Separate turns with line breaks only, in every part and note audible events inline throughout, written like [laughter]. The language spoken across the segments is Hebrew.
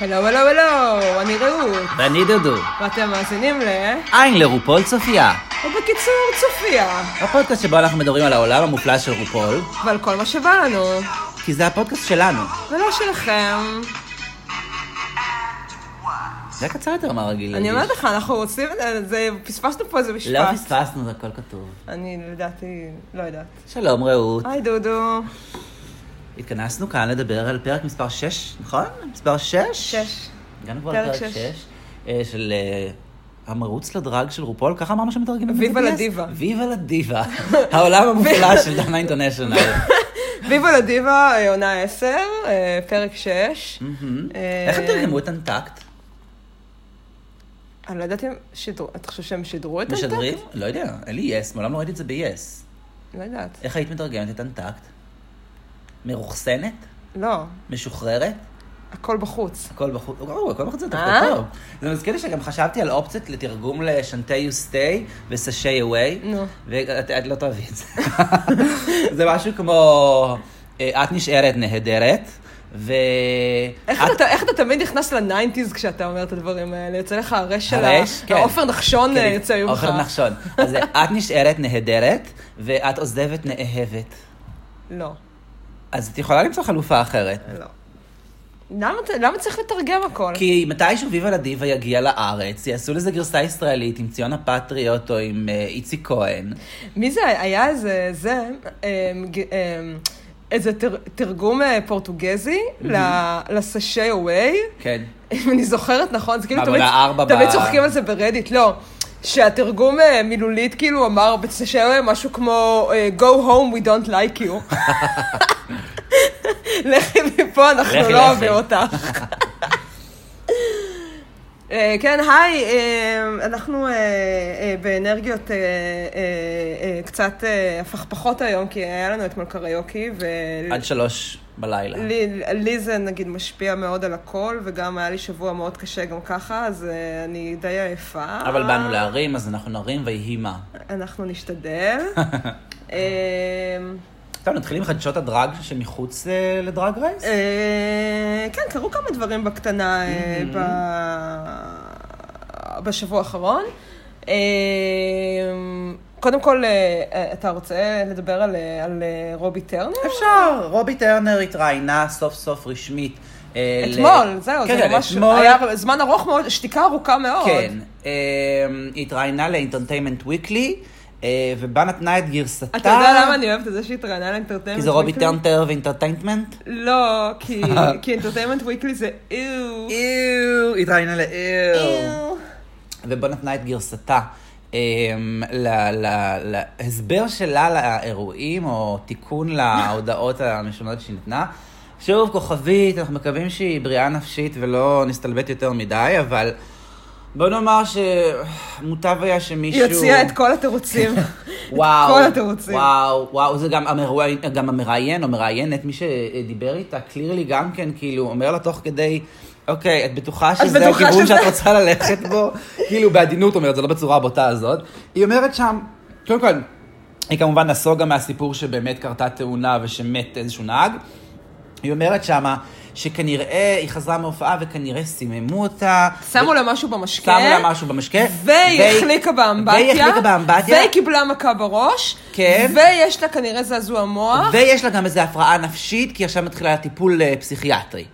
הלו, הלו, הלו, אני רעות,
ואני דודו.
ואתם מאזינים ל...
אין לרופול צופיה.
ובקיצור, צופיה.
הפודקאסט שבו אנחנו מדברים על העולם המופלא של רופול,
ועל כל מה שבא לנו,
כי זה הפודקאסט שלנו.
ולא שלכם.
זה היה קצר יותר מהרגיל.
אני
להגיש.
אומרת לך, אנחנו רוצים... אה, זה... פספסנו פה איזה משפט.
לא פספסנו, זה הכל כתוב.
אני לדעתי... לא יודעת.
שלום רעות.
היי, דודו.
התכנסנו כאן לדבר על פרק מספר 6, נכון? מספר 6?
שש.
הגענו כבר
פרק
לפרק
שש.
6. של אה, המרוץ לדרג של רופול, ככה אמרנו שמתרגמים את זה.
ויבה
ב-BDS?
לדיבה.
ויבה
[laughs]
לדיבה. העולם המופלא של דנה אינטרנשיונל.
ויבה לדיבה, אה, עונה 10, אה, פרק 6.
Mm.
אה,
איך הם תרגמו את אנטקט?
אני לא יודעת אם שידרו... אתה חושב שהם שידרו את הנטק?
משדרים? לא יודע, אין לי יס, מעולם לא ראיתי את זה ביס.
לא יודעת.
איך היית מתרגמת את אנטקט? מרוכסנת?
לא,
משוחררת?
הכל בחוץ.
הכל בחוץ, וואו, הכל בחוץ זה
אה?
דווקא טוב. זה מזכיר לי שגם חשבתי על אופציות לתרגום לשנטי you stay וסשי away,
נו.
ואת את לא תאהבי את זה. [laughs] זה משהו כמו, אה, את נשארת נהדרת, ו...
איך
את-
אתה, איך אתה תמיד נכנס לניינטיז כשאתה אומר את הדברים האלה? יוצא לך הרש של
הרש?
ה-
כן.
העופר נחשון אה,
כן,
יוצא ממך.
עופר נחשון. אז זה, את נשארת נהדרת, ואת עוזבת נאהבת.
לא,
אז את יכולה למצוא חלופה אחרת.
לא. למה, אתה- למה צריך לתרגם הכל?
כי מתישהו ויווה לדיבה יגיע לארץ, יעשו לזה גרסה ישראלית עם ציונה פטריוט או עם אה, איציק כהן.
מי זה היה איזה, זה, אמ, ג- אמ, איזה תר, תרגום אה, פורטוגזי ל- לסשי אווי?
כן.
אם אני זוכרת נכון, זה כאילו
בעבודה
תמיד,
ארבע ב-
תמיד צוחקים על זה ברדיט, לא. שהתרגום אה, מילולית כאילו אמר בסשי אווי משהו כמו אה, Go home we don't like
[laughs]
you. לכי מפה, אנחנו
לכי,
לא
לכי.
אוהבים אותך. אה, כן, היי, אה, אנחנו אה, אה, באנרגיות אה, אה, אה, קצת אה, הפכפכות היום, כי היה לנו אתמול קריוקי,
עד שלוש בלילה.
ולי זה נגיד משפיע מאוד על הכל, וגם היה לי שבוע מאוד קשה גם ככה, אז אה, אני די עייפה.
אבל באנו להרים, אז אנחנו נרים ויהי מה.
אנחנו נשתדל.
[laughs]
אה,
טוב, נתחיל עם חדשות הדרג שמחוץ אה, לדרג רייס?
אה, כן, קרו כמה דברים בקטנה אה,
Mm-hmm.
ב- בשבוע האחרון. אה, קודם כל, אה, אתה רוצה לדבר על, אה, על אה, רובי טרנר?
אפשר. רובי טרנר התראיינה סוף סוף רשמית. אה, ל-
אתמול, זהו,
כן,
זה ממש...
אתמול.
היה זמן ארוך מאוד, שתיקה ארוכה מאוד.
כן. אה, היא התראיינה לאינטרטיימנט ויקלי, אה, ובה נתנה את גרסתה.
אתה יודע למה אני אוהבת את זה שהיא התראיינה לאינטרטיימנט?
כי זה רובי אה.
Weekly?
טרנטר ואינטרטיימנט?
לא, כי-
[laughs]
כי אינטרטיימנט וויקלי זה איו.
איו, התראיינה לאיו.
איו.
ובו נתנה את גרסתה אמ, ל- ל- להסבר שלה לאירועים, או תיקון להודעות המשונות שהיא נתנה. שוב, כוכבית, אנחנו מקווים שהיא בריאה נפשית ולא נסתלבט יותר מדי, אבל בוא נאמר שמוטב היה שמישהו...
היא הוציאה את כל
[laughs]
התירוצים.
וואו,
כל התירוצים.
וואו, וואו, זה גם, המרואי, גם המראיין או מראיינת, מי שדיבר איתה, קלירלי גם כן, כאילו, אומר לה תוך כדי, אוקיי, את בטוחה שזה
בטוחה
הכיוון
שזה-
שאת רוצה ללכת בו? [laughs] כאילו, בעדינות אומרת, זה לא בצורה הבוטה הזאת. היא אומרת שם, קודם כל, היא כמובן נסוגה מהסיפור שבאמת קרתה תאונה ושמת איזשהו נהג. היא אומרת שמה, שכנראה היא חזרה מההופעה וכנראה סיממו אותה.
שמו לה משהו במשקה.
שמו לה משהו במשקה.
כן? והיא החליקה באמבטיה.
והיא החליקה באמבטיה.
והיא קיבלה מכה בראש.
כן.
ויש לה כנראה זעזוע מוח.
ויש לה גם איזו הפרעה נפשית, כי עכשיו מתחילה טיפול אה, פסיכיאטרי.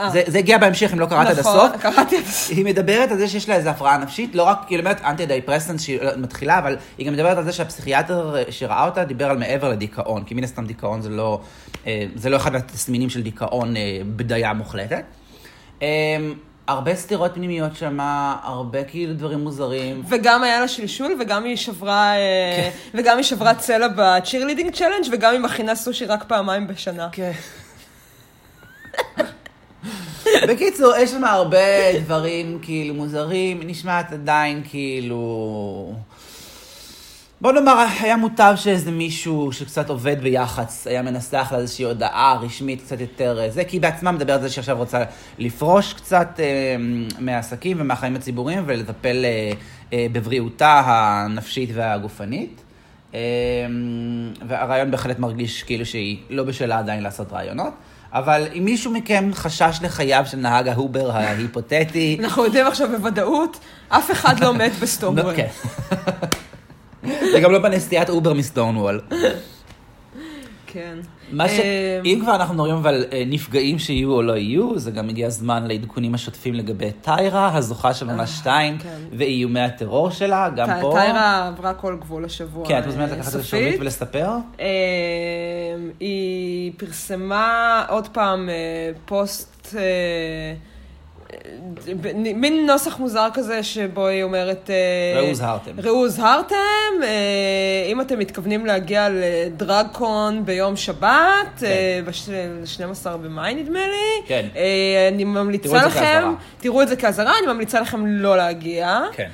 אה.
זה, זה הגיע בהמשך, אם לא קראת עד
נכון,
הסוף.
קראתי עד הסוף.
היא מדברת על זה שיש לה איזו הפרעה נפשית, לא רק, כאילו, באמת אנטי דייפרסנט שהיא לא- מתחילה, אבל היא גם מדברת על זה שהפסיכיאטר אה, שראה אותה דיבר על מעבר לדיכאון, כי מן הסתם דיכאון זה לא, אה, זה לא אחד מהתסמינים של דיכאון אה, בדיה מוחלטת. אה, הרבה סתירות פנימיות שמה, הרבה כאילו דברים מוזרים.
וגם היה לה שלשול, וגם היא שברה,
כן.
אה, וגם היא שברה צלע בצ'ירלידינג צ'לנג', וגם היא מכינה סושי רק פעמיים בשנה.
כן. [laughs] בקיצור, יש שם הרבה דברים כאילו מוזרים, היא נשמעת עדיין כאילו... בוא נאמר, היה מוטב שאיזה מישהו שקצת עובד ביח"צ היה מנסח לה איזושהי הודעה רשמית קצת יותר אה, זה, כי היא בעצמה מדברת על זה שהיא עכשיו רוצה לפרוש קצת אה, מהעסקים ומהחיים הציבוריים ולטפל אה, אה, בבריאותה הנפשית והגופנית. אה, והרעיון בהחלט מרגיש כאילו שהיא לא בשלה עדיין לעשות רעיונות. אבל אם מישהו מכם חשש לחייו של נהג ההובר ההיפותטי...
אנחנו יודעים עכשיו בוודאות, אף אחד לא מת
לא,
בסטורמוול.
כן. [laughs] זה גם לא בנסיעת אובר מסטורנוול.
כן.
מה ש...
אה,
אם כבר אנחנו מדברים אבל אה, נפגעים שיהיו או לא יהיו, זה גם הגיע הזמן לעדכונים השוטפים לגבי טיירה, הזוכה של עונה 2,
כן.
ואיומי הטרור שלה, גם
טי-
פה.
טיירה עברה כל גבול השבוע.
כן, את מוזמנת
אה,
לקחת את
סופית.
השרביט ולספר?
אמ, היא פרסמה עוד פעם אה, פוסט, אה, אה, ב- מין נוסח מוזר כזה שבו היא אומרת... אה,
ראו הוזהרתם.
ראו הוזהרתם, אה, אם אתם מתכוונים להגיע לדרגקון ביום שבת, אה, ב-12 במאי נדמה לי,
כן.
אה, אני
תראו את
ממליצה
זה
לכם,
כאזהרה.
תראו את זה כאזהרה, אני ממליצה לכם לא להגיע.
כן.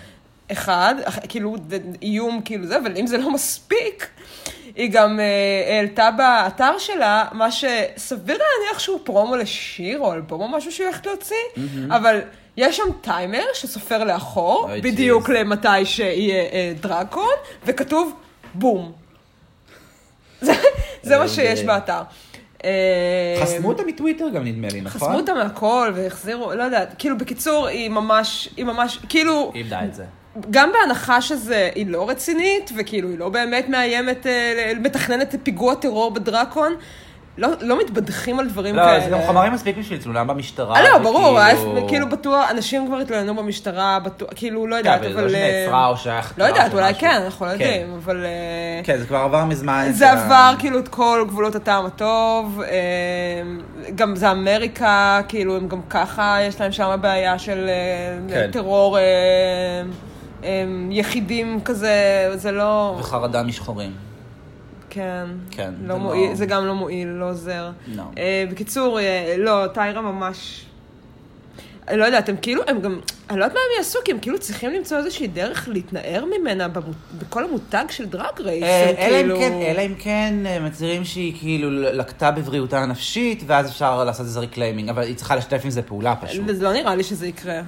אחד, אח- כאילו ד- איום כאילו זה, אבל אם זה לא מספיק, היא גם אה, העלתה באתר שלה מה שסביר להניח שהוא פרומו לשיר או אלבום או משהו שהיא הולכת להוציא, אבל יש שם טיימר שסופר לאחור,
אוי,
בדיוק
ג'יז.
למתי שיהיה אה, דרקון, וכתוב בום. [laughs] זה- זה מה
אוי,
שיש
זה-
באתר. אה,
חסמו אותה מטוויטר גם נדמה לי, נכון?
חסמו אותה מהכל והחזירו, לא יודעת, כאילו בקיצור היא ממש, היא ממש, כאילו,
היא איבדה את זה.
גם בהנחה שזה, היא לא רצינית, וכאילו היא לא באמת מאיימת, אה, מתכננת פיגוע טרור בדרקון, לא, לא מתבדחים על דברים
לא,
כאלה.
זה גם חומרים מספיק בשביל תלונה במשטרה.
אה, לא,
וכאילו-
ברור, כאילו... כאילו בטוח, אנשים כבר התלוננו במשטרה, בטוח, כאילו, לא יודעת,
כן, אבל...
אבל...
לא
אה,
שנעצרה או שהיה חקירה
לא יודעת,
של
אולי
משהו.
כן, אנחנו לא
כן.
יודעים, אבל... אה,
כן, זה כבר עבר מזמן. את
זה
ה-
עבר כאילו את כל גבולות הטעם הטוב, אה, גם זה אמריקה, כאילו הם גם ככה, יש להם שם בעיה של אה,
כן.
טרור אה, אה, יחידים כזה, זה לא,
וחרדה משחורים.
כן,
כן,
לא
זה
מועיל,
לא-
זה גם לא מועיל, לא עוזר.
לא.
אה, בקיצור, אה, לא, טיירה ממש... אני לא יודעת, הם כאילו, הם גם, אני לא יודעת מה הם יעשו, כי הם כאילו צריכים למצוא איזושהי דרך להתנער ממנה במו- בכל המותג של דרג רייס.
אה,
הם
אלא אם
כאילו-
כן, אלא אם כן אה, מצהירים שהיא כאילו לקתה בבריאותה הנפשית, ואז אפשר לעשות איזה ריקליימינג, אבל היא צריכה לשתף עם זה פעולה פשוט.
וזה לא נראה לי שזה יקרה.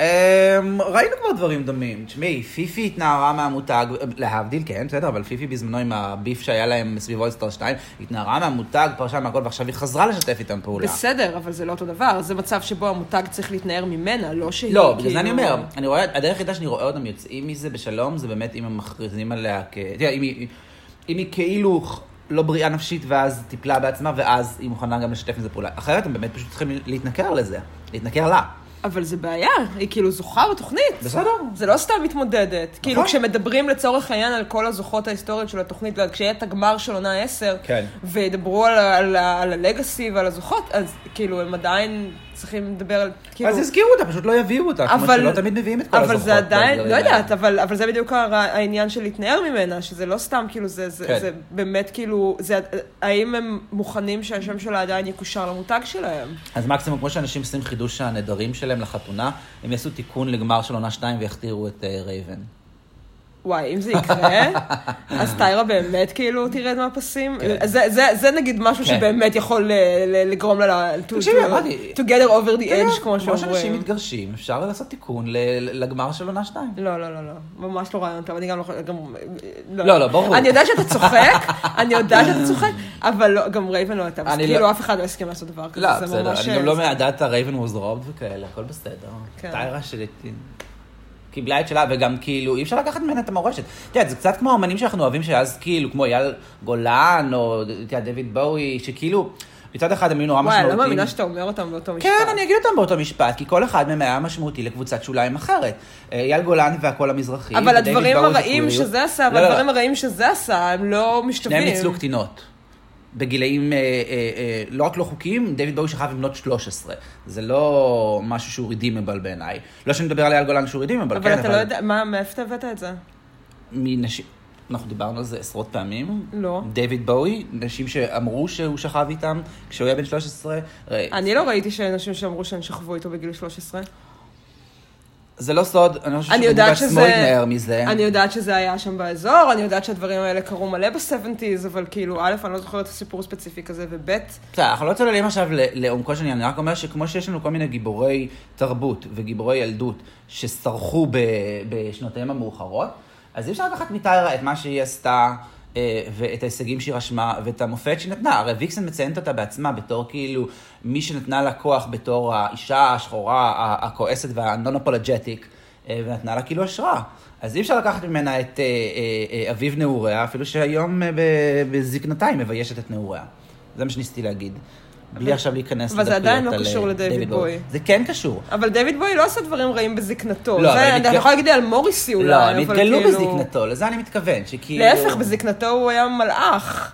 אה, ראינו כבר דברים דומים. תשמעי, פיפי התנערה מהמותג, אה, להבדיל, כן, בסדר, אבל פיפי בזמנו עם הביף שהיה להם סביב אולסטר 2, התנערה מהמותג, פרשה מהכל, ועכשיו היא חזרה לשתף איתם פעולה.
בסדר, אבל זה לא אותו דבר. זה מצב שבו המותג צריך להתנער ממנה, לא שהיא
לא, בגלל
כאילו-
זה אני אומר, אני רואה, הדרך היחידה שאני רואה אותם יוצאים מזה בשלום, זה באמת אם הם מכריזים עליה כ... אתה יודע, אם היא- אם היא כאילו לא בריאה נפשית, ואז טיפלה בעצמה, ואז היא מוכנה גם לשתף עם זה פעולה. אחרת הם באמת פשוט צריכים להתנכר לזה, להתנכר לה.
אבל זה בעיה, היא כאילו זוכה בתוכנית.
בסדר. נכון.
זה לא סתם מתמודדת. כאילו, כשמדברים לצורך העניין על כל הזוכות ההיסטוריות של התוכנית, כשיהיה את הגמר של עונה 10,
כן.
וידברו על ה- על ה- על הלגאסי ועל הזוכות, אז כאילו, הם עדיין צריכים לדבר על... כאילו...
אז יזכירו אותה, פשוט לא יביאו אותה, כמו שלא תמיד מביאים את כל הזוכות.
אבל זה עדיין,
והדברים
לא
האלה.
יודעת, אבל, אבל זה בדיוק הר- העניין של להתנער ממנה, שזה לא סתם, כאילו, זה, זה,
כן.
זה באמת, כאילו, זה, האם הם מוכנים שהשם שלה עדיין יקושר למותג שלהם?
אז מקסימום, כמו שאנשים עושים חידוש הנדרים שלהם לחתונה, הם יעשו תיקון לגמר של עונה 2 ויכתירו את אה, רייבן.
וואי, אם זה יקרה,
[laughs]
אז טיירה באמת, כאילו, תרד מהפסים? זה, זה, זה נגיד משהו
כן.
שבאמת יכול אה, ל- לגרום לה ל... to-
תקשיבי,
to-
אמרתי-
to get her over the
אתה יודע,
edge, כן, כמו
כמו שאנשים
שאומרים.
מתגרשים, אפשר לעשות תיקון ל- לגמר של עונה 2.
לא, לא, לא, לא, ממש לא רעיון טוב, אני גם לא יכולה, גם...
לא, לא, ברור.
אני יודעת שאתה
[laughs]
צוחק, אני יודעת שאתה צוחק, אבל לא, גם רייבן לא הייתה, אז
אני
כאילו
לא-
אף אחד לא הסכים לעשות דבר כזה,
לא,
זה
בסדר,
ממש- אה,
אני גם לא מעדת הרייבן ווז רוב וכאלה, הכל בסדר.
כן.
טיירה שלי קיבלה את שלה, וגם כאילו, אי אפשר לקחת ממנה את המורשת. את יודעת, זה קצת כמו האמנים שאנחנו אוהבים, שאז כאילו, כמו אייל גולן, או את יודעת, דויד בואי, שכאילו, מצד אחד הם היו נורא
וואי,
משמעותיים.
אני לא מאמינה שאתה אומר אותם באותו משפט.
כן, אני אגיד אותם באותו משפט, כי כל אחד מהם היה משמעותי לקבוצת שוליים אחרת. אה, אייל גולן והקול המזרחי,
אבל
ודייוויד
הדברים
באוי
הרעים
וקוויריות.
שזה עשה,
לא, לא, לא.
והדברים הרעים שזה עשה, הם לא משתווים.
שניהם ניצלו קטינות. בגילאים אה, אה, אה, לא רק לא חוקיים, דיוויד בואי שכב עם בנות 13. זה לא משהו שהוא רידימבל בעיניי. לא שאני מדבר על אייל גולן שהוא רידימבל,
אבל
כן, אה,
אתה לא יודע, מה, מאיפה אתה הבאת את זה?
מנשים... אנחנו דיברנו על זה עשרות פעמים.
לא.
דיוויד בואי, נשים שאמרו שהוא שכב איתם כשהוא היה בן 13. ראי,
אני לא ראיתי שאנשים שאמרו שהם שכבו איתו בגיל 13.
זה לא סוד, אני חושב
אני יודעת
שבמובן עצמו
שזה...
התנער מזה.
אני יודעת שזה היה שם באזור, אני יודעת שהדברים האלה קרו מלא בסבנטיז, אבל כאילו, א', אני לא זוכרת את הסיפור הספציפי כזה, וב',
בסדר, אנחנו לא צוללים עכשיו ל- לעומקו של עניין, אני רק אומר שכמו שיש לנו כל מיני גיבורי תרבות וגיבורי ילדות שסרחו ב- בשנותיהם המאוחרות, אז אי אפשר לקחת מטיירה את מה שהיא עשתה, אה, ואת ההישגים שהיא רשמה, ואת המופת שהיא נתנה. הרי ויקסן מציינת אותה בעצמה בתור כאילו מי שנתנה לה כוח בתור האישה השחורה, ה- הכועסת והנון-אפולג'טיק, אה, ונתנה לה כאילו השראה. אז אי אפשר לקחת ממנה את אה, אה, אה, אביב נעוריה, אפילו שהיום אה, ב- בזקנתה היא מביישת את נעוריה. זה מה שניסיתי להגיד. בלי עכשיו להיכנס
אבל זה עדיין לא
על, אה,
קשור לדייוויד
דיוויד
בואי.
זה כן קשור.
אבל דיוויד בוי לא עשה דברים רעים בזקנתו.
לא,
לא,
אבל
זה,
הם
אתה
התגל-
יכול להגיד על מוריסי אולי,
לא, הם
אבל
התגלו כאילו-
כאילו-
בזקנתו, לזה אני מתכוון, שכאילו...
להפך, בזקנתו הוא היה מלאך.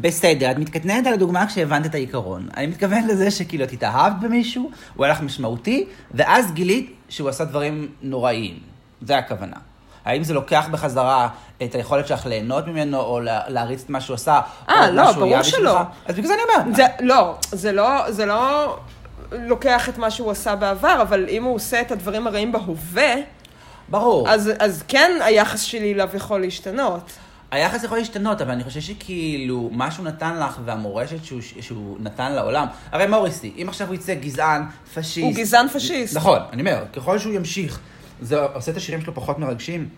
בסדר, את מתקטננת על הדוגמה כשהבנת את העיקרון. אני מתכוון לזה שכאילו את התאהבת במישהו, הוא היה לך משמעותי, ואז גילית שהוא עשה דברים נוראיים. זה הכוונה. האם זה לוקח בחזרה את היכולת שלך ליהנות ממנו, או לה- להריץ את מה שהוא עשה, או
אה,
את
לא,
מה שהוא
ברור
היה בשבילך?
שלא.
אז בגלל זה אני אומר,
זה, לא, זה לא, זה לא לוקח את מה שהוא עשה בעבר, אבל אם הוא עושה את הדברים הרעים בהווה,
ברור.
אז, אז כן היחס שלי אליו יכול להשתנות.
היחס יכול להשתנות, אבל אני חושב שכאילו, מה שהוא נתן לך והמורשת שהוא, שהוא נתן לעולם, הרי מוריסי, אם עכשיו הוא יצא גזען, פשיסט...
הוא גזען פשיסט.
נכון, אני אומר, ככל שהוא ימשיך, זה עושה את השירים שלו פחות מרגשים,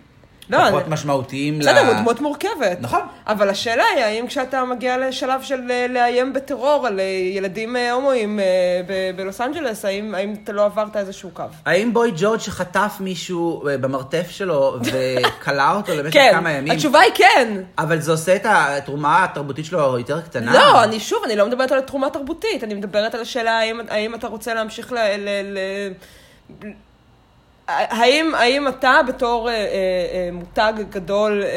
לא,
פחות
אני-
משמעותיים
בסדר, הוא דמות מורכבת.
נכון.
אבל השאלה היא, האם כשאתה מגיע לשלב של אה, לאיים בטרור על אה, ילדים אה, הומואים אה, ב- בלוס אנג'לס, האם האם אתה לא עברת איזשהו קו?
האם בוי ג'ורג' שחטף מישהו אה, במרתף
[laughs]
שלו וכלא אותו למשך
כן,
כמה ימים,
התשובה היא כן.
אבל זה עושה את התרומה התרבותית שלו יותר קטנה?
לא, אני שוב, אני לא מדברת על תרומה תרבותית, אני מדברת על השאלה האם, האם אתה רוצה להמשיך ל... ל, ל האם, האם אתה בתור אה, אה, אה, מותג גדול אה,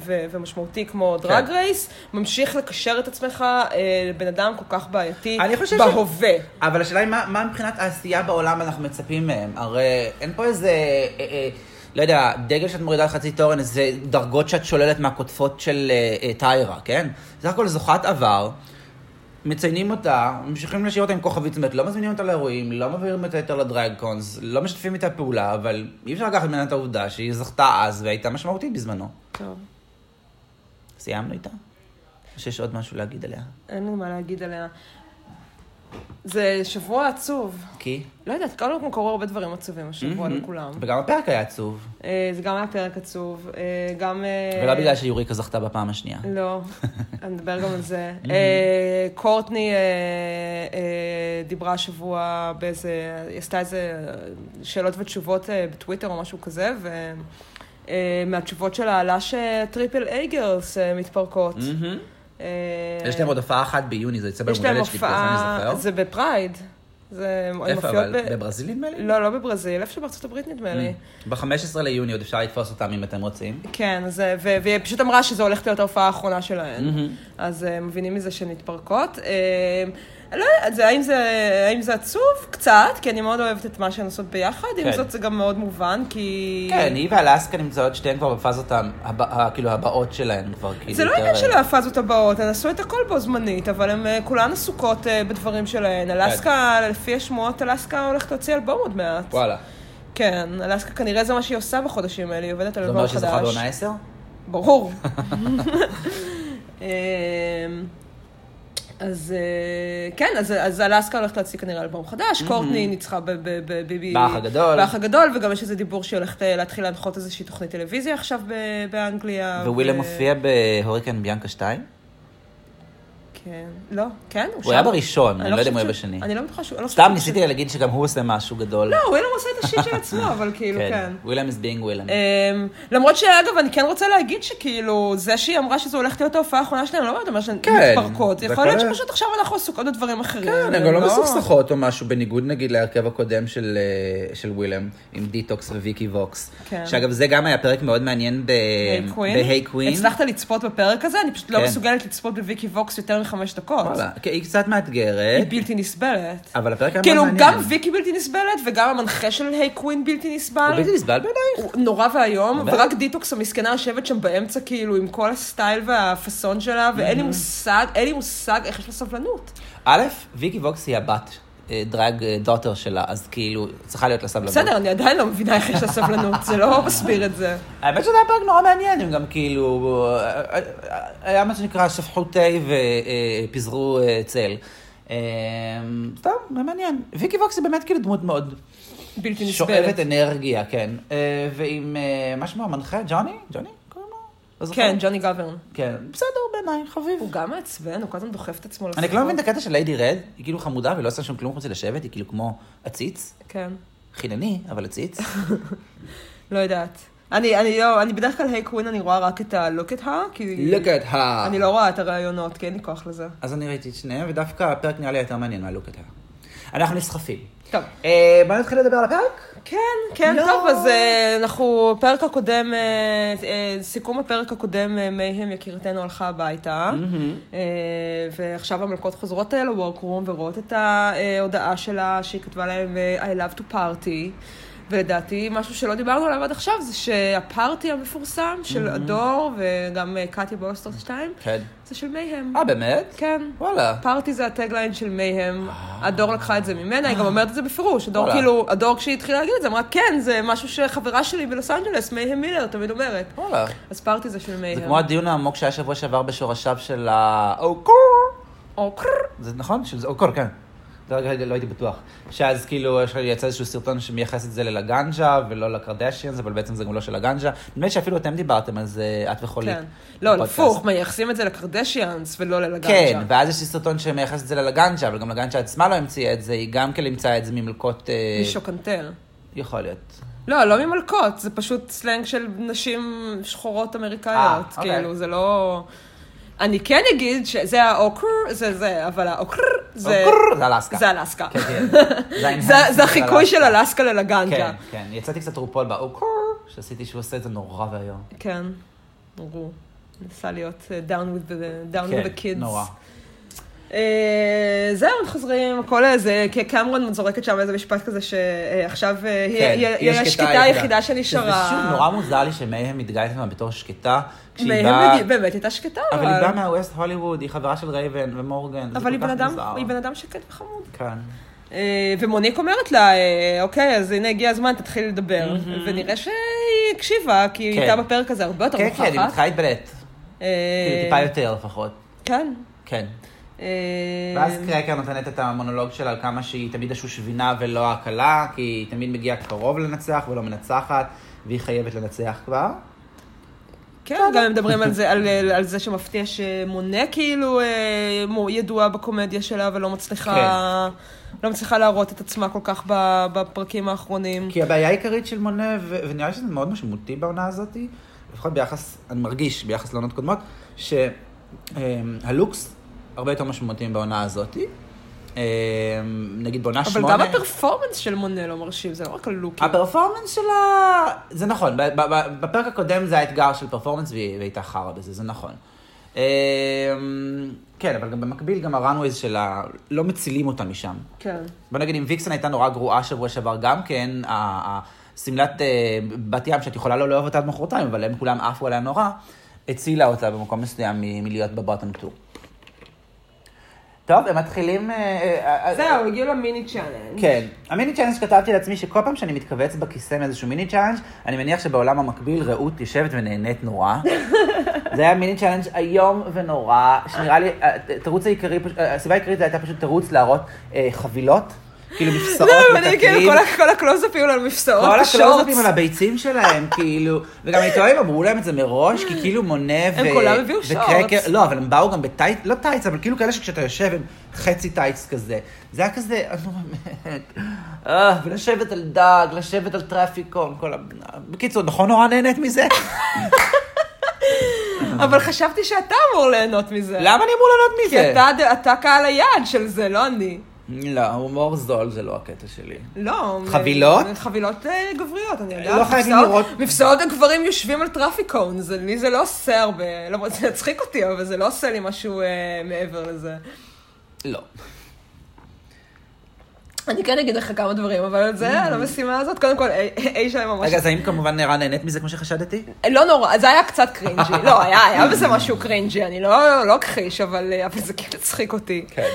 ו, ומשמעותי כמו דרג
כן.
רייס, ממשיך לקשר את עצמך אה, לבן אדם כל כך בעייתי
אני חושב ש-
בהווה?
אבל השאלה היא, מה, מה מבחינת העשייה בעולם אנחנו מצפים מהם? הרי אין פה איזה, אה, אה, לא יודע, דגל שאת מורידה על חצי תורן, איזה דרגות שאת שוללת מהקוטפות של אה, אה, טיירה, כן? סך הכל זוכת עבר, מציינים אותה, ממשיכים להשאיר אותה עם כוכבית, זאת אומרת, לא מזמינים אותה לאירועים, לא מעבירים אותה יותר לדרג קונס, לא משתפים איתה פעולה, אבל אי אפשר לקחת ממנה את העובדה שהיא זכתה אז והייתה משמעותית בזמנו.
טוב,
סיימנו איתה? או שיש עוד משהו להגיד עליה?
אין לי מה להגיד עליה. זה שבוע עצוב.
כי? Mm-hmm.
לא יודעת, כל הזמן קורו הרבה דברים עצובים השבוע לכולם.
וגם הפרק היה עצוב,
אה, זה גם היה פרק עצוב, אה, גם... אה,
ולא לא בגלל שיוריקה זכתה בפעם השנייה.
לא, אני אדבר גם על
[laughs]
זה. אה, קורטני אה, אה, דיברה השבוע באיזה, היא עשתה איזה שאלות ותשובות אה, בטוויטר או משהו כזה, ומהתשובות שלה עלה שטריפל איי גרס אה, מתפרקות.
מהמם.
אה,
יש להם עוד הופעה אחת ביוני, זה יצא
יש להם
במולדת שלי, כל הזמן אני זוכר.
זה בפרייד. זה, הן
איפה
מופיעות
אבל?
ב-
בברזיל נדמה לי?
לא, לא בברזיל, איפה שבארצות הברית נדמה לי.
ב-15 ליוני עוד אפשר לתפוס אותם אם אתם רוצים.
כן, אז, אה, ו- והיא פשוט אמרה שזו הולכת להיות ההופעה האחרונה שלהן. אז אה, מבינים מזה שהן מתפרקות. אה, לא יודעת, זה- האם זה- האם זה עצוב? קצת, כי אני מאוד אוהבת את מה שהן עושות ביחד. עם
כן.
זאת, זה גם מאוד מובן, כי...
כן, היא ואלסקה נמצאות שתיהן כבר בפאזות ה- הב- ה- כאילו הבאות שלהן כבר, כאילו.
זה לא
יותר-
עניין של הפאזות הבאות, הן עשו את הכל בו זמנית, אבל הן אה, כולן עסוקות אה, בדברים
כן.
שלהן. אלסקה, לפי השמועות, אלסקה הולכת להוציא אלבום עוד מעט.
וואלה.
כן, אלסקה כנראה זה מה שהיא עושה בחודשים האלה, היא עובדת על
זה
אלבום
אומר
חדש.
שזוכה בעונה 10? [laughs]
ברור. אמ, אז אה, כן, אז- אז אלסקה הולכת להוציא כנראה אלבום חדש, קורטני ניצחה בביבי...
באח הגדול.
באח הגדול, וגם יש איזה דיבור שהיא הולכת אה, להתחיל להנחות איזושהי תוכנית טלוויזיה עכשיו ב- באנגליה.
ווילם
ו-
מופיע בהוריקן ביאנקה 2?
כן. לא, כן, הוא שם.
הוא היה בראשון,
אני
אני
לא
לא יודע אם
חושבת
הוא היה
ש-
בשני.
אני לא בטוחה שהוא... אני לא חושבת
סתם
שהוא-
ניסיתי להגיד שגם הוא עושה משהו גדול.
לא, ווילם עושה את השיט של עצמו, אבל כאילו, כן.
ווילם is being ווילם.
אמ, למרות שאגב, אני כן רוצה להגיד שכאילו, זה שהיא אמרה שזו הולכת להיות ההופעה האחרונה שלהם, לא באמת אומר שהן
כן,
מתפרקות.
זה
יכול להיות
כולל.
שפשוט עכשיו אנחנו עסוקות בדברים אחרים.
כן, הן גם לא מסוכסכות או משהו, בניגוד נגיד להרכב הקודם של, אה, של ווילם, עם דיטוקס וויקי ווקס.
כן.
שאגב, זה גם היה פרק מאוד מעניין ב- ב-Hey Queen.
הצלחת לצפות בפרק הזה? אני פשוט לא
כן.
מסוגלת לצפות בוויקי ווקס יותר מחמש דקות.
וואלה, כן, היא קצת
היא
מאתגרת,
בלתי נסבלת.
אבל הפרק היה
כאילו,
מאוד מעניין.
גם ויקי בלתי נסבלת, וגם המנחה של היי קווין בלתי נסבל.
הוא בלתי נסבל בעינייך.
הוא נורא ואיום,
באמת?
ורק דיטוקס המסכנה יושבת שם באמצע, כאילו, עם כל הסטייל והפאסון שלה, ואין
Mm-hmm.
לי מושג, אין לי מושג איך יש לה סבלנות.
א', ויקי ווקס היא הבת אה, דרג אה, דוטר שלה, אז כאילו, צריכה להיות לה סבלנות.
בסדר, אני עדיין לא מבינה איך יש לה סבלנות, זה לא מסביר את זה.
האמת שזה היה פרק נורא מעניין, הם גם כאילו, אה, אה, אה, היה מה שנקרא שפכו תה ופיזרו צל. אה, סתם, היה מעניין. ויקי ווקס היא באמת כאילו דמות מאוד
בלתי נסבלת.
שואבת אנרגיה, כן. אה, ועם, אה, מה שמו המנחה? ג'וני? ג'וני? קוראים לו? לא זוכר.
כן, ג'וני גוורן.
כן, בסדר בעיניי, חביב.
הוא גם מעצבן, הוא כל הזמן דוחף את עצמו
אני כאילו לא מבין את הקטע של ליידי רד, היא כאילו חמודה והיא לא עושה שם כלום חוץ מלשבת, היא כאילו כמו עציץ,
כן,
חינני, אבל עציץ.
לא יודעת. אני, אני לא, אני בדרך כלל היי קווין, אני רואה רק את ה-look at her, כי...
Look at her.
אני לא רואה את הראיונות, כי אין לי כוח לזה.
אז אני ראיתי את שניהם, ודווקא הפרק נראה לי יותר מעניין מהלוק את her. אנחנו נסחפים.
טוב.
אה, בוא נתחיל לדבר על הפרק?
כן, כן,
לא.
טוב, אז אה, אנחנו, פרק הקודם, אה, אה, סיכום הפרק הקודם, אה, מייהם יקירתנו הלכה הביתה,
Mm-hmm.
אה, ועכשיו המלכות חוזרות אה, לוורקרום ורואות את ההודעה שלה שהיא כתבה להם אה, I love to party. ולדעתי, משהו שלא דיברנו עליו עד עכשיו, זה שהפארטי המפורסם של הדור, וגם אה, קטיה בוסטרשטיין,
Mm-hmm. כן.
זה של מייהם.
אה, באמת?
כן.
וואלה.
פארטי זה הטגליין של מייהם, הדור לקחה את זה ממנה, היא גם אומרת את זה בפירוש. הדור
אה. וואלה.
כאילו, הדור כשהיא התחילה להגיד את זה, אמרה, כן, זה משהו שחברה שלי בלוס אנג'לס, מייהם מילר, תמיד אומרת.
וואלה.
אז פארטי זה של מייהם.
זה כמו הדיון העמוק שהיה שבוע שעבר בשורשיו של האוקור.
או קרר.
זה נכון? של זה אוקור, כן. זה רגע, לא הייתי בטוח. שאז כאילו יש- יצא איזשהו סרטון שמייחס את זה ללגנג'ה ולא לקרדשיאנס, אבל בעצם זה גם לא של לגנג'ה. נדמה לי שאפילו אתם דיברתם על זה, את וחולית.
כן. לא,
בפודקאסט.
הפוך, מייחסים את זה לקרדשיאנס ולא ללגנג'ה.
כן, ואז יש לי סרטון שמייחס את זה ללגנג'ה, אבל גם לגנג'ה עצמה לא המציאה את זה, היא גם כן אימצה את זה ממלכות... אה,
משוקנטר.
יכול להיות.
לא, לא ממלכות, זה פשוט סלנג של נשים שחורות אמריקאיות.
אה, אוקיי.
כאילו, זה לא... אני כן אגיד שזה האוקר, זה זה, אבל האוקר זה...
אוקור, אוקיי, זה אלסקה.
זה אלסקה.
כן,
[laughs]
כן.
זה,
האנהנסמנט
זה החיקוי של
אלסקה.
אלסקה ללגנג'ה.
כן, כן. יצאתי קצת רופול באוקור, שעשיתי שהוא עושה את זה נורא ואיום.
כן. נורו. ניסה להיות אה, down with the, down with the kids.
כן, נורא.
אה, זהו, אנחנו חוזרים, הכל איזה, כי קמרון זורקת שם איזה משפט כזה שעכשיו אה, היא
כן,
היא- היא השקטה היחידה שנשארה.
שזה שוב נורא מוזר לי שמאהם מתגאה את עצמה בתור שקטה, כשהיא
מהם
באה...
בדיוק- באמת הייתה שקטה,
אבל היא באה מהווסט הוליווד, היא חברה של רייבן ומורגן. וזה
אבל היא
כל
בן
כך
אדם,
מוזר.
היא בן אדם שקט וחמוד.
כן.
אה, ומוניק אומרת לה, אה, אוקיי, אז הנה הגיע הזמן, תתחילי לדבר. ונראה שהיא הקשיבה, כי היא
כן.
הייתה בפרק הזה הרבה יותר
כן, כן, היא
מוכחת.
מתחילה להתבלט.
אה,
כאילו, טיפה יותר לפחות.
כן.
כן.
אה,
ואז קרקר נותנת את המונולוג שלה על כמה שהיא תמיד השושבינה ולא הקלה, כי היא תמיד מגיעה קרוב לנצח ולא מנצחת, והיא חייבת לנצח כבר.
אמ. כן, גם הם מדברים על זה, על, על זה שמפתיע שמונה כאילו אה, מו- ידועה בקומדיה שלה ולא מצליחה,
כן.
לא מצליחה להראות את עצמה כל כך ב- בפרקים האחרונים.
כי הבעיה העיקרית של מונה, ו- ונראה לי שזה מאוד משמעותי בעונה הזאת, לפחות ביחס, אני מרגיש, ביחס לעונות קודמות, שהלוקס הרבה יותר משמעותיים בעונה הזאת. אה, נגיד בעונה
אבל
שמונה...
גם הפרפורמנס של מונה לא מרשים, זה לא רק הלוקים.
הפרפורמנס שלה, זה נכון, ב- ב- ב- בפרק הקודם זה האתגר של פרפורמנס והיא והיא הייתה חרא בזה, זה נכון. אמ, כן, אבל גם במקביל גם הראנוויז שלה, לא מצילים אותה משם.
כן.
בוא נגיד, אם ויקסן הייתה נורא גרועה שבוע שעבר גם כן, ה- ה- שמלת אה, בת ים שאת יכולה לא לאהוב אותה עד מחרתיים, אבל הם כולם עפו עליה נורא, הצילה אותה במקום מסוים מ- מלהיות בבוטום טור. טוב, הם מתחילים... אה, אה, אה,
זהו, הגיעו למיני צ'אנל.
כן. המיני צ'אלנג' שכתבתי לעצמי, שכל פעם שאני מתכווץ בכיסא מאיזשהו מיני צ'אלנג', אני מניח שבעולם המקביל רעות יושבת
[laughs]
ונהנית נורא. זה היה מיני צ'אלנג' איום ונורא, שנראה לי, התירוץ העיקרי, פש- הסיבה העיקרית זה הייתה פשוט תירוץ להראות אה, חבילות, כאילו מפסעות
[laughs] לא, אבל אני כאילו,
ותקליב.
כל ה- כל הקלוזאפים על המפסעות,
כל
בשורטס.
הקלוזאפים על הביצים שלהם, כאילו, וגם אני טועה אם אמרו להם את זה מראש, כי כאילו מונה ו...
הם כולם הביאו שורטס.
לא, אבל הם באו גם בטייץ, לא טייץ, אבל כאילו כאלה שכשאתה יושב הם חצי טייץ כזה. זה היה כזה, נו באמת, אה, ולשבת על דג, לשבת על טראפיקון, כל ה... בקיצור, נכון נורא נהנית מזה?
אבל חשבתי שאתה אמור ליהנות מזה.
למה אני אמור לעלות
כי
מזה?
אתה- אתה קהל היעד של זה, לא אני.
לא, הומור זול זה לא הקטע שלי.
לא.
חבילות?
אה, חבילות אה, גבריות, אני יודעת.
לא חייבים
מפסעות-
לראות-
מפסעות הגברים יושבים על טראפיקון, זה- לי זה לא עושה הרבה, למרות זה יצחיק אותי, אבל זה לא עושה לי משהו אה, מעבר לזה.
לא.
אני כן אגיד לך כמה דברים, אבל זה, על המשימה הזאת, קודם כל, אי- אי שם ממש...
Mm. רגע, אז האם כמובן נראה נהנית מזה כמו שחשדתי?
לא נורא, זה היה קצת
[laughs]
קרינג'י. לא, היה, היה בזה משהו קרינג'י, אני לא לא אכחיש, אבל אה, אבל זה כן כאילו הצחיק אותי.
כן.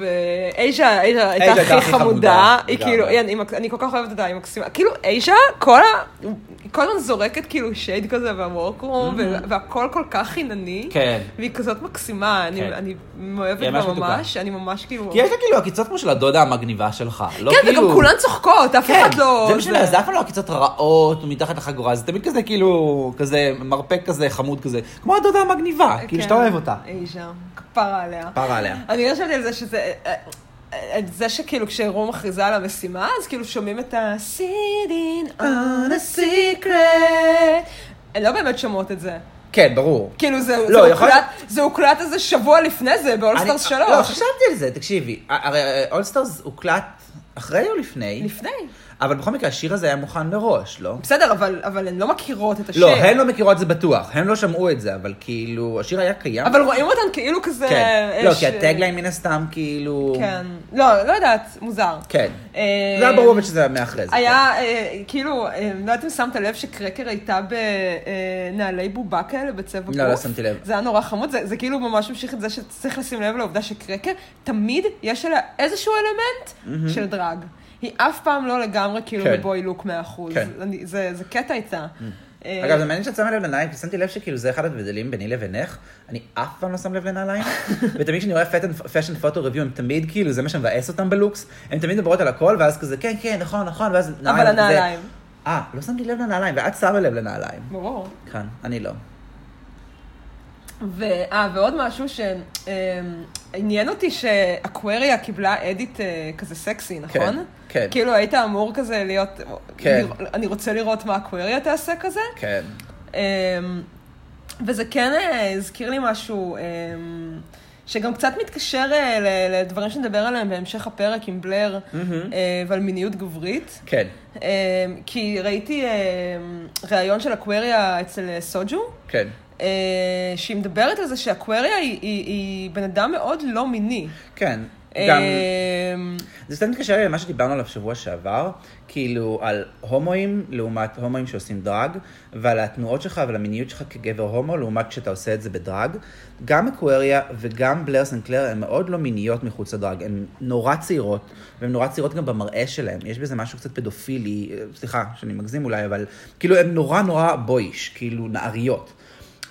ואייז'ה, אייז'ה הייתה
הייתה
הכי
הכי
חמודה,
חמודה,
היא
לגמרי.
כאילו, היא- אני מק- אני כל כך אוהבת אותה, היא מקסימה, כאילו אייז'ה, כל ה... היא כל הזמן זורקת כאילו שייד כזה במורקרום, והכל כל כך חינני,
כן.
והיא כזאת מקסימה, אני-
כן.
אני אוהבת
היא
בה
ממש מתוקה.
ממש, אני ממש כאילו...
כי יש לה כאילו עקיצות כמו של הדודה המגניבה שלך. לא
כן,
כאילו...
וגם כולן צוחקות, אף
כן,
אחד לא...
זה משנה, זה אף פעם לא עקיצות רעות מתחת לחגורה, זה תמיד כזה כאילו, כזה מרפק כזה חמוד כזה, כמו הדודה המגניבה,
כן.
כאילו שאתה אוהב אותה.
אייז'ה, כפרה עליה.
פרה עליה.
אני חשבתי על זה שזה... את זה שכאילו כשרום מכריזה על המשימה, אז כאילו שומעים את ה- sitting on a secret. הן לא באמת שומעות את זה.
כן, ברור.
כאילו זה,
לא,
זה,
יכול-
הוקלט, זה הוקלט איזה שבוע לפני זה, באולסטארס
אני- לא,
3.
חשבתי על זה, תקשיבי, אה, הרי אולסטארס הוקלט אחרי או לפני,
לפני.
אבל בכל מקרה השיר הזה היה מוכן מראש, לא?
בסדר, אבל, אבל הן לא מכירות את השם.
לא, הן לא מכירות זה בטוח, הן לא שמעו את זה, אבל כאילו, השיר היה קיים.
אבל רואים אותן כאילו כזה...
כן, לא,
אה, ש-
כי הטגליין מן הסתם כאילו...
כן. לא, לא יודעת, מוזר.
כן.
אה,
זה היה ברור אבל שזה היה מאחרי זה. כן.
היה, אה, כאילו, אה, לא יודעת אם שמת לב שקרקר הייתה בנעלי בובה כאלה בצבע
לא, לא שמתי לב.
זה היה נורא חמוד, זה, זה כאילו ממש המשיך את זה שצריך לשים לב לעובדה שקרקר, תמיד יש עליה איזשהו אלמנט של דרג. היא אף פעם לא לגמרי כאילו
כן.
בבוי לוק 100%.
כן.
אני- זה זה קטע איתה. אה,
כן. אגב, זה מעניין שאת שמה לב לנעליים, כי שמתי לב שכאילו זה אחד ההבדלים ביני לבינך, אני אף פעם לא שם לב
[laughs]
לנעליים, ותמיד כשאני רואה פאשן פוטו ריוויו, הם תמיד כאילו, זה מה שמבאס אותם בלוקס, הם תמיד מדברות על הכל, ואז כזה, כן, כן, נכון, נכון, ואז
אבל
זה-
הנעליים.
אה, לא שמתי לב לנעליים, ואת שמה לב לנעליים.
ברור.
כאן, אני לא.
ו- אה, ועוד משהו שעניין אותי שאקווריה קיבלה אדיט אה, כזה סקסי, נכון?
כן, כן.
כאילו היית אמור כזה להיות,
כן.
לרא- אני רוצה לראות מה אקווריה תעשה כזה.
כן.
אמ, וזה כן אה, הזכיר לי משהו אמ, שגם קצת מתקשר אה, ל- לדברים שנדבר עליהם בהמשך הפרק עם בלר אה, ועל מיניות גברית.
כן.
אמ, כי ראיתי אמ, ראיון של אקווריה אצל אה, סוג'ו.
כן.
אה, שהיא מדברת על זה שאקווריה היא, היא, היא בן אדם מאוד לא מיני.
כן. גם...
אה,
זה סתם מתקשר לי למה שדיברנו עליו שבוע שעבר, כאילו על הומואים לעומת הומואים שעושים דרג, ועל התנועות שלך ועל המיניות שלך כגבר הומו לעומת כשאתה עושה את זה בדרג. גם מקווריה וגם בלר סנקלר הן מאוד לא מיניות מחוץ לדרג, הן נורא צעירות, והן נורא צעירות גם במראה שלהן, יש בזה משהו קצת פדופילי, אה, סליחה שאני מגזים אולי, אבל כאילו הן נורא נורא בויש, כאילו נעריות.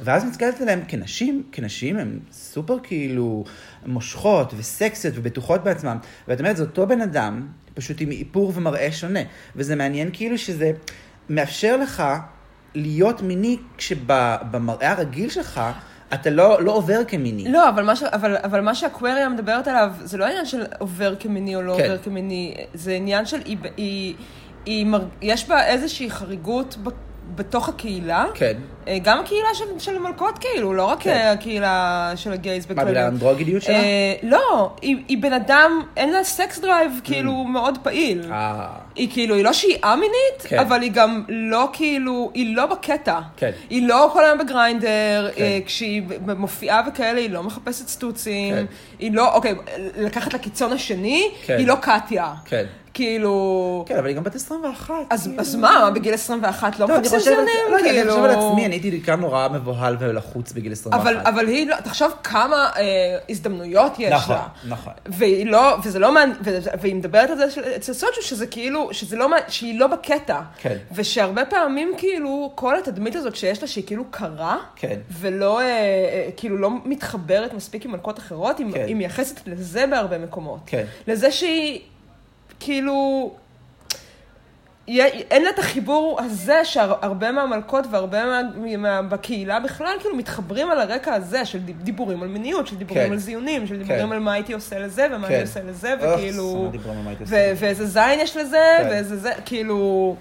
ואז מסתכלת עליהן כנשים, כנשים הן סופר כאילו מושכות וסקסיות ובטוחות בעצמן. ואת אומרת, זה אותו בן אדם, פשוט עם איפור ומראה שונה. וזה מעניין כאילו שזה מאפשר לך להיות מיני כשבמראה הרגיל שלך, אתה לא, לא עובר כמיני.
לא, אבל מה, ש, אבל, אבל מה שאקווריה מדברת עליו, זה לא עניין של עובר כמיני או לא
כן.
עובר כמיני, זה עניין של... היא, היא, היא, מר, יש בה איזושהי חריגות ב, בתוך הקהילה.
כן.
אה, גם הקהילה של, של מלכות, כאילו, לא רק
כן.
אה, הקהילה של הגייז
מה, בגלל
בכלליות.
האנדרוגיניות שלה?
כן. אה, לא, היא, היא בן אדם, אין לה סקס דרייב, כאילו, מאוד פעיל.
Mm. אה,
היא כאילו, היא לא שהיא א-מינית, כן.
כן.
אבל היא גם לא כאילו, היא לא בקטע.
כן.
היא לא כל היום בגריינדר, כן.
כן.
אה, כשהיא מופיעה וכאלה, היא לא מחפשת סטוצים. כן.
כן.
היא לא, אוקיי, לקחת לקיצון השני, כן.
כן.
היא לא קטיה.
כן.
כאילו... כן.
כן, אבל היא גם בת 21.
אז,
כאילו.
אז מה, מה, בגיל 21 לא
טוב, אני
מחפשים
חושבת,
זיונים?
לא יודע, אני חושבת על עצמי, אני הייתי גם נורא מבוהל ולחוץ בגיל 21.
כאילו- אבל, אבל היא, לא, תחשוב כמה אה, הזדמנויות יש
נכון,
לה.
נכון.
והיא לא, וזה לא מעניין, והיא מדברת על זה של- אצל סוצ'ו, שזה כאילו, שזה לא, מעניין- שהיא לא בקטע.
כן.
ושהרבה פעמים כאילו, כל התדמית הזאת שיש לה, שהיא כאילו קרה,
כן.
ולא, אה, אה, כאילו לא מתחברת מספיק עם מלכות אחרות, היא,
כן.
היא מייחסת לזה בהרבה מקומות.
כן.
לזה שהיא, כאילו... יה- אין לה את החיבור הזה שהרבה מהמלכות והרבה מה, מה, בקהילה בכלל כאילו מתחברים על הרקע הזה של דיב- דיבורים על מיניות, של דיבורים
כן.
על זיונים, של דיבורים
כן.
על מה הייתי עושה לזה ומה
כן.
אני עושה לזה,
אוח,
וכאילו...
שונא דיבורים על מה הייתי
ו-
עושה.
ואיזה זין יש לזה,
כן.
ואיזה זה, כאילו...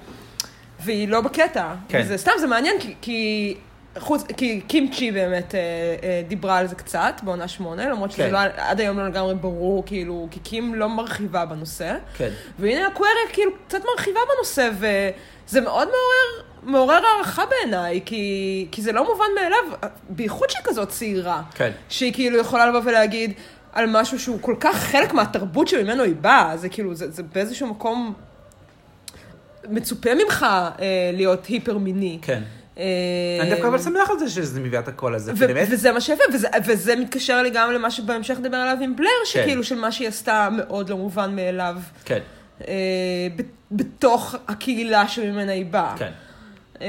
והיא לא בקטע.
כן.
וזה סתם, זה מעניין, כי... כי... חוץ, כי קימצ'י באמת אה, אה, דיברה על זה קצת בעונה שמונה, למרות שזה
כן.
לא, עד היום לא לגמרי ברור, כאילו, כי קים לא מרחיבה בנושא.
כן.
והנה אקווריה כאילו קצת מרחיבה בנושא, וזה מאוד מעורר, מעורר הערכה בעיניי, כי, כי זה לא מובן מאליו, בייחוד שהיא כזאת צעירה.
כן.
שהיא כאילו יכולה לבוא ולהגיד על משהו שהוא כל כך חלק מהתרבות שממנו היא באה, זה כאילו, זה, זה באיזשהו מקום מצופה ממך אה, להיות היפר מיני.
כן.
אני
אני דווקא אבל שמח על זה שזה מביאה את הקול הזה, כי
ו-
באמת,
וזה מה שיפה, וזה, וזה מתקשר לי גם למה שבהמשך נדבר עליו עם בלר, שכאילו של מה שהיא עשתה מאוד לא מובן מאליו,
כן,
אה, ב- בתוך הקהילה שממנה היא באה.
כן.
אה,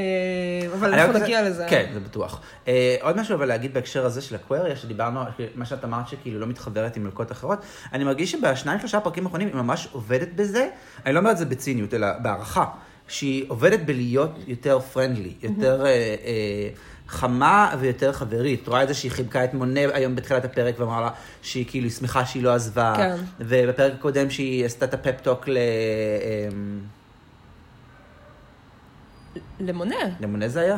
אבל
אני רק
אנחנו
רוצה-
נגיע לזה.
כן, זה בטוח. אה, עוד משהו אבל להגיד בהקשר הזה של הקוויריה, שדיברנו, מה שאת אמרת שכאילו לא מתחברת עם מלכות אחרות, אני מרגיש שבשניים שלושה פרקים האחרונים היא ממש עובדת בזה, אני לא אומר את זה בציניות, אלא בהערכה, שהיא עובדת בלהיות יותר פרנדלי, יותר אה, אה, חמה ויותר חברית. את רואה את זה שהיא חיבקה את מונה היום בתחילת הפרק ואמרה לה שהיא כאילו שמחה שהיא לא עזבה,
כן.
ובפרק הקודם שהיא עשתה את הפפטוק ל... אה,
למונה.
למונה זה היה?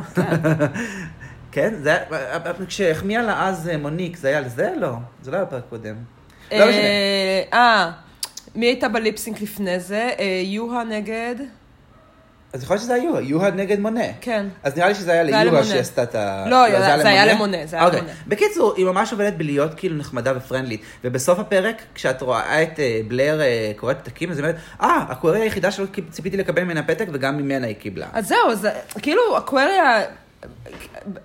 [laughs] כן, זה היה, כשהחמיאה לה אז אה, מוניק, זה היה על זה? לא, זה לא היה בפרק קודם. לא משנה.
אה, אה, מי הייתה בליפסינק לפני זה? אה, יוהה נגד?
אז יכול להיות שזה היה יוהה, יוהה נגד מונה.
כן.
אז נראה לי שזה היה
זה היה
ליוהה
למונה.
שהיא עשתה את ה...
לא, זה היה למונה, זה היה
אוקיי.
למונה.
בקיצור, היא ממש עובדת בלהיות כאילו נחמדה ופרנדלית. ובסוף הפרק, כשאת רואה את אה, בלר אה, קוראת פתקים, אז היא אומרת, אה, הקואריה היחידה שלא קיב- ציפיתי לקבל ממנה פתק, וגם ממנה היא קיבלה.
אז זהו, זה, כאילו, אקווריה,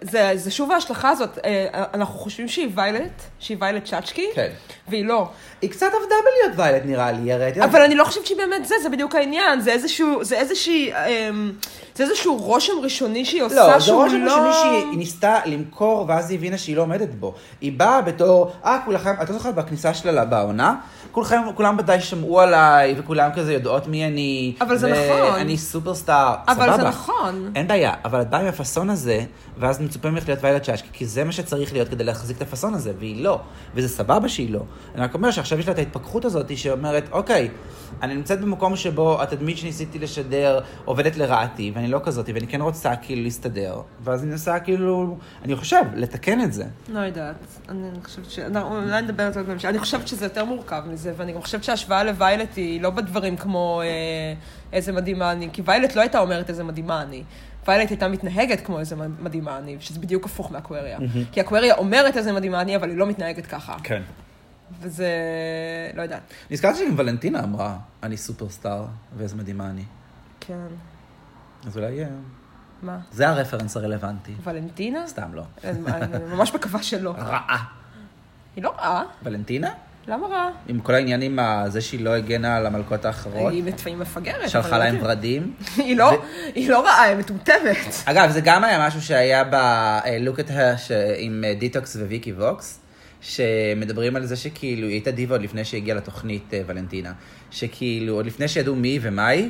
זה, זה שוב ההשלכה הזאת, אה, אנחנו חושבים שהיא ויילט, שהיא ויילט צ'אצ'קי,
כן.
והיא לא.
היא קצת עבדה בלהיות ויילט, נראה לי, הרי... את יודעת,
אבל אני לא חושבת שהיא באמת זה, זה בדיוק העניין, זה איזשהו, זה איזושהי, אמ, זה איזשהו רושם ראשוני שהיא עושה
לא, זה
שהוא
רושם
לא...
ראשוני שהיא ניסתה למכור, ואז היא הבינה שהיא לא עומדת בו. היא באה בתור, אה, כולכם, את לא זוכרת בכניסה שלה לה- בעונה? כולכם, כולם ודאי שמעו עליי, וכולם כזה יודעות מי אני.
אבל זה נכון.
ואני סופרסטאר,
אבל
סבבה.
זה נכון.
אין בעיה, אבל את באה עם הפאסון הזה, ואז מצופה ממך להיות ויילת צ'אשקי, כי זה מה שצריך להיות כדי להחזיק את הפאסון הזה, והיא לא. וזה סבבה שהיא לא. אני רק אומר שעכשיו יש לה את ההתפכחות הזאת שאומרת, אוקיי, אני נמצאת במקום שבו התדמית שניסיתי לשדר עובדת לרעתי, ואני לא כזאת, ואני כן רוצה כאילו להסתדר. ואז אני מנסה כאילו, אני חושב, לתקן את זה.
לא יודעת, אני חושבת ש... אנחנו- אולי נדבר על זה עוד בהמשך. אני חושבת שזה יותר מורכב מזה, ואני גם חושבת שההשוואה לוויילט היא לא בדברים כמו אה, איזה מדהימה אני, כי ויילט לא הייתה אומרת איזה מדהימה אני. ויילט הייתה מתנהגת כמו איזה מד- מדהימה אני, שזה בדיוק הפוך מאקווריה. כי אקווריה אומרת איזה מדהימה אני, אבל היא לא מתנהגת ככה.
כן.
וזה... לא יודעת.
נזכרתי שגם ולנטינה אמרה, אני סופרסטאר, ואיזה מדהימה אני.
כן.
אז אולי... אה,
מה?
זה הרפרנס הרלוונטי.
ולנטינה?
סתם לא.
אני ממש מקווה שלא.
רעה.
היא לא רעה.
ולנטינה?
למה רעה?
עם כל העניינים, ה- זה שהיא לא הגנה על המלכות האחרות,
היא מת- היא מפגרת.
שלחה
אבל
להם
לא-
ורדים.
היא לא- היא לא רעה, היא מטומטמת.
אגב, זה גם היה משהו שהיה ב-Look at her ש- עם אה, דיטוקס וויקי ווקס, שמדברים על זה שכאילו, היא הייתה דיבה עוד לפני שהגיעה לתוכנית אה, ולנטינה. שכאילו, עוד לפני שידעו מי היא ומה היא,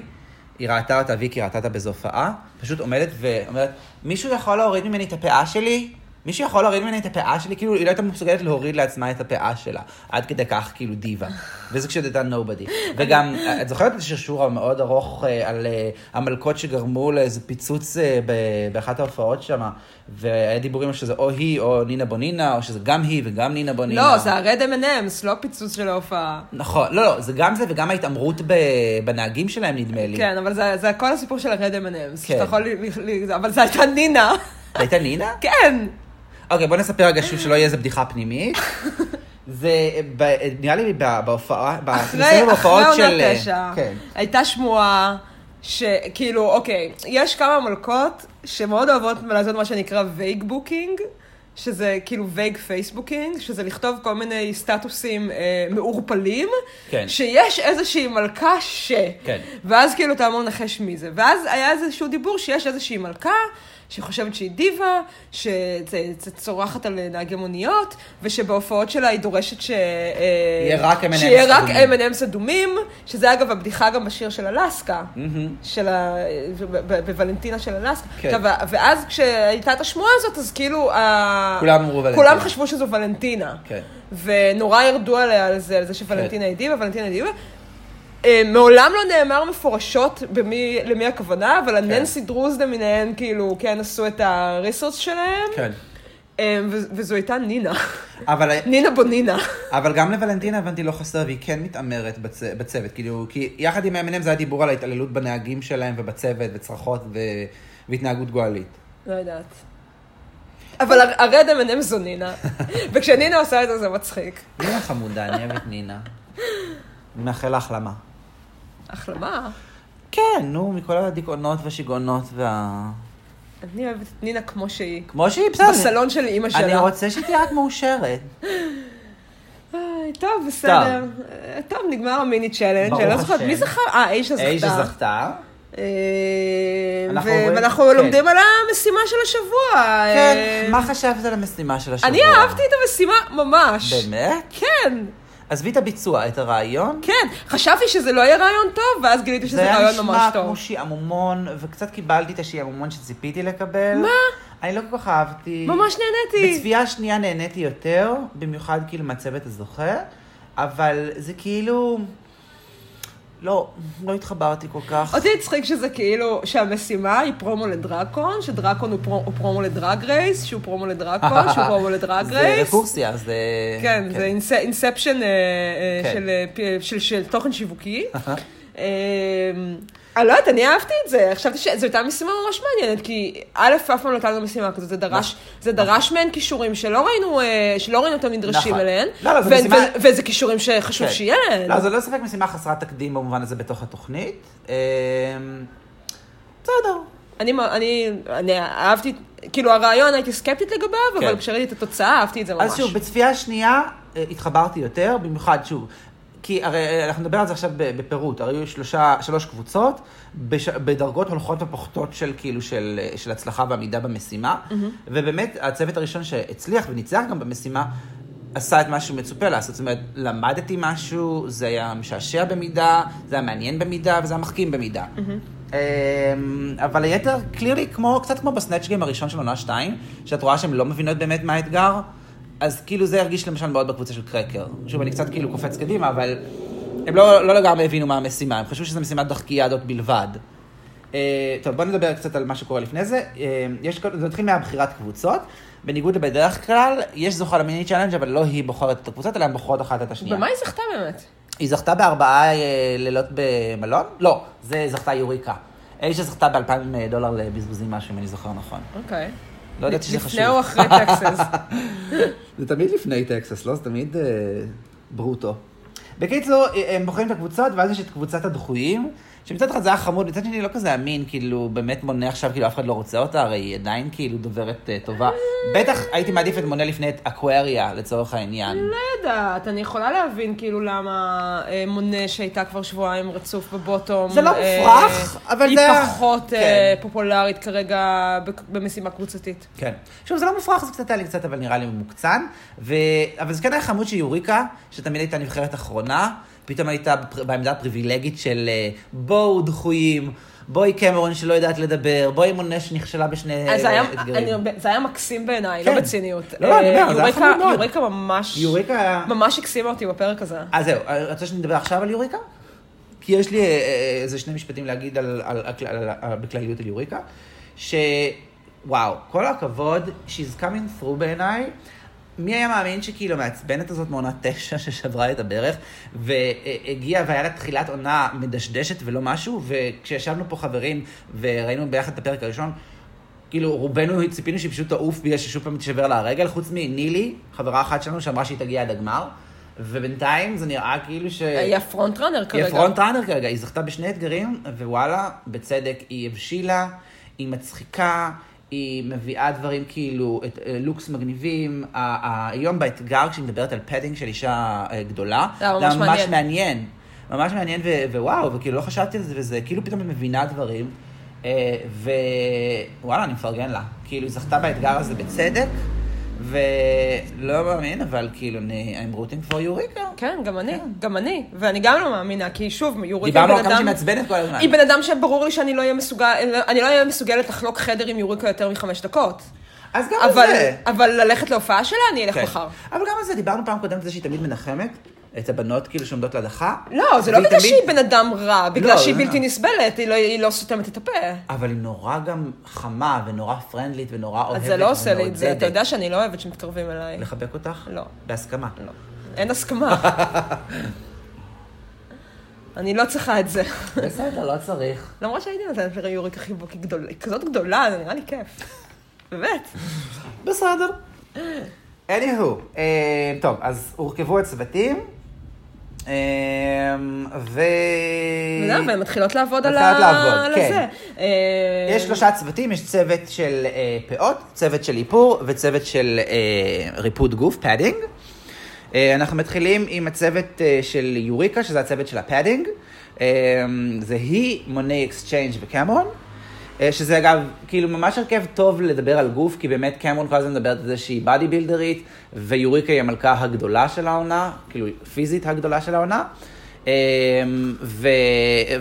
היא ראתה אותה, ויקי ראתה אותה באיזו הופעה, פשוט עומדת ואומרת, מישהו יכול להוריד ממני את הפאה שלי? מישהו יכול להוריד ממני את הפאה שלי? כאילו, היא לא הייתה מסוגלת להוריד לעצמה את הפאה שלה. עד כדי כך, כאילו, דיבה. וזה כשעוד הייתה נובדי. וגם, את זוכרת את השרשור המאוד ארוך אה, על אה, המלכות שגרמו לאיזה פיצוץ אה, ב- באחת ההופעות שם, והיה דיבורים שזה או היא או נינה בונינה, או שזה גם היא וגם נינה בונינה.
לא, זה הרד M&M's, לא פיצוץ של ההופעה.
נכון, לא, לא, זה גם זה וגם ההתעמרות ב- בנהגים שלהם, נדמה לי.
כן, אבל זה, זה כל הסיפור של הרד M&M's.
כן.
שאתה יכול... ל- ל- ל- אבל זה הייתה נינה. [laughs]
זה הייתה נינה?
כן.
אוקיי, בוא נספר רגע שוב שלא יהיה איזה בדיחה
[laughs]
פנימית. זה ב- נראה לי ב- בהופעה,
אחרי
בסבב
אחרי
ההופעות של...
עונה תשע,
כן.
הייתה שמועה שכאילו, אוקיי, יש כמה מלכות שמאוד אוהבות לעשות מה שנקרא וייג בוקינג. שזה כאילו וייג פייסבוקינג, שזה לכתוב כל מיני סטטוסים אה, מעורפלים,
כן.
שיש איזושהי מלכה ש...
כן.
ואז כאילו אתה אמור לנחש מי זה. ואז היה איזשהו דיבור שיש איזושהי מלכה, שחושבת שהיא דיבה, שצורחת על אה, נהגי מוניות, ושבהופעות שלה היא דורשת ש... אה,
יהיה רק M&Ms
שיהיה רק
אדומים.
M&M's אדומים, שזה אגב הבדיחה גם בשיר של אלסקה,
מהמם.
של ה... ב- ב- בוולנטינה של אלסקה.
כן.
עכשיו, ואז כשהייתה את השמועה הזאת, אז כאילו... ה-
כולם אמרו ולנטינה.
כולם חשבו שזו ולנטינה.
כן.
ונורא ירדו עליה על זה, על זה שוולנטינה היא דיבה, ולנטינה היא דיבה. אה, מעולם לא נאמר מפורשות במי, למי הכוונה,
כן.
אבל הננסי דרוז למיניהן, כאילו, כן עשו את הריסורס שלהם,
כן.
אה, ו- וזו הייתה נינה, [laughs]
אבל,
נינה בונינה.
אבל גם לוולנטינה הבנתי לא חסר, והיא כן מתעמרת בצ, בצוות, כאילו, כי יחד עם M&M זה היה דיבור על ההתעללות בנהגים שלהם ובצוות וצרחות ו, והתנהגות גועלית.
לא יודעת. אבל הר- הרד M&M זו נינה,
[laughs]
וכשנינה עושה את זה זה מצחיק.
נינה חמודה, אני אוהבת
[laughs]
נינה. אני מאחל לה החלמה.
החלמה.
כן, נו, מכל הדיכאונות והשיגעונות וה...
אני אוהבת את נינה כמו שהיא.
כמו שהיא, בסדר.
בסלון של אימא שלה.
אני רוצה שהיא תהיה רק מאושרת.
איי, טוב, בסדר. אה, טוב, נגמר המיני צ'אלנג'.
ברוך
אני לא זוכרת,
השם.
מי זכה? אה, אישה זכתה.
איי שזכתה.
אה,
אנחנו
ו-
עוברים-
ואנחנו
כן.
לומדים על המשימה של השבוע.
כן,
אה,
מה חשבת על המשימה של השבוע?
אני אהבתי את המשימה ממש.
באמת?
כן,
עזבי את הביצוע, את הרעיון.
כן. חשבתי שזה לא יהיה רעיון טוב, ואז גיליתי שזה
היה
רעיון ממש
נשמע
טוב.
כמו שעמומון, וקצת קיבלתי את השעמומון שציפיתי לקבל.
מה?
אני לא כל כך אהבתי.
ממש נהניתי.
בצפייה השנייה נהניתי יותר, במיוחד כאילו מהצוות הזוכה, אבל זה כאילו... לא, לא התחברתי כל כך.
אותי הצחיק שזה כאילו, שהמשימה היא פרומו לדרקון, שדרקון הוא פרו- הוא פרומו לדרג רייס, שהוא פרומו לדרקון,
[laughs]
שהוא פרומו לדרג
זה
רייס.
רקורסיה, זה...
כן, זה אינס- אינספשן אה, אה,
כן.
של, אה, פ- של- של תוכן שיווקי. אה, אני לא יודעת, אני אהבתי את זה, חשבתי שזו הייתה משימה ממש מעניינת, כי א', אף פעם לא הייתה לנו משימה כזאת, זה דרש,
נכון.
זה דרש מהן כישורים שלא ראינו, אה, שלא ראינו אותם נדרשים
נכון.
אליהן,
לא, לא, זו
ו-
משימה-
ו- וזה כישורים שחשוב
כן.
שיהיה להן.
לא, זה לא ספק משימה חסרת תקדים במובן הזה בתוך התוכנית. אמ, בסדר.
אני, מ- אני, אני אהבתי, כאילו הרעיון הייתי סקפטית לגביו, אבל
כן.
כשראיתי את התוצאה אהבתי את זה ממש.
אז שוב, בצפייה השנייה אה, התחברתי יותר, במיוחד שוב. כי הרי אה, אנחנו נדבר על זה עכשיו ב- בפירוט, הרי היו שלושה, שלוש קבוצות בש, בדרגות הולכות ופוחתות של כאילו של, אה, של הצלחה ועמידה במשימה, mm-hmm. ובאמת הצוות הראשון שהצליח וניצח גם במשימה, עשה את מה שהוא מצופה לעשות, זאת אומרת, למדתי משהו, זה היה משעשע במידה, זה היה מעניין במידה וזה היה מחכים במידה. אמ, אבל היתר, קלירלי, כמו, קצת כמו בסנאצ' גיים הראשון של עונה 2, שאת רואה שהן לא מבינות באמת מה האתגר, אז כאילו זה הרגיש למשל מאוד בקבוצה של קרקר. שוב, אני קצת כאילו קופץ קדימה, אבל הם לא, לא לגמרי הבינו מה המשימה, הם חשבו שזו משימת דחקיאדות בלבד. אה, טוב, בוא נדבר קצת על מה שקורה לפני זה. אה, יש, כל- זה מתחיל מהבחירת קבוצות. בניגוד לבדרך כלל, יש זוכה למיני צ'אלנג', אבל לא היא בוחרת את הקבוצות, אלא הן בוחרות אחת את השנייה.
במה היא זכתה באמת?
היא זכתה בארבעה אה, לילות במלון? לא, זה זכתה יוריקה. אישה זכתה ב-2,000 דולר לבזבוזים משהו, אם אני זוכר נכון.
אוקיי.
לא ידעתי שזה חשוב.
לפני או אחרי טקסס?
[laughs] זה תמיד לפני טקסס, לא? זה תמיד אה, ברוטו. בקיצור, אה, הם בוחרים את הקבוצות, ואז יש את קבוצת הדחויים, שמצד אחד זה היה חמוד, מצד שני לא כזה אמין, כאילו, באמת מונה עכשיו, כאילו, אף אחד לא רוצה אותה, הרי היא עדיין כאילו דוברת אה, טובה. בטח הייתי מעדיף את מונה לפני את אקווריה, לצורך העניין.
לא יודעת, אני יכולה להבין כאילו למה אה, מונה שהייתה כבר שבועיים רצוף בבוטום.
זה לא
אה,
מופרך, אבל
היא
זה-
פחות אה,
כן.
פופולרית כרגע בק- במשימה קבוצתית.
כן. שוב, זה לא מופרך, זה קצת היה לי קצת, אבל נראה לי ממוקצן. ו... אבל זה כן היה חמוד שיוריקה, שתמיד הייתה נבחרת אחרונה, פתאום הייתה בפר- בעמדה הפריבילגית של אה, בואו דחויים, בואי קמרון שלא יודעת לדבר, בואי מונה שנכשלה בשני
אז זה היה-
אה, אתגרים.
אני- זה היה מקסים בעיניי, לא
כן.
בציניות.
לא, לא, אני אומר,
אה,
זה היה
יוריקה-
חמוד מאוד.
יוריקה ממש...
יוריקה היה...
ממש הקסימה אותי בפרק הזה.
אז זהו, אה, רוצה שנדבר עכשיו על יוריקה? כי יש לי אה, אה, איזה שני משפטים להגיד על, על, על, על, על, בכלליות על יוריקה, שוואו, כל הכבוד, she's coming through בעיניי. מי היה מאמין שכאילו המעצבנת הזאת מעונה תשע ששברה את הברך, והגיעה והיה לה תחילת עונה מדשדשת ולא משהו, וכשישבנו פה חברים וראינו ביחד את הפרק הראשון, כאילו, רובנו ציפינו שהיא פשוט תעוף בגלל ששוב פעם תשבר לה הרגל, חוץ מנילי, חברה אחת שלנו, שאמרה שהיא תגיע עד הגמר, ובינתיים זה נראה כאילו ש...
היא הפרונט ראנר
היא
כרגע.
הפרונט ראנר כרגע, היא זכתה בשני אתגרים, ווואלה, בצדק, היא הבשילה, היא מצחיקה, היא מביאה דברים כאילו, את, אה, לוקס מגניבים. ה- ה- היום באתגר, כשהיא מדברת על פדינג של אישה אה, גדולה,
זה לא, ממש מעניין.
מעניין. ממש מעניין, ו- ווואו, וכאילו לא חשבתי על זה, וזה כאילו פתאום היא מבינה דברים, אה, ווואלה, אני מפרגן לה. כאילו, היא זכתה באתגר הזה בצדק. ולא מאמין, אבל כאילו, אני, I'm rooting for יוריקה.
כן, גם אני, גם אני. ואני גם לא מאמינה, כי שוב, יוריקה
דיברנו
בן
על כמה שהיא
אדם...
מעצבנת כל הזמן.
היא בן אדם שברור לי שאני לא אהיה מסוגל, אני לא אהיה מסוגלת לחלוק חדר עם יוריקה יותר מחמש דקות.
אז גם על
אבל,
זה.
אבל ללכת להופעה שלה, אני אלך
כן.
מחר.
אבל גם על זה, דיברנו פעם קודמת על זה שהיא תמיד מנחמת את הבנות כאילו שעומדות להדחה.
לא, זה לא
והיא
בגלל
תמיד-
שהיא בן אדם רע, בגלל
לא,
שהיא
לא,
בלתי
לא.
נסבלת, היא לא, היא לא סותמת את הפה.
אבל היא נורא גם חמה ונורא פרנדלית ונורא אוהבת.
אז זה לא עושה לי את זה,
ומעודדת.
אתה יודע שאני לא אוהבת שמתקרבים אליי.
לחבק אותך?
לא.
בהסכמה.
לא. אין [laughs] הסכמה. אני לא צריכה את זה.
בסדר, לא צריך.
למרות שהייתי נותנת ליוריקה חיבוק, היא גדול- היא כזאת גדולה, זה נראה לי כיף. [laughs]
אה,
באמת.
בסדר. anywho, אה, טוב, אז הורכבו הצוותים. אמ, ו...
למה? הן מתחילות לעבוד על ה...
מתחילות לעבוד,
על
כן.
הזה. אה,
יש שלושה צוותים, יש צוות של אה, פאות, צוות של איפור וצוות של אה, ריפוד גוף, פאדינג. אה, אנחנו מתחילים עם הצוות אה, של יוריקה, שזה הצוות של הפאדינג. אה, זה היא, מוני אקסצ'יינג' וקמרון. אה, שזה אגב, כאילו ממש הרכב טוב לדבר על גוף, כי באמת קמרון כל הזמן מדברת על זה שהיא בדי בילדרית, ויוריקה היא המלכה הגדולה של העונה, כאילו פיזית הגדולה של העונה. אמ, ו...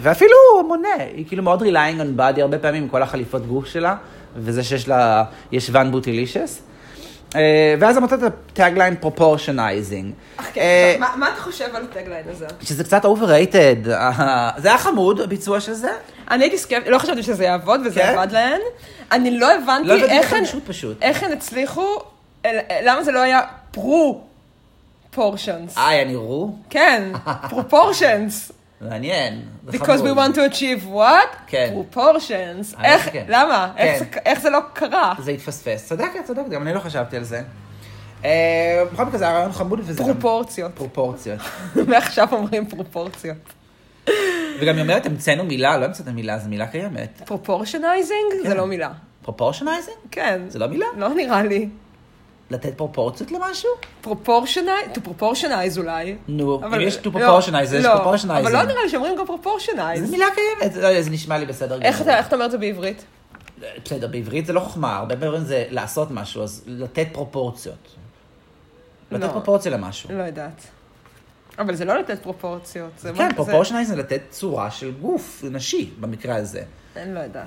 ואפילו מונה, היא כאילו מאוד relying on body הרבה פעמים עם כל החליפות גוף שלה, וזה שיש לה ישבן בוטילישס. אה, ואז אמרת את הטאגליין פרופורשנייזינג.
אוקיי, מה- מה אתה חושב על הטגליין הזה?
אה, שזה קצת overrated, אה, זה היה חמוד הביצוע של זה.
אני הייתי סקפטית, לא חשבתי שזה יעבוד, וזה
כן?
עבד להן. אני לא הבנתי
לא הבנתי
איך
איך
הן...
פשוט פשוט.
איך הן הצליחו, אל- למה זה לא היה פרו פורשנס?
איי, אני רו?
כן, פרופורשנס.
מעניין. [laughs] זה
Because we
חמוד.
want to achieve what?
כן.
פרופורשנס.
האמת
איך,
שכן.
למה? איך
כן.
זה- איך זה לא קרה?
זה התפספס. צדקת, צדקת, גם אני לא חשבתי על זה. אה, בכל מקרה זה היה רעיון חמוד וזה גם...
פרופורציות.
פרופורציות.
מעכשיו אומרים פרופורציות.
וגם היא אומרת, המצאנו מילה, לא המצאנו מילה, זו מילה קיימת.
פרופורשנייזינג זה
כן.
לא מילה.
פרופורשנייזינג?
כן.
זה לא מילה?
לא נראה לי.
לתת פרופורציות למשהו?
פרופורשנייז, to proportionize אולי.
נו,
אבל-
אם יש to
לא,
proportionize, יש
לא,
proportionizing.
אבל לא נראה לי שאומרים גם פרופורשנייז.
זו מילה קיימת, לא, זה נשמע לי בסדר גמור.
איך אתה איך אתה אומר את זה בעברית?
בסדר, בעברית זה לא חוכמה, הרבה פעמים זה לעשות משהו, אז לתת פרופורציות. לתת
לא.
פרופורציה למשהו.
לא יודעת. אבל זה לא לתת פרופורציות. זה מה-
כן,
זה-
פרופורשנייז זה לתת צורה של גוף נשי, במקרה הזה.
אני לא יודעת.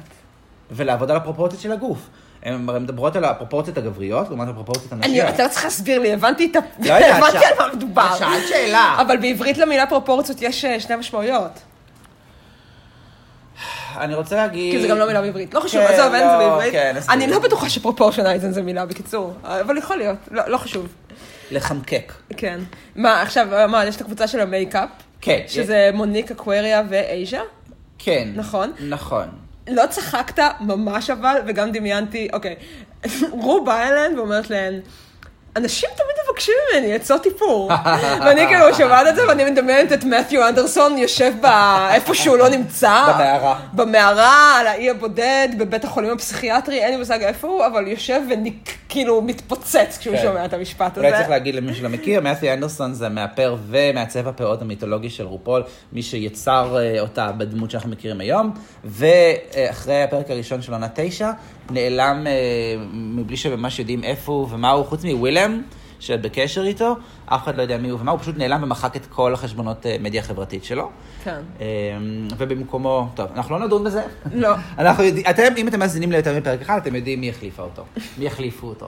ולעבוד על הפרופורציות של הגוף. הן הרי מדברות על הפרופורציות הגבריות, לעומת הפרופורציות
אני,
הנשיות.
אתה לא צריך להסביר לי, הבנתי את ה...
לא יודעת,
הבנתי
שאלת-
על מה מדובר.
שאלת שאלה.
אבל בעברית למילה פרופורציות יש אה, שני משמעויות.
אני רוצה להגיד...
כי זה גם לא מילה בעברית. לא חשוב,
כן,
עזוב, אין זה
לא,
בעברית.
כן, אז
אני
זה-
לא בטוחה שפרופורשנייזן זה מילה, בקיצור. אבל יכול להיות, לא לא חשוב.
לחמקק.
כן. מה, עכשיו, מה, יש את הקבוצה של המייקאפ,
כן.
שזה מוניק, אקווריה ואייז'ה?
כן.
נכון.
נכון.
לא צחקת ממש אבל, וגם דמיינתי, אוקיי, [laughs] רו באה אליהן ואומרת להן, אנשים תמיד מבקשים ממני עצות
[laughs]
איפור. ואני כאילו שומעת את זה, ואני מדמיינת את מת'יו אנדרסון יושב ב- איפה שהוא לא נמצא.
במערה.
במערה, על האי הבודד, בבית החולים הפסיכיאטרי, אין לי מושג איפה הוא, אבל יושב וכאילו מתפוצץ כשהוא
כן.
שומע את המשפט הזה.
אולי צריך להגיד למי שלא מכיר, מת'י אנדרסון זה מהפר ומעצב הפאות המיתולוגי של רופול, מי שיצר אה, אותה בדמות שאנחנו מכירים היום, ואחרי הפרק הראשון של עונה תשע, נעלם אה, מבלי שממש יודעים איפה הוא ומה הוא, חוץ מווילם, שבקשר איתו, אף אחד לא יודע מי הוא ומה הוא, פשוט נעלם ומחק את כל החשבונות אה, מדיה חברתית שלו.
כן.
אה, ובמקומו, טוב, אנחנו לא נדון בזה.
לא.
אנחנו יודעים, אתם, אם אתם מאזינים ליותר מפרק אחד, אתם יודעים מי החליפה אותו. מי יחליפו אותו.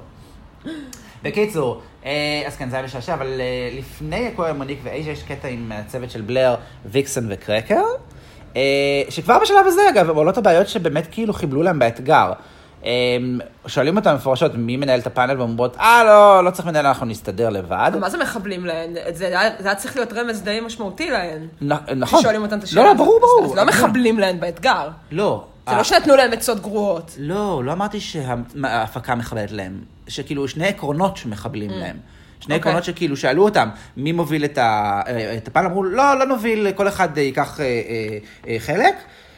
בקיצור, אה, אז כן, זה היה משעשע, אבל אה, לפני הקורא מוניק ואייז'ה יש קטע עם הצוות של בלר, ויקסון וקרקר, אה, שכבר בשלב הזה, אגב, עולות הבעיות שבאמת כאילו חיבלו להם באתגר. אה, שואלים אותם מפורשות מי מנהל את הפאנל, ואומרות, אה, לא, לא צריך מנהל, אנחנו נסתדר לבד.
מה זה מחבלים להן? את זה היה- זה היה צריך להיות רמז די משמעותי להן.
נ- נכון.
שואלים אותן את השאלה.
לא, לא, ברור,
אז-
ברור.
אז לא מחבלים להן באתגר.
לא.
זה לא שנתנו להם עצות גרועות.
לא, לא אמרתי שההפקה מחבלת להם. שכאילו, שני עקרונות שמחבלים להם.
Mm.
שני
אוקיי.
עקרונות שכאילו שאלו אותם, מי מוביל את ה- אה, את הפאנל? אמרו, לא, לא נוביל, כל אחד אה, ייקח אה, אה, אה, חלק,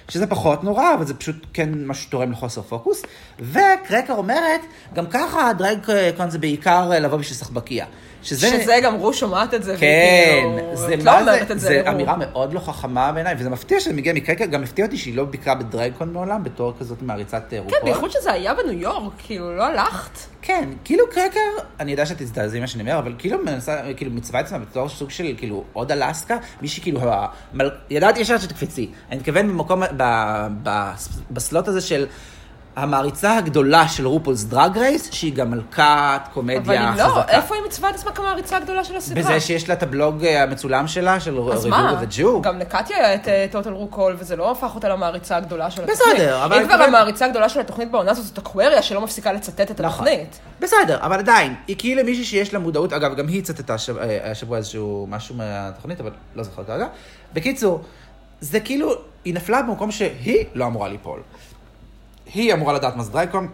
שזה פחות נורא, אבל זה פשוט כן משהו שתורם לחוסר פוקוס. וקרקר אומרת, גם ככה הדרג קון זה בעיקר אה, לבוא בשביל סחבקיה.
שזה גם רו שומעת את זה,
כן,
והיא
זה
כאילו, את לא
מה
אומרת
זה,
את
זה
זה לרו.
אמירה מאוד לא חכמה בעיניי, וזה מפתיע שזה מגיע מקרקר, גם הפתיע אותי שהיא לא ביקרה בדרייגקון מעולם, בתור כזאת מעריצת אה, רופול.
כן, בייחוד שזה היה בניו יורק, כאילו, לא הלכת?
כן, כאילו קרקר, אני יודע שאת תזדעזעי ממה שאני אומר, אבל כאילו מנסה, כאילו מצווה עצמה בתור סוג של, כאילו, עוד אלסקה, מישהי כאילו, המל... ידעתי ישר שתקפצי. אני מתכוון במקום, ב... ב... בסלוט הזה של המעריצה הגדולה של רופולס דרג רייס, שהיא גם מלכת
אבל
קומדיה
היא
כן, חזקה.
לא, איפה היא מצווה את עצמה כמעריצה הגדולה של הסדרה?
בזה שיש לה את הבלוג אה, המצולם שלה, של
אז
ריבוג
מה?
וג'ו.
גם לקטיה היה את אה, טוטל רוקול, וזה לא הפך אותה למעריצה הגדולה של
בסדר,
התוכנית.
אבל
אם כבר
אני-
המעריצה הגדולה של התוכנית בעונה הזאת זאת אקווריה שלא מפסיקה לצטט את
נכון.
התוכנית.
בסדר, אבל עדיין, היא כאילו מישהי שיש לה מודעות, אגב, גם היא צטטה השב- אה, השבוע איזשהו משהו מהתוכנית, אבל לא זוכר כרגע. בקיצור, זה כאילו, היא נפלה במקום שהיא לא אמורה ליפול. היא אמורה לדעת מה זה דרייקום,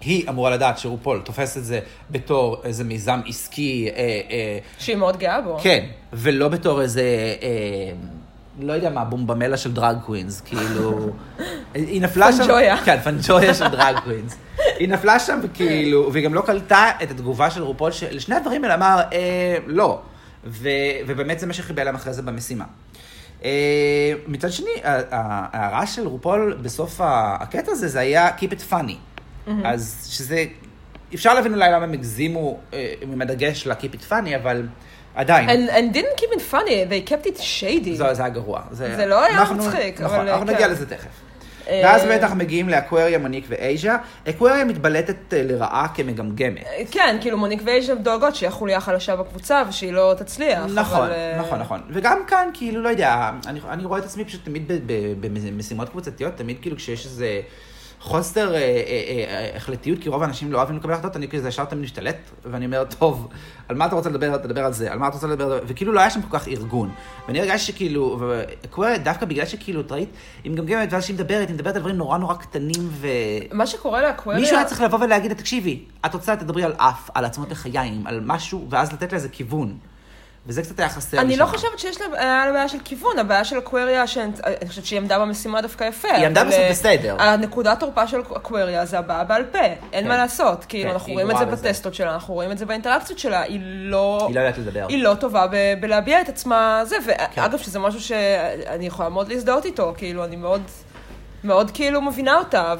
היא אמורה לדעת שרופול תופס את זה בתור איזה מיזם עסקי, אה, אה,
שהיא מאוד גאה בו.
כן, ולא בתור איזה, אה, לא יודע מה, בומבמלה של דרג קווינס, כאילו, היא נפלה שם,
פנג'ויה.
כן, פנג'ויה של דרג קווינס. היא נפלה שם, וכאילו, והיא גם לא קלטה את התגובה של רופול, שלשני הדברים האלה אמר, אה, לא. ו, ובאמת זה מה שחיבל להם אחרי זה במשימה. אה, מצד שני, ה- ה- ההערה של רופול בסוף ה- הקטע הזה, זה היה Keep it funny. אז שזה, אפשר להבין אולי למה הם הגזימו אה, עם הדגש ל-Keep it funny, אבל עדיין.
And, and didn't keep it funny, they kept it shady.
זה, זה היה גרוע. זה,
זה לא היה
אנחנו-
מצחיק,
נכון,
אבל,
אנחנו
כן.
נגיע לזה תכף.
אה,
ואז באמת אנחנו מגיעים לאקווריה, מוניק ואייז'ה. אקווריה מתבלטת אה, לרעה כמגמגמת.
כן, כאילו מוניק ואייז'ה דואגות שהיא החוליה החלשה בקבוצה ושהיא לא תצליח.
נכון,
אבל, אה,
נכון, נכון. וגם כאן, כאילו, לא יודע, אני, אני רואה את עצמי פשוט תמיד ב- ב- במשימות קבוצתיות, תמיד כאילו כשיש איזה חוסר אה, אה, אה, החלטיות, כי רוב האנשים לא אוהבים לקבל החלטות, אני כזה ישר תמיד משתלט, ואני אומר, טוב, על מה אתה רוצה לדבר, תדבר על זה, על מה אתה רוצה לדבר, וכאילו לא היה שם כל כך ארגון. ואני הרגשתי שכאילו, וקורה דווקא בגלל שכאילו, את ראית, היא מגמגמת, ואז שהיא מדברת, היא מדברת על דברים נורא נורא קטנים ו...
מה שקורה לאקווריה...
מישהו היה צריך לבוא ולהגיד לה, תקשיבי, את רוצה, תדברי על אף, על עצמות לחיים, על משהו, ואז לתת לה איזה כיוון. וזה קצת היה חסר. לי
אני לא
שם.
חושבת שיש לה היה לה בעיה של כיוון, הבעיה של אקווריה, שאני אני חושבת שהיא עמדה במשימה דווקא יפה.
היא עמדה
אבל,
בסוף
אה,
בסדר.
הנקודת תורפה של אקווריה זה הבעה בעל פה, אין מה לעשות. כאילו,
כן,
אנחנו
היא
רואים את זה
גרועה בזה.
בטסטות שלה, אנחנו רואים את זה באינטראקציות שלה, היא לא...
היא לא יודעת לדבר. כן.
היא לא טובה ב- בלהביע את עצמה, זה, ואגב, שזה משהו שאני יכולה מאוד להזדהות איתו, כאילו, אני מאוד, מאוד כאילו מבינה אותה,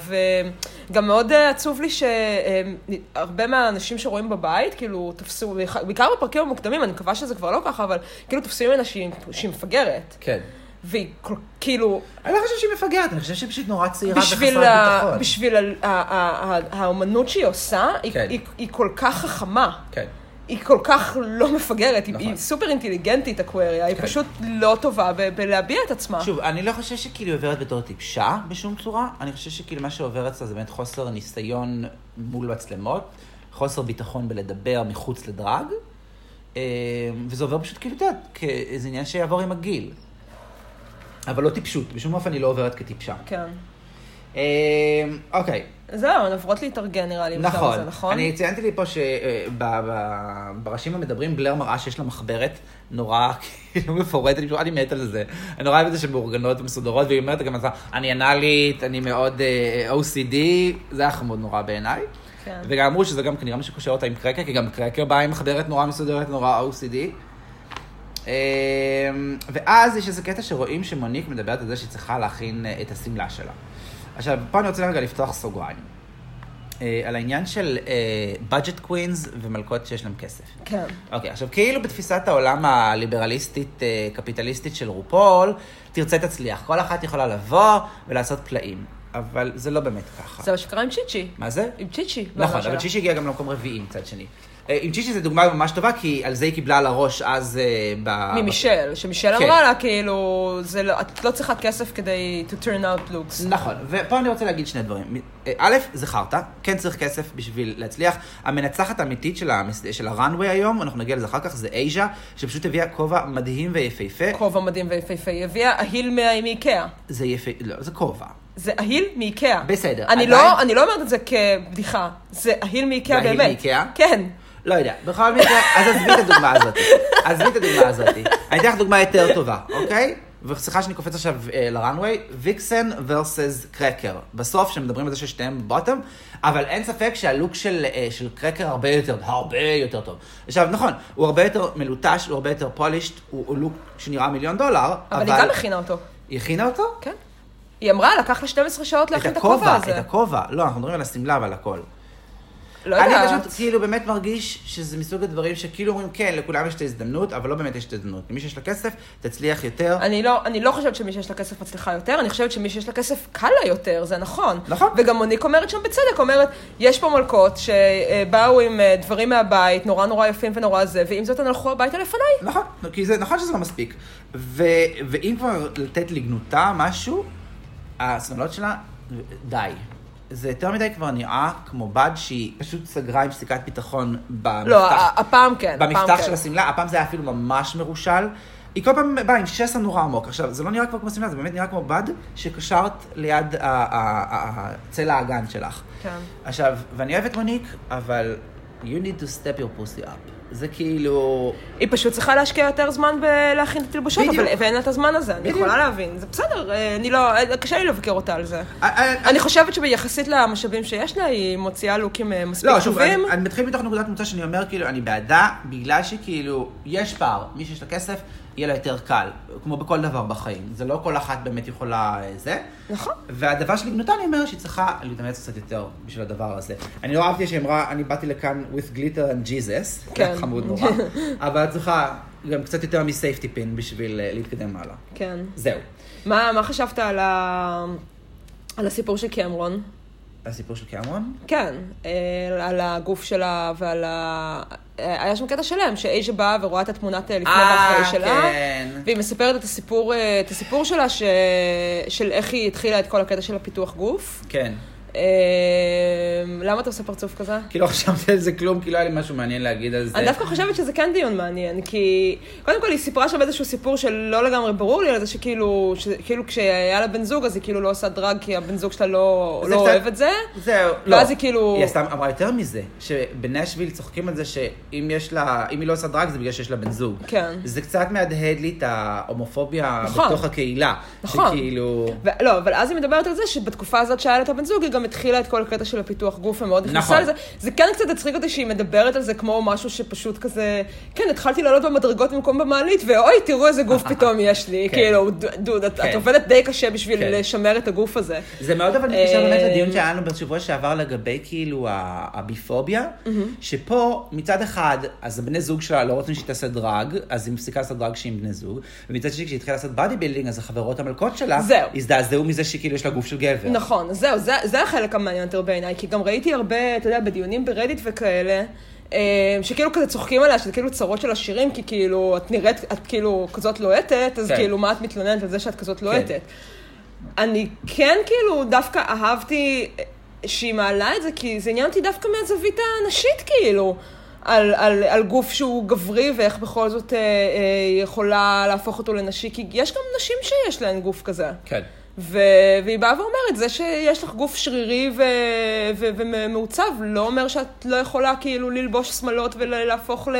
וגם מאוד אה, עצוב לי שהרבה מהאנשים שרואים בבית, כאילו, תפסו, בעיקר בפרקים המוקדמים, אני מקווה שזה כבר לא ככה, אבל כאילו תופסים ממנה שהיא, שהיא מפגרת,
כן.
והיא כל- כאילו,
אני לא חושב שהיא מפגרת, אני חושב שהיא פשוט נורא צעירה וחסרת
בשביל, ה...
ביטחון.
בשביל ה... ה... ה... ה- האומנות שהיא עושה, היא,
כן.
היא, היא כל כך חכמה.
כן.
היא כל כך לא מפגרת, היא,
נכון.
היא סופר אינטליגנטית, אקווריה, היא
כן.
פשוט לא טובה ב- בלהביע את עצמה.
שוב, אני לא חושב שכאילו היא עוברת בתור טיפשה בשום צורה, אני חושב שכאילו מה שעובר אצלה זה באמת חוסר ניסיון מול מצלמות, חוסר ביטחון בלדבר מחוץ לדרג, אה, וזה עובר פשוט כאילו, את יודעת, כאיזה עניין שיעבור עם הגיל. אבל לא טיפשות, בשום אופן היא לא עוברת כטיפשה.
כן.
אה, אוקיי,
זהו, הן עוברות להתארגן נראה לי בשלב
נכון.
הזה, נכון?
אני ציינתי לי פה אה, שבראשים המדברים בלר מראה שיש לה מחברת נורא [laughs] כאילו מפורטת, אני פשוט- אני מת על זה. אני נורא אוהב את זה שמאורגנות ומסודרות, והיא אומרת גם על זה, אני אנאלית, אני מאוד אה, OCD, זה היה חמוד נורא בעיניי.
כן.
וגם אמרו שזה גם כנראה מה שקושר אותה עם קרקר, כי גם קרקר באה עם מחברת נורא מסודרת, נורא OCD. אמ, ואז יש איזה קטע שרואים שמוניק מדברת על זה שהיא צריכה להכין אה, את השמלה שלה. עכשיו, פה אני רוצה רגע לפתוח סוגריים. אה, על העניין של אה, budget קווינס ומלכות שיש להם כסף.
כן.
אוקיי, עכשיו כאילו בתפיסת העולם הליברליסטית, אה, קפיטליסטית של רופול, תרצה תצליח. כל אחת יכולה לבוא ולעשות פלאים. אבל זה לא באמת ככה.
זה מה שקרה עם צ'יצ'י.
מה זה?
עם צ'יצ'י.
נכון,
בעונה שלה.
אבל צ'ישי הגיע גם למקום רביעי מצד שני. אה, עם צ'ישי זו דוגמה ממש טובה, כי על זה היא קיבלה על הראש אז אה, ב...
ממישל, שמישל
כן.
אמרה לה, כאילו, זה לא- את לא צריכה כסף כדי to turn out looks.
נכון, ופה אני רוצה להגיד שני דברים. אה, א', זה חרטא, כן צריך כסף בשביל להצליח. המנצחת האמיתית של, המס... של הראנווי היום, אנחנו נגיע לזה אחר כך, זה אייז'ה, שפשוט הביאה כובע מדהים ויפהפה.
כובע מדהים ויפהפה. היא הביאה אהיל מה- מאיקאה.
זה יפה, לא, זה כובע.
זה אהיל מאיקאה.
בסדר,
אני
עדיין-
לא- אני לא אומרת את זה כבדיחה. זה אהיל מאיקאה
זה אהיל
באמת.
מאיקאה?
כן.
לא יודע, בכל מקרה, אז עזבי את הדוגמה הזאת. עזבי את הדוגמה הזאת. אני אתן לך דוגמה יותר טובה, אוקיי? וסליחה שאני קופץ עכשיו אה, לראנוויי, ויקסן versus קרקר. בסוף, שמדברים על זה ששתיהם בוטום, אבל אין ספק שהלוק של, אה, של קרקר הרבה יותר, הרבה יותר טוב. עכשיו, נכון, הוא הרבה יותר מלוטש, הוא הרבה יותר פולישט, הוא, הוא לוק שנראה מיליון דולר,
אבל היא גם הכינה אותו.
היא הכינה אותו?
כן. היא אמרה, לקח לה 12 שעות להכין את הכובע הזה.
את הכובע. לא, אנחנו מדברים על השמלה ועל הכל.
לא
אני
יודעת.
פשוט כאילו באמת מרגיש שזה מסוג הדברים שכאילו אומרים, כן, לכולם יש את ההזדמנות, אבל לא באמת יש את ההזדמנות. למי שיש לה כסף, תצליח יותר.
אני לא, אני לא חושבת שמי שיש לה כסף מצליחה יותר, אני חושבת שמי שיש לה כסף קל לה יותר, זה נכון.
נכון.
וגם מוניק אומרת שם בצדק, אומרת, יש פה מלכות שבאו עם אה, דברים מהבית, נורא נורא יפים ונורא זה, ועם זאת הן הלכו הביתה לפניי.
נכון, כי זה נכון שזה לא מספיק. ו, ואם כבר לתת לגנותה משהו, השמלות שלה, די. זה יותר מדי כבר נראה כמו בד שהיא פשוט סגרה עם סיכת ביטחון במפתח.
לא, ה- הפעם כן, הפעם
במפתח
כן.
של השמלה, הפעם זה היה אפילו ממש מרושל, היא כל פעם באה עם שסע נורא עמוק. עכשיו, זה לא נראה כבר כמו שמלה, זה באמת נראה כמו בד שקשרת ליד ה- ה- ה- ה- צלע האגן שלך.
כן.
עכשיו, ואני אוהב את מוניק, אבל you need to step your pussy up. זה כאילו...
היא פשוט צריכה להשקיע יותר זמן בלהכין את התלבושות,
בדיוק.
אבל, ואין לה את הזמן הזה, אני
בדיוק.
יכולה להבין. זה בסדר, אה, אני לא, אה, קשה לי לבקר אותה על זה.
אה, אה,
אני חושבת שביחסית למשאבים שיש לה, היא מוציאה לוקים אה, מספיק
לא, שוב,
טובים.
אני, אני מתחיל מתוך נקודת מוצא שאני אומר, כאילו, אני בעדה, בגלל שכאילו, יש פער, מי שיש לה כסף, יהיה לה יותר קל, כמו בכל דבר בחיים. זה לא כל אחת באמת יכולה אה, זה.
נכון.
והדבר של גנותה, אני אומר שהיא צריכה להתאמץ קצת יותר בשביל הדבר הזה. אני לא אהבתי שהיא אמרה, אני באתי לכאן with glitter and Jesus,
כן.
זה
[laughs]
חמוד נורא, אבל את צריכה גם קצת יותר מסייפטי פין בשביל אה, להתקדם הלאה.
כן.
זהו,
מה, מה חשבת על, ה... על הסיפור של קמרון?
הסיפור של קמרון.
כן, אה, על הגוף שלה ועל ה... אה, היה שם קטע שלם, שאייג'ה באה ורואה את התמונת אה, לפני ואחרי שלה.
כן.
והיא מספרת את הסיפור, אה, את הסיפור שלה, ש... של איך היא התחילה את כל הקטע של הפיתוח גוף.
כן.
אה, למה אתה עושה פרצוף כזה?
כי לא חשבתי על זה כלום, כי לא היה לי משהו מעניין להגיד על זה.
אני דווקא חושבת שזה כן דיון מעניין, כי קודם כל היא סיפרה שם איזשהו סיפור שלא לגמרי ברור לי, על זה שכאילו, שכאילו כשהיה לה בן זוג אז היא כאילו לא עושה דרג כי הבן זוג שלה לא,
זה
לא
קצת-
אוהב את זה.
זהו, לא.
ואז היא כאילו-
היא עשתה, אמרה יותר מזה, שבנשוויל צוחקים על זה שאם יש לה, אם היא לא עושה דרג זה בגלל שיש לה בן זוג.
כן.
זה קצת מהדהד לי את ההומופוביה
נכון.
בתוך הקהילה.
נכון.
שכאילו...
ו- לא, אבל אז היא מדברת על זה שבתקופה הזאת שהיה לה את הבן זוג, היא גם התחילה את כל הקטע של הפיתוח גוף ומאוד נכנסה
נכון.
לזה. זה כן קצת הצחיק אותי שהיא מדברת על זה כמו משהו שפשוט כזה, כן, התחלתי לעלות במדרגות במקום במעלית, ואוי, תראו איזה גוף פתאום יש לי.
[laughs] כן.
כאילו, "ד- דוד, את
כן.
את עובדת די קשה בשביל
כן.
לשמר את הגוף הזה.
זה מאוד אבל מתקשר באמת
אה,
לדיון שהיה לנו בשבוע שעבר לגבי כאילו ה- הביפוביה, שפה מצד אחד, אז הבני זוג שלה לא רוצים שהיא תעשה דרג, אז היא מפסיקה לעשות דרג שהיא עם בני זוג, ומצד שני כשהיא התחילה לעשות בדי בילדינג, אז החברות המלכות שלה,
זהו.
הזדעזעו מזה שכאילו יש לה גוף של גבר.
נכון, אז זהו, זה, זה החלק המעניין יותר בעיניי, כי גם ראיתי הרבה, אתה יודע, בדיונים ברדיט וכאלה, אה, שכאילו כזה צוחקים עליה, שזה כאילו צרות של עשירים, כי כאילו, את נראית, את כאילו כזאת לוהטת, אז
כן.
כאילו, מה את מתלוננת על זה שאת כזאת לוהטת? אני כן, כאילו, דווקא אהבתי אה, שהיא מעלה את זה, כי זה עניין אותי דווקא מהזווית הנשית, כאילו. על, על, על גוף שהוא גברי ואיך בכל זאת אה, אה, יכולה להפוך אותו לנשי, כי יש גם נשים שיש להן גוף כזה.
כן.
ו- והיא באה ואומרת, זה שיש לך גוף שרירי ו- ו- ומעוצב, לא אומר שאת לא יכולה כאילו ללבוש שמלות ולהפוך ל...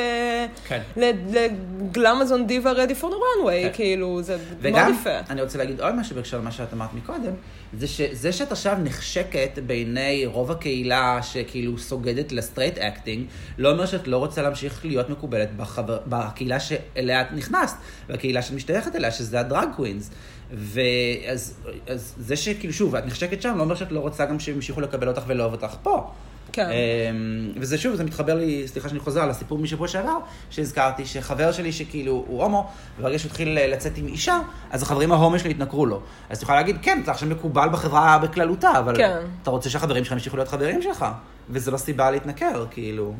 כן.
ל- לגלמזון דיווה רדי פור דה runway,
כן.
כאילו, זה מאוד
וגם,
יפה.
אני רוצה להגיד עוד משהו בהקשר למה שאת אמרת מקודם, זה שזה שאת עכשיו נחשקת בעיני רוב הקהילה שכאילו סוגדת לסטרייט אקטינג, לא אומר שאת לא רוצה להמשיך להיות מקובלת בחבר, בקהילה שאליה את נכנסת, והקהילה שאת משתייכת אליה, שזה הדרג קווינס. ואז אז זה שכאילו, שוב, את נחשקת שם, לא אומר שאת לא רוצה גם שימשיכו לקבל אותך ולאהוב אותך פה.
כן.
אמ, וזה שוב, זה מתחבר לי, סליחה שאני חוזר, לסיפור משבוע שעבר, שהזכרתי, שחבר שלי שכאילו הוא הומו, וברגע שהוא התחיל אה, לצאת עם אישה, אז החברים ההומו שלו התנכרו לו. אז את יכולה להגיד, כן, אתה עכשיו מקובל בחברה בכללותה, אבל
כן.
אתה רוצה שהחברים שלך ימשיכו להיות חברים שלך, וזה לא סיבה להתנכר, כאילו.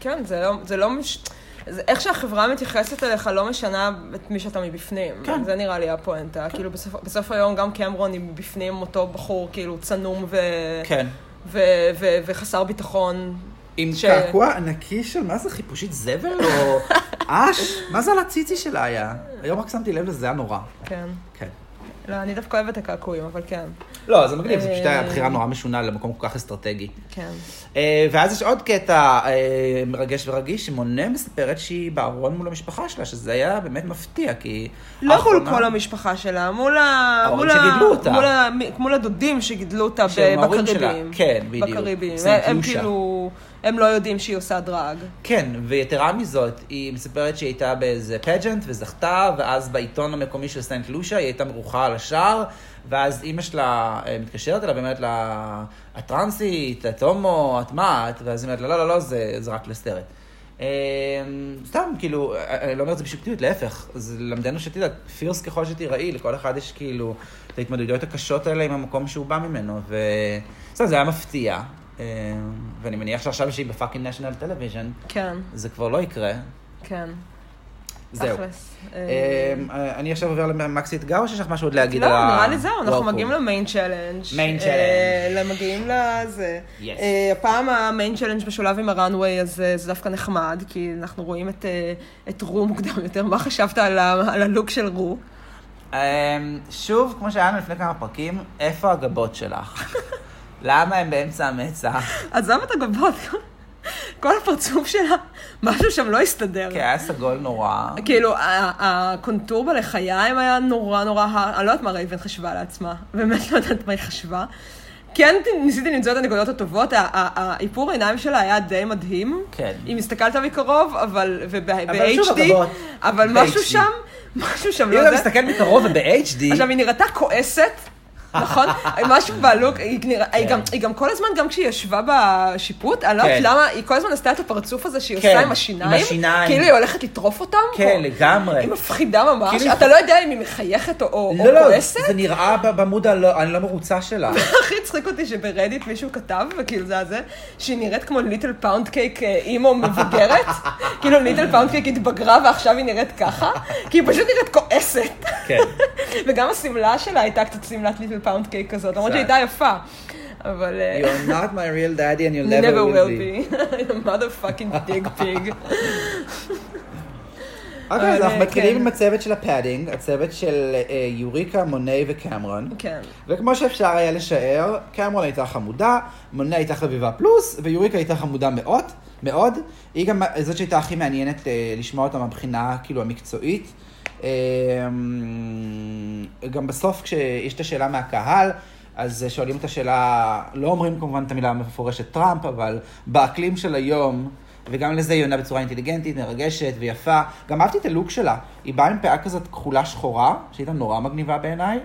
כן, זה לא... זה לא מש... זה, איך שהחברה מתייחסת אליך לא משנה את מי שאתה מבפנים.
כן.
זה נראה לי הפואנטה. כאילו, בסוף, בסוף היום גם קמרון היא מבפנים אותו בחור, כאילו, צנום ו...
כן.
ו- ו- וחסר ביטחון.
עם
ש-
קעקוע ענקי של מה זה, חיפושית זבל או אש? מה זה על הציצי שלה היה? היום רק שמתי לב לזה, היה נורא.
כן.
כן.
לא, אני דווקא אוהבת את הקעקועים, אבל כן.
לא, זה מגניב, זו פשוט
אה.
הייתה בחירה נורא משונה למקום כל כך אסטרטגי.
כן.
אה, ואז יש עוד קטע אה, מרגש ורגיש, שמונה מספרת שהיא בארון מול המשפחה שלה, שזה היה באמת מפתיע, כי...
לא מול
האחרונה-
כל המשפחה שלה, מול ה...
ההורים
מול ה-
שגידלו אותה.
מול ה- מ- מול הדודים שגידלו אותה ב-
שהם ההורים
בקריביים.
שלה. כן, בדיוק.
בקריביים.
סנט
הם
לושה.
כאילו... הם לא יודעים שהיא עושה דרג.
כן, ויתרה מזאת, היא מספרת שהיא הייתה באיזה פג'נט וזכתה, ואז בעיתון המקומי של סנט לושה היא הייתה מרוחה על השער, ואז אימא שלה אה, מתקשרת אליה ואומרת לה, את טרנסית, את הומו, את מה את? ואז היא אומרת לה, לא, לא, לא, זה, זה רק לסרט. אה, סתם, כאילו, אה, אני לא אומר את זה בשבטיות, להפך. זה למדנו שתדעת, פירס ככל שתיראי, לכל אחד יש כאילו את ההתמודדויות הקשות האלה עם המקום שהוא בא ממנו, ו... סתם, זה היה מפתיע. אה, ואני מניח שעכשיו שהיא בפאקינג national television,
כן,
זה כבר לא יקרה.
כן.
זהו.
תכלס.
אמ, אני עכשיו עובר למקסי אתגר, או שיש לך משהו עוד להגיד
לא,
על ה...
נראה לי זהו, אנחנו
וורקרום?
מגיעים למיין צ'לנג'.
Main
אה, מגיעים לזה.
Yes.
אה, הפעם המיין צ'לנג' בשולב עם הראנוויי, אז אה, זה דווקא נחמד, כי אנחנו רואים את, אה, את רו מוקדם יותר. מה חשבת על ה- על הלוק של רו?
אמ, שוב, כמו שהיה לנו לפני כמה פרקים, איפה הגבות
[laughs]
שלך? למה הם באמצע המצח?
עזב את הגבות, כל הפרצוף שלה, משהו שם לא הסתדר.
כי היה סגול נורא.
כאילו, ה- הקונטור בלחיים היה נורא נורא, ה- אני לא יודעת מה רייבן חשבה לעצמה, באמת לא יודעת מה היא חשבה. כן ת- ניסיתי למצוא את הנקודות הטובות, ה- ה- האיפור העיניים שלה היה די מדהים.
כן.
אם הסתכלת מקרוב, אבל, וב-HD,
אבל שוב, הגבות.
אבל
ב-
משהו
HD.
שם, משהו שם
אם
לא
אתה
זה.
מסתכל מקרוב וב-HD,
עכשיו, היא נראתה כועסת.
[laughs]
נכון? משהו בלוק, היא, נרא... היא, גם, היא גם כל הזמן, גם כשהיא ישבה בשיפוט, אני לא יודעת
כן.
למה, היא כל הזמן עשתה את הפרצוף הזה שהיא
כן,
עושה עם
עם
השיניים,
השיניים.
כאילו היא הולכת לטרוף אותם.
כן,
או-
לגמרי.
היא מפחידה ממש,
כאילו-
אתה לא יודע אם היא מחייכת או, או,
לא,
או
לא,
כועסת. [laughs]
זה נראה ב- בעמוד הלא, אני לא מרוצה שלה.
הכי הצחיק אותי שברדיט מישהו כתב, וכאילו זה הזה, שהיא נראית כמו ליטל פאונד קייק אה, אימו
[laughs]
מבוגרת. כאילו ליטל פאונד קייק התבגרה ועכשיו היא נראית ככה, כי היא פשוט נראית כועסת.
כן.
[laughs] וגם השמלה שלה הייתה קצת שמלת ליטל פאונד קייק כזאת, למרות
קצת.
שהיא הייתה יפה. אבל... אה,
You're not my real daddy and
you
you'll
never will
be.
be. [laughs] You're mother fucking dig
[laughs]
pig.
אוקיי, אז
אבל,
אנחנו
אה,
מתחילים
כן.
עם הצוות של הפאדינג, הצוות של אה, יוריקה, מוני וקמרון.
כן.
וכמו שאפשר היה לשער, קמרון הייתה חמודה, מונה הייתה חביבה פלוס, ויוריקה הייתה חמודה מאוד, מאוד. היא גם זאת שהייתה הכי מעניינת אה, לשמוע אותה מבחינה כאילו המקצועית. אה, גם בסוף כשיש את השאלה מהקהל, אז אה, שואלים את השאלה, לא אומרים כמובן את המילה המפורשת טראמפ, אבל באקלים של היום, וגם לזה היא עונה בצורה אינטליגנטית, מרגשת ויפה. גם אהבתי את הלוק שלה, היא באה עם פאה כזאת כחולה שחורה, שהייתה נורא מגניבה בעיניי.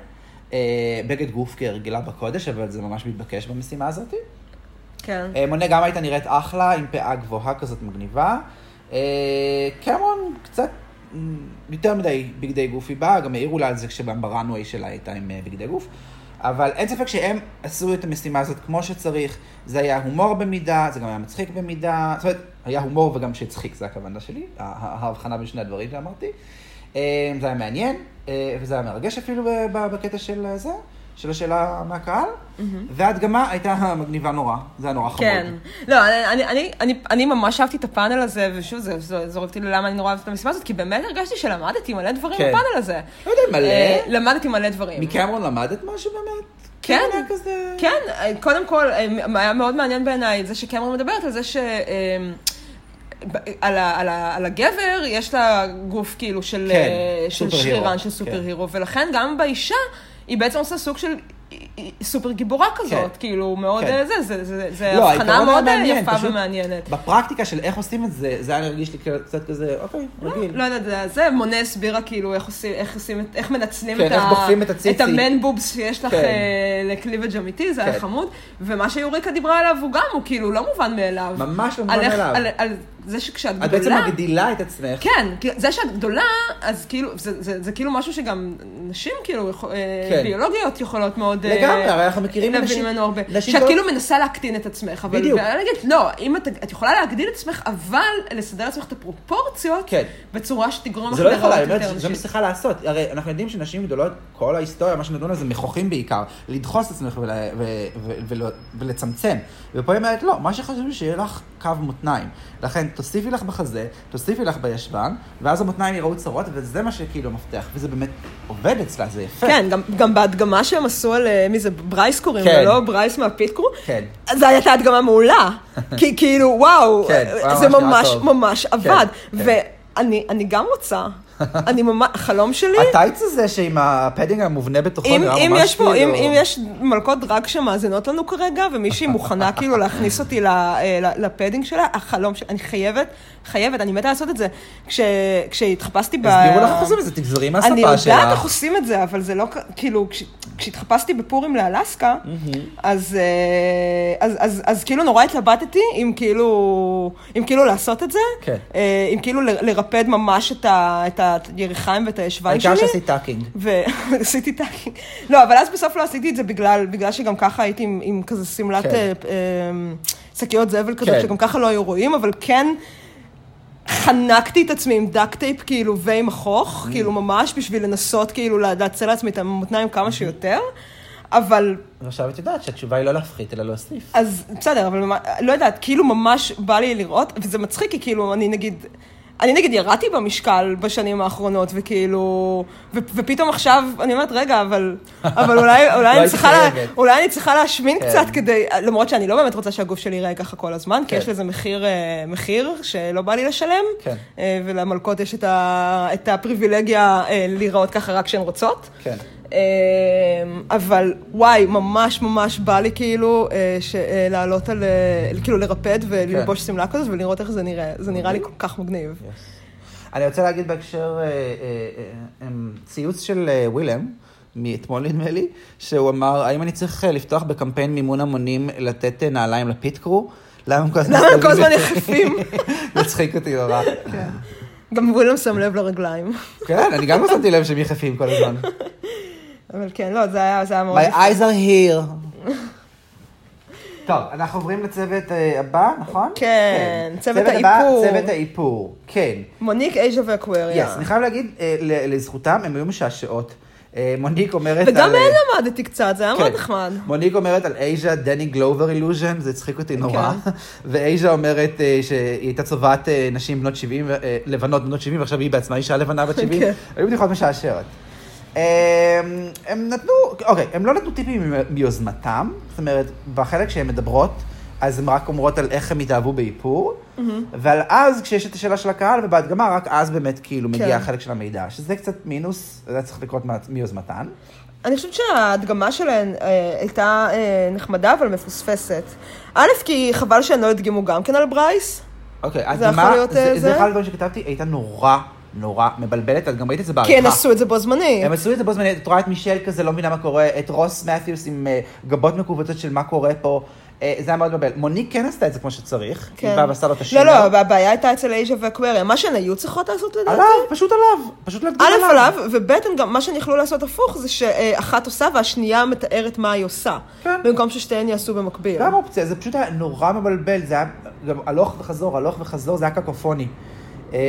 אה, בגד גוף כהרגלה בקודש, אבל זה ממש מתבקש במשימה הזאת.
כן.
אה, מונה גם הייתה נראית אחלה, עם פאה גבוהה כזאת מגניבה. אה, קמרון קצת מ, יותר מדי בגדי גוף היא באה, גם העירו לה על זה כשגם בראנווי שלה הייתה עם אה, בגדי גוף. אבל אין ספק שהם עשו את המשימה הזאת כמו שצריך. זה היה הומור במידה, זה גם היה מצחיק במידה. זאת אומרת, היה הומור וגם שהצחיק, זו הכוונה שלי, ה- ה- ההבחנה בין שני הדברים שאמרתי. אה, זה היה מעניין, אה, וזה היה מרגש אפילו ב- ב- בקטע של אה, זה, של השאלה מהקהל. וההדגמה הייתה מגניבה נורא, זה היה נורא חמוד.
כן. לא, אני- אני, אני, אני, אני ממש אהבתי את הפאנל הזה, ושוב, זה, זה זורק אותי ללמה אני נורא אוהבת את המשימה הזאת, כי באמת הרגשתי שלמדתי מלא דברים
כן.
בפאנל הזה.
לא יודע, מלא.
אה, למדתי מלא דברים.
מקמרון למדת משהו באמת?
כן.
כאילו, היה כזה...
כן, אה, קודם כל, אה, מ- היה מאוד מעניין בעיניי זה שקמרון מדברת על זה ש... אה, ב- על, ה, על, ה, על הגבר, יש לה גוף כאילו של,
כן,
אה, של
סופר-הירו,
שרירן של
כן.
סופר הירו, ולכן גם באישה, היא בעצם עושה סוג של היא- היא סופר גיבורה כזאת,
כן.
כאילו, מאוד
כן.
אה, זה, זה, זה, זה הבחנה
לא, העיקרון היה
מאוד אה,
מעניין,
יפה
פשוט
ומעניינת.
בפרקטיקה של איך עושים את זה, זה היה מרגיש לי קצת כזה, אוקיי, רגיל.
לא יודעת, זה- זה מונה הסבירה כאילו איך עושים, איך עושים, את- איך מנצלים
כן,
את,
איך
ה-
דוחפים את הציצי.
את המן בובס שיש לך
כן.
אה, לקליבג' אמיתי, זה היה
כן.
חמוד. ומה שיוריקה דיברה עליו הוא גם, הוא כאילו לא מובן מאליו.
ממש לא
על
מובן
איך-
מאליו.
על- על זה שכשאת
את בעצם
גדולה...
מגדילה את עצמך.
כן, כי זה שאת גדולה, אז כאילו, זה- זה זה כאילו משהו שגם נשים כאילו, יכול- אה,
כן.
ביולוגיות יכולות מאוד... אה,
לגמרי, הרי אנחנו מכירים
להבין
אנשים...
ממנו הרבה.
נשים לא-
שאת
כל-
כאילו מנסה להקטין את עצמך, אבל...
בדיוק.
ואני אגיד, לא, אם את, את יכולה להגדיל את עצמך, אבל לסדר לעצמך את הפרופורציות,
כן.
בצורה שתגרום לך
זה לא
לראות
יכולה,
יותר
היא אומרת, זה
נשית.
מה שצריכה לעשות. הרי אנחנו יודעים שנשים גדולות, כל ההיסטוריה, מה שנדון על זה, מכוחים בעיקר, לדחוס את עצמך ול- ו- ו- ולא- ולצמצם. ופה היא אומרת, לא, מה שחשוב שיהיה לך קו מותניים. לכן, תוסיפי לך בחזה, תוסיפי לך בישבן, ואז המותניים יראו צרות, וזה מה שכאילו המפתח. וזה באמת עובד אצלה, זה יפה.
כן, גם, גם בהדגמה שהם עשו על, אה, מי זה, ברייס קוראים
כן.
לו, לא? ברייס מהפיט קרו?
כן.
אז זו הייתה הדגמה
[laughs]
מעולה. כי כאילו, וואו,
כן,
אה,
וואו,
זה
ממש נראה
ממש
טוב.
ממש
כן,
עבד.
כן.
ואני אני גם רוצה, אני ממש, החלום שלי...
הטייץ הזה שעם הפדינג המובנה בתוכו,
כן. אם,
נראה
אם,
ממש
יש פה, אם,
כאילו-
אם יש מלכות דרג שמאזינות לנו כרגע, ומישהי
[laughs]
מוכנה כאילו להכניס אותי ל, אה, ל- לפדינג שלה, החלום שלי, אני חייבת, חייבת, אני מתה לעשות את זה. כש, כשהתחפשתי ב...
תסבירו לך איך עושים את זה, תגזרי מהספה שלך.
אני יודעת איך עושים את זה, אבל זה לא, כ- כאילו, כש- כשהתחפשתי בפורים לאלסקה,
Mm-hmm.
אז, אה, אז, אז, אז כאילו נורא התלבטתי אם כאילו, אם כאילו לעשות את זה,
כן.
אה, אם כאילו ל- לרפד ממש את ה- את הירכיים ואת הישבן שלי.
העיקר שעשית טאקינג.
[laughs] ועשיתי טאקינג. לא, אבל אז בסוף לא עשיתי את זה בגלל, בגלל שגם ככה הייתי עם, עם כזה שמלת
כן.
אה, אה, שקיות זבל כזאת,
כן.
שגם ככה לא היו רואים, אבל כן חנקתי את עצמי עם דאק טייפ כאילו ועם
Mm.
החוך, כאילו ממש בשביל לנסות כאילו לה- להצל לעצמי את המותניים
Mm-hmm.
כמה שיותר, אבל
ועכשיו את יודעת שהתשובה היא לא להפחית, אלא להוסיף.
אז בסדר, אבל ממש- לא יודעת, כאילו ממש בא לי לראות, וזה מצחיק, כי כאילו, אני נגיד, אני נגיד ירדתי במשקל בשנים האחרונות, וכאילו, ו- ופתאום עכשיו, אני אומרת, רגע,
[laughs]
אבל, אבל אולי, אולי, אני
היית
צריכה לה,
חייבת."
אולי אני צריכה להשמין
כן.
קצת כדי, למרות שאני לא באמת רוצה שהגוף שלי ייראה ככה כל הזמן, כי
כן.
יש לזה מחיר, אה, מחיר שלא בא לי לשלם,
כן.
אה, ולמלכות יש את, ה, את הפריבילגיה אה, להיראות ככה רק כשהן רוצות.
כן.
אמ, אבל וואי, ממש ממש בא לי כאילו אה, ש- אה, לעלות על, אה, כאילו לרפד וללבוש
כן.
שמלה כזאת ולראות איך זה נראה. זה נראה לי כל כך מגניב.
אני רוצה להגיד בהקשר, אה, אה, אה, אה, ציוץ של אה, ווילם, מאתמול נדמה לי, שהוא אמר, האם אני צריך אה, לפתוח בקמפיין מימון המונים לתת אה, נעליים לפיט קרו? למה הם כל הזמן...
למה הם כל הזמן
מסתובבים-
יחפים?
[laughs] מצחיק אותי נורא.
גם ווילם שם לב לרגליים. [laughs]
כן, אני גם לא שמתי לב שהם יחפים כל הזמן.
אבל כן, לא, זה היה זה היה מאוד...
My
יפה.
eyes are here. טוב, אנחנו עוברים לצוות אה, הבא, נכון?
כן, צוות
הבא,
האיפור.
צוות האיפור, כן.
מוניק, אייג'ה
יס,
ואקווריה.
אני חייב להגיד אה, ל- לזכותם, הם היו משעשעות. אה, מוניק אומרת...
וגם
על, אה,
מהן למדתי קצת, זה היה מאוד
כן.
נחמד.
מוניק אומרת על אייז'ה, דני גלובר אילוז'ן, זה הצחיק אותי נורא.
כן.
ואייז'ה אומרת אה, שהיא הייתה צובעת אה, נשים בנות 70, אה, לבנות בנות 70, ועכשיו היא בעצמה אישה לבנה בת 70.
כן.
היו בדיחות משעשעות. אה, הם נתנו, אוקיי, הם לא נתנו טיפים מ- מיוזמתם, זאת אומרת, בחלק שהן מדברות, אז הן רק אומרות על איך הם התאהבו באיפור, ועל אז, כשיש את השאלה של הקהל ובהדגמה, רק אז באמת כאילו מגיע
כן.
החלק של המידע, שזה קצת מינוס, זה היה צריך לקרות מה- מיוזמתן.
אני חושבת שההדגמה שלהן אה, הייתה אה, נחמדה, אבל מפוספסת. א', כי חבל שהן לא הדגימו גם כן על ברייס.
אוקיי, את
זה יכול
מה-
להיות,
זה?
אה,
זה
זה?
אחד הדברים שכתבתי, הייתה נורא נורא מבלבלת, את גם ראית את זה בעריכה.
כי הן כן, עשו את זה בו זמנית.
הם עשו את זה בו זמנית, את רואה את מישל כזה, לא מבינה מה קורה, את רוס מתיוס עם אה, גבות מכווצות של מה קורה פה. אה, זה היה מאוד מבלבל. מוניק כן עשתה את זה כמו שצריך.
כן.
היא באה ועשתה לו את השינוי. אה,
לא, לא, הבעיה הייתה אצל אייז'ה ואקווריה. מה שהן היו צריכות לעשות לדעתי,
עליו, פשוט עליו. פשוט להגדיר
א' לא, עליו, וב' הן גם, מה שהן יכלו לעשות הפוך, זה שאחת עושה והשנייה מתארת מה היא עושה.
כן.
במקום ששתיהן יעשו במקביל.
גם אופציה, זה פשוט היה נורא מבלבל, זה היה גם הלוך וחזור, הלוך וחזור, זה היה קקופוני. אה,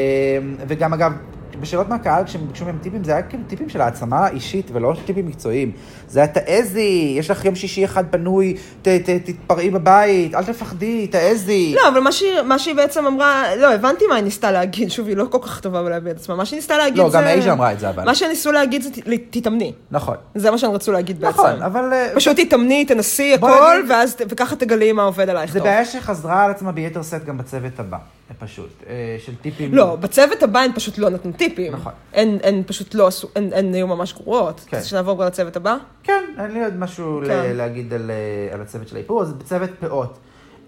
וגם אגב, בשאלות מהקהל, כשהם ביקשו מהם טיפים, זה היה כאילו טיפים של העצמה אישית ולא טיפים מקצועיים. זה היה תעזי, יש לך יום שישי אחד פנוי, ת- ת- תתפרעי בבית, אל תפחדי, תעזי.
לא, אבל מה שהיא- מה שהיא בעצם אמרה, לא, הבנתי מה היא ניסתה להגיד, שוב, היא לא כל כך טובה בלהביא את עצמה. מה שהיא ניסתה להגיד זה...
לא, גם אייז'ה אמרה את זה, אבל.
מה שהן ניסו להגיד זה ת- תתאמני.
נכון,
זה מה שהן רצו להגיד בעצם.
נכון, אבל... אה,
פשוט תתאמני, תנסי
בוא
הכל,
נגיד-
ואז ת- וככה תגלי מה עובד עלייך
זה
טוב.
בעיה שחזרה על עצמה ביתר שאת גם בצוות הבא, פשוט, אה, של טיפים.
לא, בצוות הבא הן פשוט לא נתנו טיפים.
נכון.
הן, הן פשוט לא עשו, הן, הן היו ממש גרועות.
כן.
כן. שנעבור כבר לצוות הבא?
כן, אין לי עוד משהו
כן.
ל- להגיד על, אה, על הצוות של האיפור, אז בצוות פאות.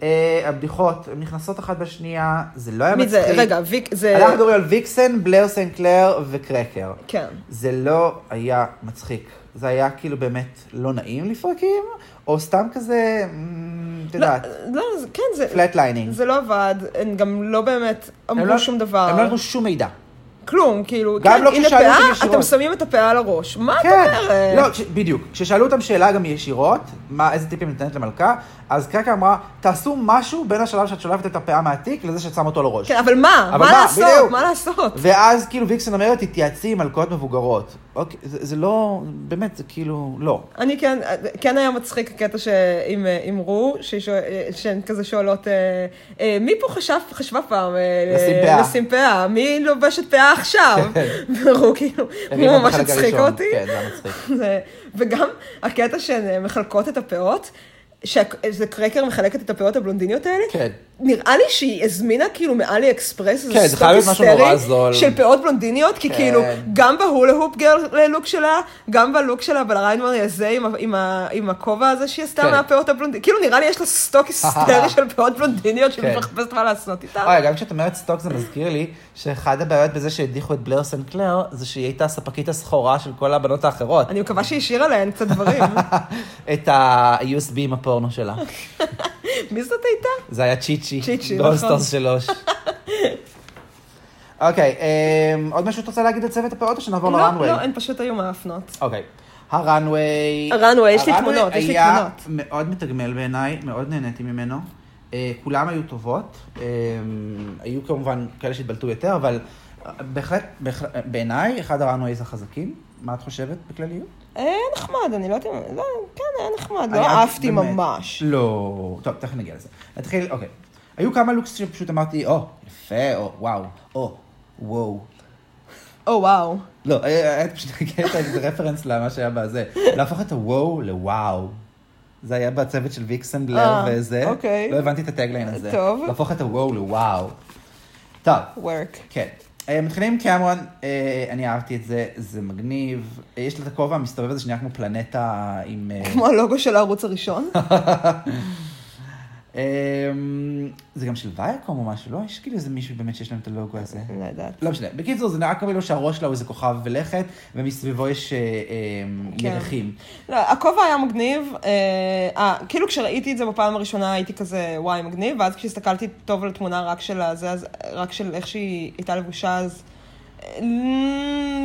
אה, הבדיחות, הן נכנסות אחת בשנייה, זה לא היה
מי
מצחיק.
זה? רגע, אה, ויק, זה...
אנחנו מדברים על ויקסן, בלר סנקלר וקרקר.
כן.
זה לא היה מצחיק. זה היה כאילו באמת לא נעים לפרקים, או סתם כזה, אמ, את
לא,
יודעת,
לא, זה, כן, זה...
פלט ליינינג.
זה לא עבד, הן גם לא באמת אמרו שום דבר.
הם לא נתנו שום מידע.
כלום, כאילו,
גם
כן,
לא
הנה
כששאלו אותם
פאה,
ישירות.
אתם שמים את הפאה על הראש. מה את [laughs]
כן,
אומרת?
לא, כש- בדיוק. כששאלו אותם שאלה גם ישירות, מה, איזה טיפים נותנת למלכה, אז קרקע אמרה, תעשו משהו בין השלב שאת שולפת את הפאה מהתיק לזה שאת שם אותו על הראש.
כן, אבל מה?
אבל
מה
מה, בדיוק.
לעשות? מה לעשות?
ואז כאילו ויקסן אומרת, תתייעצי עם מלכות מבוגרות. אוקיי, זה זה לא, באמת, זה כאילו, לא.
אני כן, כן היה מצחיק הקטע שעם אה, עם רו, שהיא שואל- אה, שהן כזה שואלות, אה, אה, מי פה חשב, חשבה פעם אה,
לשים פאה.
לשים פאה? מי לובשת פאה עכשיו? [laughs] ורו כאילו,
הרימה
הוא ממש
בחלק
הצחיק
הראשון.
אותי.
כן, זה היה מצחיק.
[laughs] זה- וגם הקטע שהן אה, מחלקות את הפאות, שזה קרקר מחלקת את הפאות הבלונדיניות האלה,
כן.
נראה לי שהיא הזמינה כאילו מאלי אקספרס
כן, זה
איזה
חייב
סטוק
להיות משהו נורא זול.
היסטרי של פאות בלונדיניות, כי
כן.
כאילו, גם בהולה הופ גרל אה, לוק שלה, גם בלוק שלה בליינמרי הזה עם, ה- עם, ה- עם הכובע הזה שהיא עשתה
כן.
מהפאות הבלונדיניות, כאילו נראה לי יש לה סטוק
[laughs]
היסטרי של פאות בלונדיניות שהיא
כן.
מחפשת מה לעשות איתה.
אוי, גם כשאת אומרת סטוק זה מזכיר לי שאחד הבעיות בזה שהדיחו את בלר סנקלר זה שהיא הייתה ספקית הסחורה של כל הבנות האחרות.
אני מקווה שהיא השאירה להן קצת דברים.
[laughs] את ה-USB עם הפורנו שלה.
מי זאת הייתה?
זה היה צ'יצ'י.
צ'יצ'י, נכון.
דולסטרס שלוש. אוקיי, אמ, עוד משהו את רוצה להגיד על צוות הפעוט או שנעבור
לא,
לראנוויי?
לא, הן פשוט היו מאפנות.
אוקיי. הראנוויי...
הראנוויי, יש לי
הראנוויי
תמונות, יש לי
היה
תמונות.
מאוד מתגמל בעיניי, מאוד נהניתי ממנו. אה, כולם היו טובות. אה, היו כמובן כאלה שהתבלטו יותר, אבל אה, בהחלט, בהחלט- בעיניי, אחד הראנוייז החזקים. מה את חושבת בכלליות?
היה נחמד, אני לא יודעת אם... לא, כן, היה נחמד, לא
אני אהבתי
אהבתי
באמת.
ממש.
לא, טוב, תכף נגיע לזה. נתחיל, אוקיי. היו כמה לוקס שפשוט אמרתי, או, יפה, או, וואו, או, וואו.
או וואו.
לא, היה היה פשוט קטע, זה רפרנס למה שהיה בזה. להפוך את הוואו לוואו. זה היה בצוות של ויקסן בלר
אה,
וזה.
אוקיי.
לא הבנתי את הטגליין הזה.
טוב.
להפוך את הוואו לוואו. טוב,
work.
כן. אה, מתחילים עם קמרון, אה, אני אהבתי את זה, זה מגניב. אה, יש לה את הכובע המסתובב הזה שנראה כמו פלנטה עם... אה,
כמו הלוגו של הערוץ
[laughs]
הראשון.
אמ, זה גם של וייקום או משהו, לא? יש כאילו איזה מישהו באמת שיש להם את הלוגו הזה.
לא יודעת.
לא משנה. בקיצור, זה נראה כאילו שהראש שלה הוא איזה כוכב ולכת, ומסביבו יש אה, אמ,
כן.
ירחים.
לא, הכובע היה מגניב, אה, אה, כאילו כשראיתי את זה בפעם הראשונה הייתי כזה וואי מגניב, ואז כשהסתכלתי טוב על התמונה רק של הזה, אז רק של איך שהיא הייתה לבושה אז, אה,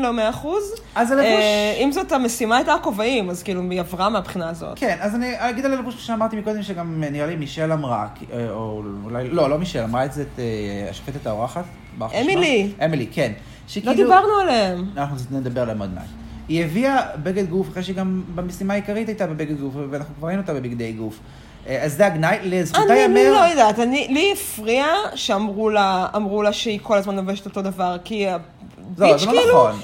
לא מאה אחוז.
אז הלבוש-
אה, עם זאת המשימה הייתה הכובעים, אז כאילו היא עברה מהבחינה הזאת.
כן, אז אני אגיד על הלבוש שאמרתי מקודם, שגם אה, נראה לי מישל אמרה, כי- אה, או אולי, לא, לא מישל, אמרה את זה את אה, השופטת האורחת. ברח לי
אמילי.
שמה. אמילי, כן.
לא
שכאילו-
דיברנו עליהם.
אנחנו נדבר עליהם עוד מעט. היא הביאה בגד גוף, אחרי שגם במשימה העיקרית הייתה בבגד גוף, ואנחנו כבר ראינו אותה בבגדי גוף. אה, אז זה הגנאי, לזכותה ייאמר...
אני לא יודעת, אני, לי הפריע שאמרו לה, אמרו לה שהיא כל הזמן לובשת אותו דבר, כי
לא,
הביץ'
זה לא
כאילו,
נכון.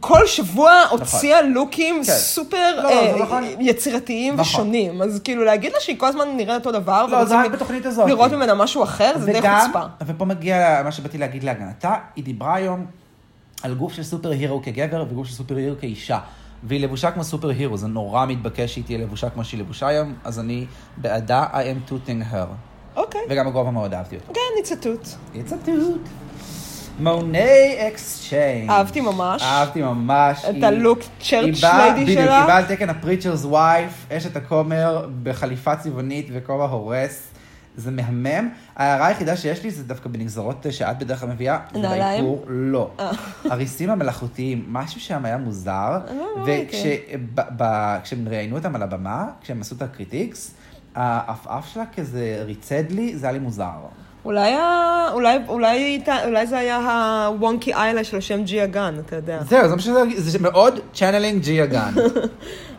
כל שבוע הוציאה לוקים
כן.
סופר
לא, לא,
אה,
זה נכון.
יצירתיים
נכון.
ושונים, אז כאילו להגיד לה שהיא כל הזמן נראית אותו דבר,
לא, זה
ורוצים
רק בתוכנית הזאת.
לראות ממנה משהו אחר, זה די
וגם-
חוצפה.
ופה מגיע מה שבאתי להגיד להגנתה, היא דיברה היום על גוף של סופר הירו כגבר וגוף של סופר הירו כאישה. והיא לבושה כמו סופר הירו, זה נורא מתבקש שהיא תהיה לבושה כמו שהיא לבושה היום, אז אני בעדה I am tooting her.
אוקיי,
וגם הגובה מאוד אהבתי אותו.
כן, אני ציטוט.
It's a toot. מוני אקסצ'יינג.
אהבתי ממש.
אהבתי ממש.
את
היא-
הלוק צ'רץ'
היא באה-
ליידי
בדיוק,
שלה.
היא באה על תקן הפריצ'רס וייף, אשת הכומר, בחליפה צבעונית וכובע הורס. זה מהמם. ההערה היחידה שיש לי זה דווקא בנגזרות שאת בדרך כלל מביאה. זה
נעליים? אה.
באיפור, לא. הריסים המלאכותיים, משהו שם היה מוזר.
לא ראיתי.
וכשהם ראיינו אותם על הבמה, כשהם עשו את הקריטיקס, העפעף שלה כזה ריצד לי, זה היה לי מוזר.
אולי, ה- אולי, אולי, הייתה- אולי זה היה הוונקי איילה של השם ג'יה גן, אתה יודע.
זהו, זה מה שזה, זה מאוד צ'אנלינג ג'יה
[laughs]
גן.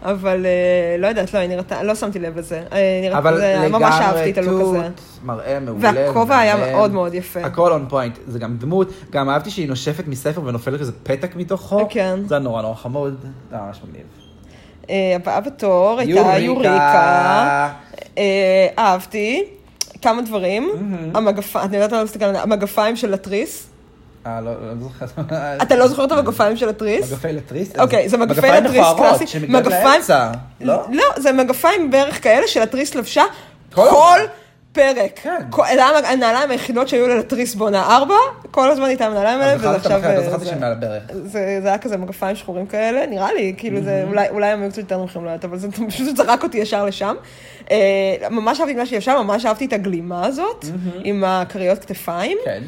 אבל אה, לא יודעת, לא, היא נראתה, לא שמתי לב לזה. אה, נראתה,
אבל
זה-
לגמרי
ממש אהבתי את הלוק הזה.
תות, מראה מעולה.
והכובע היה
מהמם.
מאוד מאוד יפה.
הכל און פוינט, זה גם דמות, גם אהבתי שהיא נושפת מספר ונופלת איזה פתק מתוכו.
כן.
זה היה נורא נורא חמוד, זה היה ממש מגניב.
אה, הבאה בתור הייתה יוריקה. אה, אהבתי כמה דברים. המגפיים, אני יודעת לא להסתכל על המגפיים של התריס.
אה, לא, לא זוכר.
[laughs] אתה לא זוכר את המגפיים של התריס?
מגפי לתריס?
אוקיי, זה מגפי לתריס
מגפיים
קלאסי.
מכוערות שמגיעות לאמצע, לא?
לא, זה מגפיים בערך כאלה שלתריס לבשה
כל
כל
הזמן.
פרק.
כן.
כל- אלה המג- הנעליים היחידות שהיו ללתריס בעונה 4, כל הזמן הייתה הנעליים האלה,
אז
וזה
זכרתי
עכשיו...
אותם אחרת, לא
אה,
זכרתי
זה-
שהם מעל הברך.
זה, זה היה כזה מגפיים שחורים כאלה, נראה לי, כאילו זה, אולי, אולי הם היו קצת יותר נמוכים, לא יודעת, אבל זה פשוט זרק אותי ישר לשם. אה, ממש אהבתי את מה שהיא ישר, ממש אהבתי את הגלימה הזאת, עם הכריות כתפיים.
כן.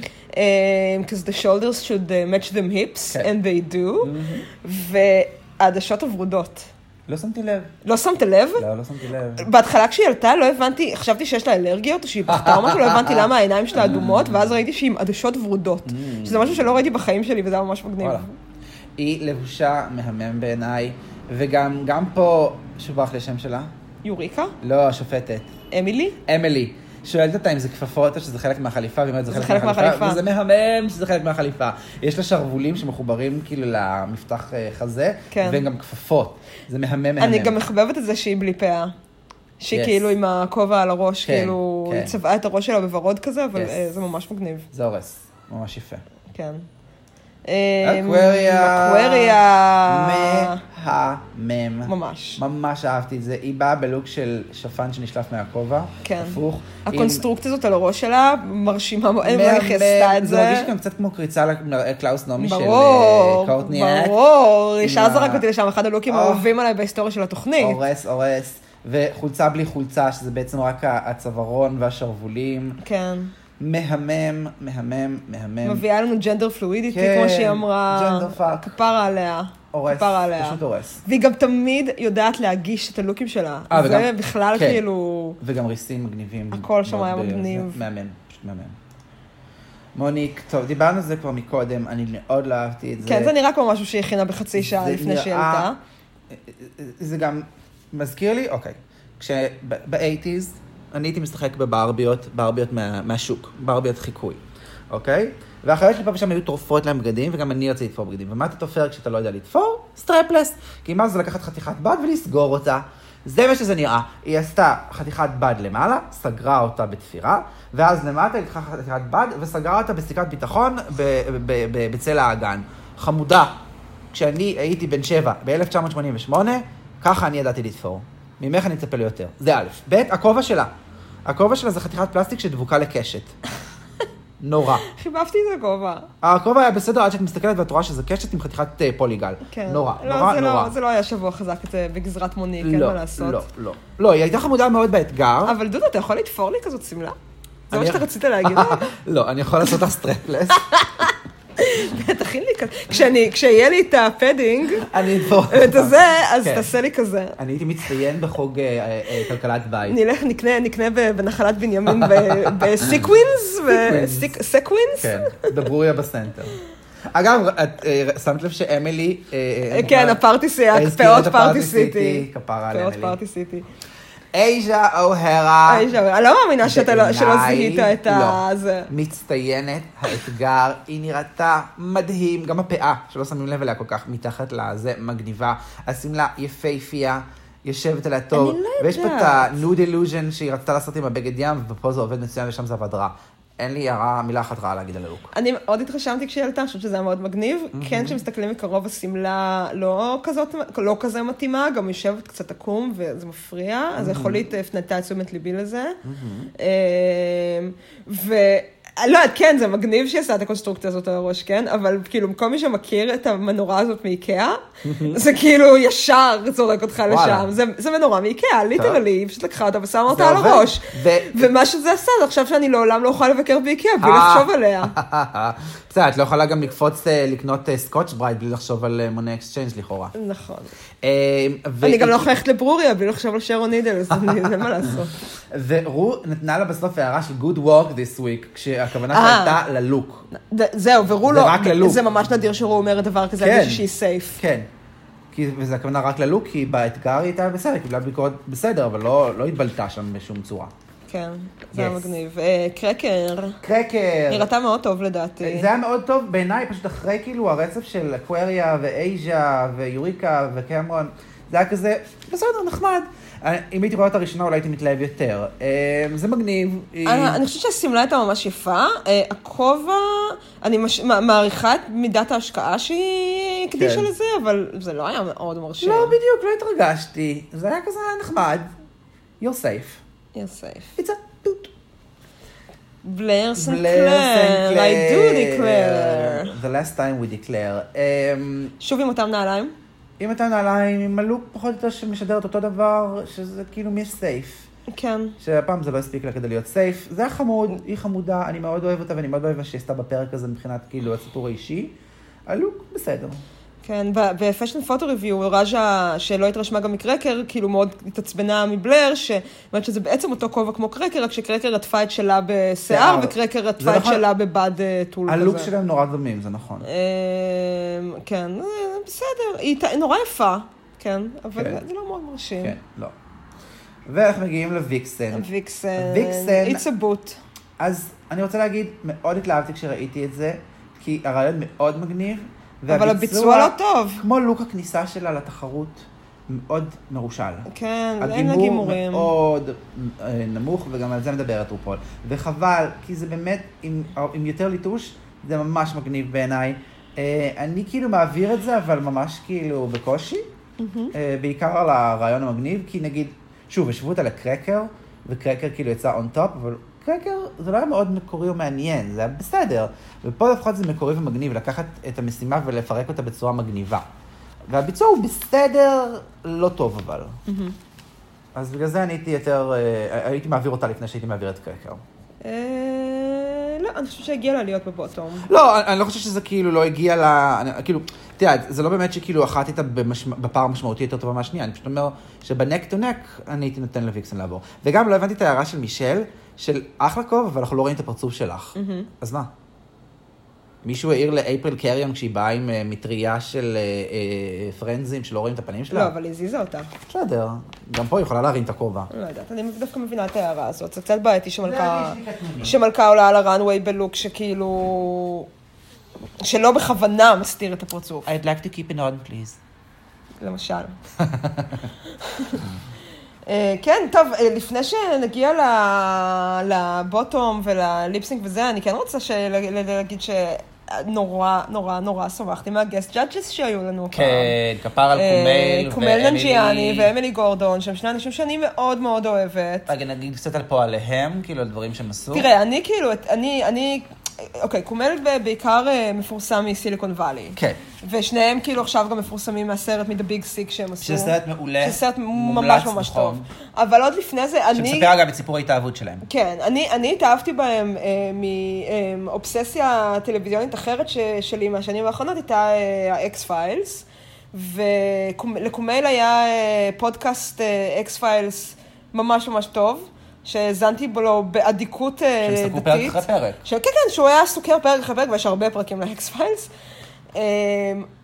כזה the shoulders should uh, match them hips,
כן.
and they do, והעדשות הוורודות.
לא שמתי לב.
לא שמת לב?
לא, לא שמתי לב.
בהתחלה כשהיא עלתה לא הבנתי, חשבתי שיש לה אלרגיות או שהיא בכתה או משהו, לא הבנתי למה העיניים שלה אדומות, ואז ראיתי שהיא עם עדשות ורודות, שזה משהו שלא ראיתי בחיים שלי וזה היה ממש מגניב.
וואלה. היא לבושה מהמם בעיניי, וגם גם פה, שובח לי השם שלה,
יוריקה?
לא השופטת,
אמילי?
אמילי. שואלת אותה אם זה כפפות או שזה חלק מהחליפה, והיא אומרת זה חלק מהחליפה,
מהחליפה."
וזה מהמם שזה חלק מהחליפה. יש לה שרוולים שמחוברים כאילו למפתח אה, חזה,
כן.
והן גם כפפות. זה מהמם מהמם.
אני גם מחבבת את זה שהיא בלי פאה. שהיא
Yes.
כאילו עם הכובע על הראש,
כן,
כאילו,
כן.
היא צבעה את הראש שלה בוורוד כזה, אבל
Yes.
אה, זה ממש מגניב,
זה הורס, ממש יפה.
כן. אה,
אקווריה.
אקווריה.
מהמם.
ממש.
ממש אהבתי את זה. היא באה בלוק של שפן שנשלף מהכובע,
כן.
הפוך. עם-
הקונסטרוקט הזאת על הראש שלה, מרשימה מאוד, אין
מהמם.
איך היא עשתה את
זה
זה.
מרגיש גם קצת כמו קריצה למראה קלאוס נעמי של אה,
ברור,
קורטני אקט.
ברור, ישר
עם
זרק
ה-
אותי לשם, אחד הלוקים
אה.
האהובים עליי בהיסטוריה של התוכנית.
הורס, הורס. וחולצה בלי חולצה, שזה בעצם רק הצווארון והשרוולים.
כן.
מהמם, מהמם, מהמם.
מביאה לנו ג'נדר פלואידיטי,
אמ. כן,
כמו שהיא אמרה.
ג'נדר פאק.
כפרה עליה.
הורס,
כפרה עליה.
פשוט הורס.
והיא גם תמיד יודעת להגיש את הלוקים שלה.
אה,
זה
וגם-
בכלל
כן.
כאילו...
וגם ריסים מגניבים.
הכל שם
מאוד
היה
ב-
מגניב.
זה מהמם, פשוט מהמם. מוניק, טוב, דיברנו על זה כבר מקודם, אני מאוד לא אהבתי את זה.
כן, זה נראה כמו משהו שהיא הכינה בחצי שעה
זה
לפני שהיא
נראה-
עלתה.
זה גם מזכיר לי, אוקיי, כשב-80's אני הייתי משחק בברביות, ברביות מה, מהשוק, ברביות חיקוי, אוקיי? והחיות שלי פה ושם היו טורפות להם בגדים, וגם אני רציתי לתפור בגדים. ומה אתה תופר כשאתה לא יודע לתפור? סטרפלס. כי מה זה לקחת חתיכת בד ולסגור אותה. זה מה שזה נראה. היא עשתה חתיכת בד למעלה, סגרה אותה בתפירה, ואז למטה היא לקחה חתיכת בד וסגרה אותה בסיכת ביטחון ב- ב- ב- בצלע האגן. חמודה, כשאני הייתי בן שבע, ב-1988, ככה אני ידעתי לתפור. ממך אני אצפה ליותר. זה א', ב', הכובע שלה. הכובע שלה זה חתיכת פלסטיק שדבוקה לקשת.
[laughs]
נורא.
חיבבתי את הכובע.
הכובע היה בסדר עד שאת מסתכלת ואת רואה שזה קשת עם חתיכת אה, פוליגל.
כן.
נורא,
לא,
נורא,
זה לא-
נורא.
זה לא היה שבוע חזק את זה בגזרת מוניק, אין
לא,
מה לעשות.
לא, לא. לא, היא הייתה חמודה מאוד באתגר.
אבל דודו, אתה יכול לתפור לי כזאת שמלה? זה מה
אני-
שאתה רצית
[laughs]
להגיד? [laughs]
לא, אני יכול לעשות לך סטרפלס.
תכין לי כזה. כשאני- כשיהיה לי את
[laughs]
הפדינג,
אני אתפור.
את הזה, אז
כן.
תעשה לי כזה.
אני הייתי מצטיין בחוג אה, אה, אה, כלכלת בית.
נלך, נקנה, נקנה ב- בנחלת בנימין
[laughs]
ב- בסיקווינס, ו-
סיקווינס.
סיק- סקווינס.
כן, דברוריה בסנטר. אגב, את אה, שמת לב שאמילי... אה,
כן,
אה,
הפרטיסי,
הזכירה את
הפאות פארטי
הפארטי
סיטי.
כפרה על
פאות
אמילי.
פארטי סיטי.
אייז'ה אוהרה.
אי, שם, אני לא מאמינה שאתה לא- שלא
בעיניי,
זיהית את ה...
לא.
זה.
מצטיינת האתגר, היא נראתה מדהים, גם הפאה, שלא שמים לב אליה כל כך, מתחת לזה, מגניבה. השמלה יפייפייה, יושבת עליה טוב.
אני לא
ויש פה את
יודעת.
ה-Nude Illusion שהיא רצתה לעשות עם הבגד ים, ופה זה עובד מצוין ושם זה עבד רע. אין לי הערה, מילה אחת רעה להגיד על הלוק.
אני מאוד התרשמתי כשהיא עלתה, אני חושבת שזה היה מאוד מגניב.
Mm-hmm.
כן, כשמסתכלים מקרוב, השמלה לא כזאת, לא כזה מתאימה, גם יושבת קצת עקום, וזה מפריע,
Mm-hmm.
אז יכולית הפנתה את תשומת ליבי לזה. אמ, ו... לא יודעת, כן, זה מגניב שהיא עשתה את הקונסטרוקציה הזאת על הראש, כן? אבל כאילו, כל מי שמכיר את המנורה הזאת מאיקאה, זה כאילו ישר זורק אותך
Mm-hmm. וואלה.
לשם. זה- זה מנורה מאיקאה, ליטרלי, היא פשוט לקחה אותה ושמה אותה על
עובד.
הראש.
ו- אה,
ומה שזה עשה, זה עכשיו שאני לעולם לא אוכל לבקר באיקאה, בלי לחשוב עליה.
בסדר, את לא יכולה גם לקפוץ, אה, לקנות אה, סקוטש ברייד בלי לחשוב על אה, מוני אקסצ'יינג' לכאורה.
נכון.
אה, ו-
אני גם לא הולכת לברוריה בלי לחשוב על שרון נידלס, [laughs] אני- אין מה לעשות.
ורו נתנה לה בסוף הערה של good work this week, כשהכוונה
אה.
שלה הייתה ללוק.
ד- זהו, ורו
זה
לא,
רק ללוק.
זה ממש נדיר שרו אומר דבר כזה,
כן.
על מישהו שהיא סייף.
כן. כי- וזו הכוונה רק ללוק, כי באתגר היא הייתה בסדר, קיבלה ביקורת בסדר, אבל לא לא התבלטה שם בשום צורה.
כן, זה היה
Yes.
מגניב. אה, קרקר,
קרקר.
נראתה מאוד טוב לדעתי.
אה, זה היה מאוד טוב בעיניי, פשוט אחרי כאילו הרצף של אקווריה ואייז'ה ויוריקה וקמרון, זה היה כזה, בסדר, נחמד. אה, אם הייתי רואה אותה ראשונה אולי הייתי מתלהב יותר. אה, זה מגניב. היא-
אה, אני אני חושבת שהשמלה הייתה ממש יפה. אה, הכובע, אני מש- מע- מעריכה את מידת ההשקעה שהיא הקדישה
כן.
לזה, אבל זה לא היה מאוד מרשים.
לא, בדיוק, לא התרגשתי. זה היה כזה נחמד. You're safe.
You're safe.
It's a toot.
בלר
Blair
סנקלר, I do declare.
The last time we declare. אמ,
שוב עם אותם נעליים?
אם אתה נעליים עם הלוק פחות או יותר שמשדר את אותו דבר, שזה כאילו מי סייף.
כן.
שהפעם זה לא הספיק לה כדי להיות סייף. זה היה חמוד, היא חמודה, אני מאוד אוהב אותה ואני מאוד אוהב מה שהיא עשתה בפרק הזה מבחינת כאילו הסיפור האישי. הלוק בסדר.
כן, בפשן פוטו ריוויו, רג'ה, שלא התרשמה גם מקרקר, כאילו מאוד התעצבנה מבלר, שאומרת שזה בעצם אותו כובע כמו קרקר, רק שקרקר עטפה את שלה בשיער,
שיער.
וקרקר
זה
עטפה את
נכון.
שלה בבד אה, טול כזה.
הלוק שלהם נורא דומים, זה נכון.
אמ, כן, אה, בסדר, היא ת- נורא יפה, כן, אבל
כן.
זה- זה לא מאוד מרשים.
כן, לא. ואנחנו מגיעים לוויקסן.
ויקסן,
ויקסן.
it's a boot.
אז אני רוצה להגיד, מאוד התלהבתי כשראיתי את זה, כי הרעיון מאוד מגניב.
אבל הביצוע לא טוב.
כמו לוק הכניסה שלה לתחרות, מאוד מרושל.
כן, אין לה
הגימור
גימורים.
מאוד אה, נמוך, וגם על זה מדברת רופול. וחבל, כי זה באמת, עם, עם יותר ליטוש, זה ממש מגניב בעיניי. אה, אני כאילו מעביר את זה, אבל ממש כאילו בקושי. אה, בעיקר על הרעיון המגניב, כי נגיד, שוב, השוו אותה לקרקר, וקרקר כאילו יצא און טופ, אבל קרקר זה לא היה מאוד מקורי או מעניין, זה היה בסדר. ופה לפחות זה מקורי ומגניב, לקחת את המשימה ולפרק אותה בצורה מגניבה. והביצוע הוא בסדר, לא טוב אבל. אז בגלל זה אני הייתי יותר, אה, הייתי מעביר אותה לפני שהייתי מעביר את קרקר.
אה, לא, אני חושבת שהגיע לה להיות בבוטום.
לא, אני- אני לא חושבת שזה כאילו לא הגיע ל... אני- כאילו, תראה, זה לא באמת שכאילו אחת הייתה במשמע- בפער משמעותי יותר טובה מהשנייה, אני פשוט אומר שבנק טו נק אני הייתי נותן לוויקסן לעבור. וגם לא הבנתי את ההערה של מישל, של אחלה כובע, אבל אנחנו לא רואים את הפרצוף שלך. אז מה? מישהו העיר לאפריל קריון כשהיא באה עם אה, מטריה של אה, אה, פרנזים שלא רואים את הפנים שלה?
לא, אבל היא הזיזה אותה.
בסדר, גם פה היא יכולה להרים את הכובע.
לא יודעת, אני דווקא מבינה את ההערה הזאת. זה קצת בעייתי שמלכה...
זה הרגיש לי קטנוני.
שמלכה עולה על הראנוויי בלוק שכאילו... שלא בכוונה מסתיר את הפרצוף,
I'd like to keep an on, please.
למשל. אה, כן, טוב, אה, לפני שנגיע ל- לבוטום ולליפסינג וזה, אני כן רוצה של- ל- ל- להגיד שנורא, נורא, נורא שמחתי מהגסט ג'אדג'ס שהיו לנו פעם.
כן, כפר על
אה,
קומל
קומל ננג'יאני ואמילי גורדון, שהם שני אנשים שאני מאוד מאוד אוהבת.
רגע, נגיד קצת על פועליהם, כאילו על דברים שהם עשו.
תראה, אני כאילו, את- אני, אני, אוקיי, קומל ב- בעיקר אה, מפורסם מסיליקון וואלי.
כן.
ושניהם כאילו עכשיו גם מפורסמים מהסרט מ-The Big Sick שהם עשו.
שזה סרט מעולה,
שזה סרט
מומלץ,
ממש ממש
נכון.
טוב. אבל עוד לפני זה, אני...
שמספר אגב את סיפור ההתאהבות שלהם.
כן, אני, אני התאהבתי בהם אה, מאובססיה טלוויזיונית אחרת ש, שלי מהשנים האחרונות, הייתה אה, האקס פיילס, ולקומל היה אה, פודקאסט אה, אקס פיילס ממש ממש טוב, שהאזנתי בו לו באדיקות אה,
שהם סקרו
דתית.
פרק אחרי פרק.
ש... כן, כן, שהוא היה סוקר פרק אחרי פרק, ויש הרבה פרקים לאקס פיילס. אמ,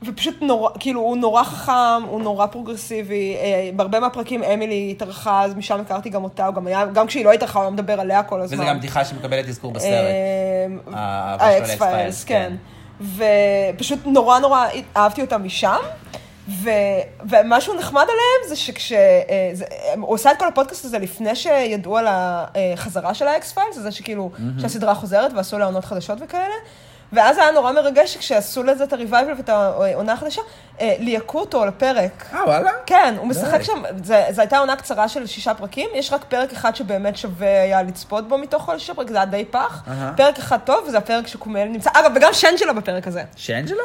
ופשוט נורא, כאילו, הוא נורא חכם, הוא נורא פרוגרסיבי. אה, בהרבה מהפרקים אמילי התארחה, אז משם הכרתי גם אותה, הוא גם היה, גם כשהיא לא התארחה, הוא היה מדבר עליה כל הזמן. אמ,
וזה גם בדיחה שמקבלת אזכור בסרט.
בסרט.
האהבה שלו
האקס
לאקס-פיילס,
פיילס,
כן.
כן. ופשוט נורא נורא אהבתי אותה משם. ו... ומשהו נחמד עליהם זה שכש... אה, זה... הם- הוא עשה את כל הפודקאסט הזה לפני שידעו על החזרה של האקס פיילס, זה שכאילו, mm-hmm. שהסדרה חוזרת ועשו לה עונות חדשות וכאלה. ואז היה נורא מרגש שכשעשו לזה את הריבייבל ואת העונה החדשה, אה, ליהקו אותו לפרק.
אה, וואלה?
כן, הוא משחק שם, זה- זו הייתה עונה קצרה של שישה פרקים, יש רק פרק אחד שבאמת שווה היה לצפות בו מתוך כל שישה פרקים, זה היה די פח. פרק אחד טוב, וזה הפרק שקומל נמצא, אגב, וגם שנג'לה בפרק הזה.
שאנג'לה?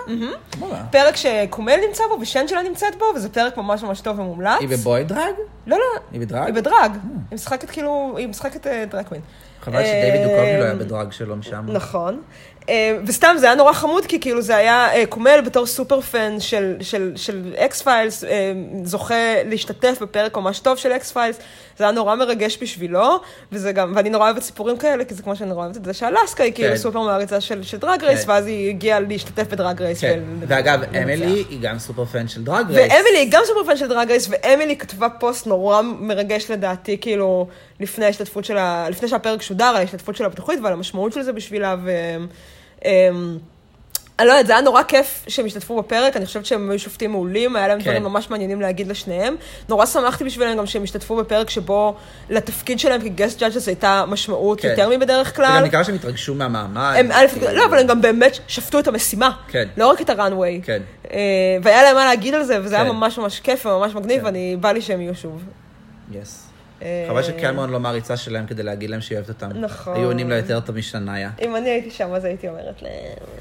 וואלה.
פרק שקומל נמצא בו ושנג'לה נמצאת בו, וזה פרק ממש ממש טוב ומומלץ.
היא בבוי דרג?
לא, לא.
היא בדרג?
היא בדרג. היא משחקת כאילו, היא משחקת אה, דרקווין.
חבל שדייוויד
אה,
דוקובני לא היה בדרג שלו משם.
נכון. אה, וסתם, זה היה נורא חמוד, כי כאילו זה היה אה, קומל בתור סופר פן של, של, של אקס פיילס, אה, זוכה להשתתף בפרק ממש טוב של אקס פיילס, זה היה נורא מרגש בשבילו, וזה גם, ואני נורא אוהבת סיפורים כאלה, כי זה כמו שאני נורא אוהבת את זה שאלסקה היא
כן.
כאילו סופר מעריצה של, של דרג רייס,
כן.
ואז היא הגיעה להשתתף בדרג רייס.
כן,
ול-
ואגב,
לנצח.
אמילי היא גם סופר פן של דרג רייס.
ואמילי היא גם סופר פן של דרג רייס, ואמילי כתבה פוסט נורא מרגש לדעתי, כאילו, לפני ההשתתפות שלה, לפני שהפרק שודר, על ההשתתפות שלה בתוכנית ועל המשמעות של זה בשבילה, ו... אמ, אני לא יודעת, זה היה נורא כיף שהם השתתפו בפרק, אני חושבת שהם היו שופטים מעולים, היה להם
כן.
דברים ממש מעניינים להגיד לשניהם. נורא שמחתי בשבילם גם שהם השתתפו בפרק שבו לתפקיד שלהם כגסט ג'אדג'ס הייתה משמעות
כן.
יותר מבדרך
זה
כלל.
גם ניכר שהם התרגשו מהמעמד.
הם, א',
כאילו.
לא, אבל הם גם באמת שפטו את המשימה.
כן.
לא רק את הראנוויי.
כן.
אה, והיה להם מה להגיד על זה, וזה
כן.
היה ממש ממש כיף וממש מגניב, ואני, בא לי שהם יהיו שוב.
יס.
אה,
חבל שקמרון לא מעריצה שלהם כדי להגיד להם שהיא אוהבת אותם.
נכון.
היו עונים לה יותר טוב משניה.
אם אני הייתי שם, אז הייתי אומרת להם...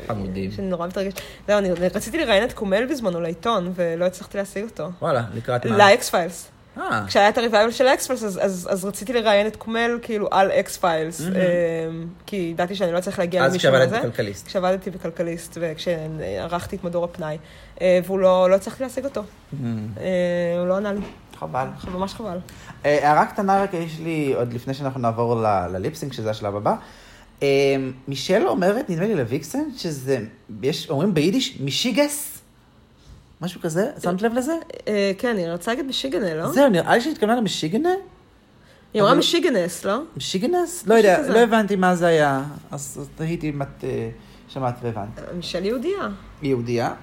חמודים.
שאני נורא מתרגשת. זהו, אני אני רציתי לראיין את קומל בזמנו לעיתון, ולא הצלחתי להשיג אותו.
וואלה, לקראת מה?
לאקס פיילס.
אה,
כשהיה את הריבייבל של אקס פיילס, אז, אז, אז רציתי לראיין את קומל כאילו על אקס פיילס, כי ידעתי שאני לא צריך להגיע
אז
למישהו
כשעבדת
כזה.
בכלכליסט.
כשעבדתי בכלכליסט, וכשערכתי את מדור הפנאי, אה, והוא לא, לא הצלחתי להשיג אותו. אה, הוא לא ענה לי,
חבל.
ח- ממש חבל.
אה, הערה קטנה רק יש לי, עוד לפני שאנחנו נעבור ל- לליפסינג, שזה השלב הבא. אה, מישל אומרת, נדמה לי לוויקסן, שזה, יש, אומרים ביידיש, משיגס? משהו כזה? שמת לב לזה?
אה, כן, היא רצה להגיד בשיגנה, לא?
זהו, נראה לי שהתכוונה למישיגנה?
היא אמרה
אבל-
משיגנס, לא?
משיגנס? לא יודע,
כזה.
לא הבנתי מה זה היה. אז אז תהיתי אם את אה, שמעת והבנת.
מישל יהודייה.
היא יהודייה?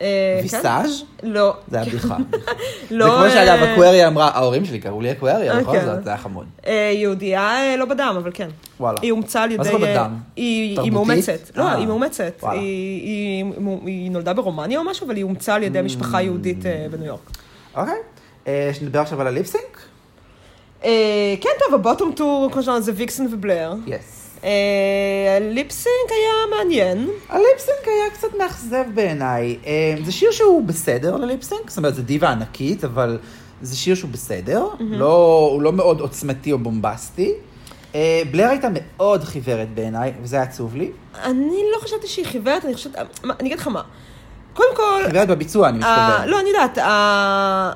אה, כן?
ויסאז'?
לא.
זה
[laughs]
היה בדיחה. זה
לא,
כמו שאגב,
אה,
אקוויריה אמרה, ההורים שלי קראו לי אקוויריה,
אה,
בכל
כן.
זאת, זה היה חמוד.
אה, יהודייה אה, לא בדם, אבל כן.
וואלה.
היא אומצה על ידי...
מה זה לא
אה,
בדם?
היא היא
תרבותית?
מאומצת. לא,
אה.
היא מאומצת.
וואלה.
היא- היא היא נולדה ברומניה או משהו, אבל היא אומצה על ידי משפחה יהודית אה, בניו יורק.
אוקיי, אה, שנדבר עכשיו על הליפסינק?
אה, כן, טוב, הבוטום טור, כמו שאמרנו, זה ויקסן ובלר.
יס.
אה, הליפסינק היה מעניין.
הליפסינק היה קצת מאכזב בעיניי. אה, זה שיר שהוא בסדר לליפסינק, זאת אומרת, זה דיבה ענקית, אבל זה שיר שהוא בסדר. לא- הוא לא מאוד עוצמתי או בומבסטי. אה, בלר הייתה מאוד חיוורת בעיניי, וזה היה עצוב לי.
אני לא חשבתי שהיא חיוורת, אני חושבת... מה, אני אגיד לך מה. קודם כל...
חיוורת בביצוע, אני
אה,
מתכוון.
לא, אני יודעת, אה,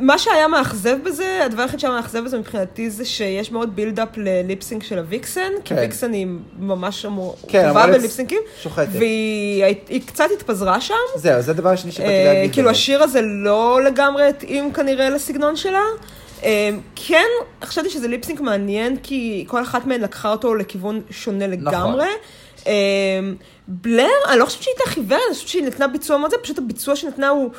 מה שהיה מאכזב בזה, הדבר היחיד שהיה מאכזב בזה מבחינתי זה שיש מאוד בילדאפ לליפסינג של הוויקסן, כי
כן.
ויקסן היא ממש אמור...
כן,
טובה
אמורה להיות
בליפסינגים,
שוחטת.
והיא היית- היא קצת התפזרה שם.
זהו, זה הדבר השני שבאתי
אה,
להגיד.
כאילו
באמת.
השיר הזה לא לגמרי התאים כנראה לסגנון שלה. אה, כן, חשבתי שזה ליפסינק מעניין, כי כל אחת מהן לקחה אותו לכיוון שונה
נכון.
לגמרי. אה, בלר, אני לא חושבת שהיא הייתה חיוורת, אני חושבת שהיא נתנה ביצוע מאוד זה, פשוט הביצוע שנתנה הוא...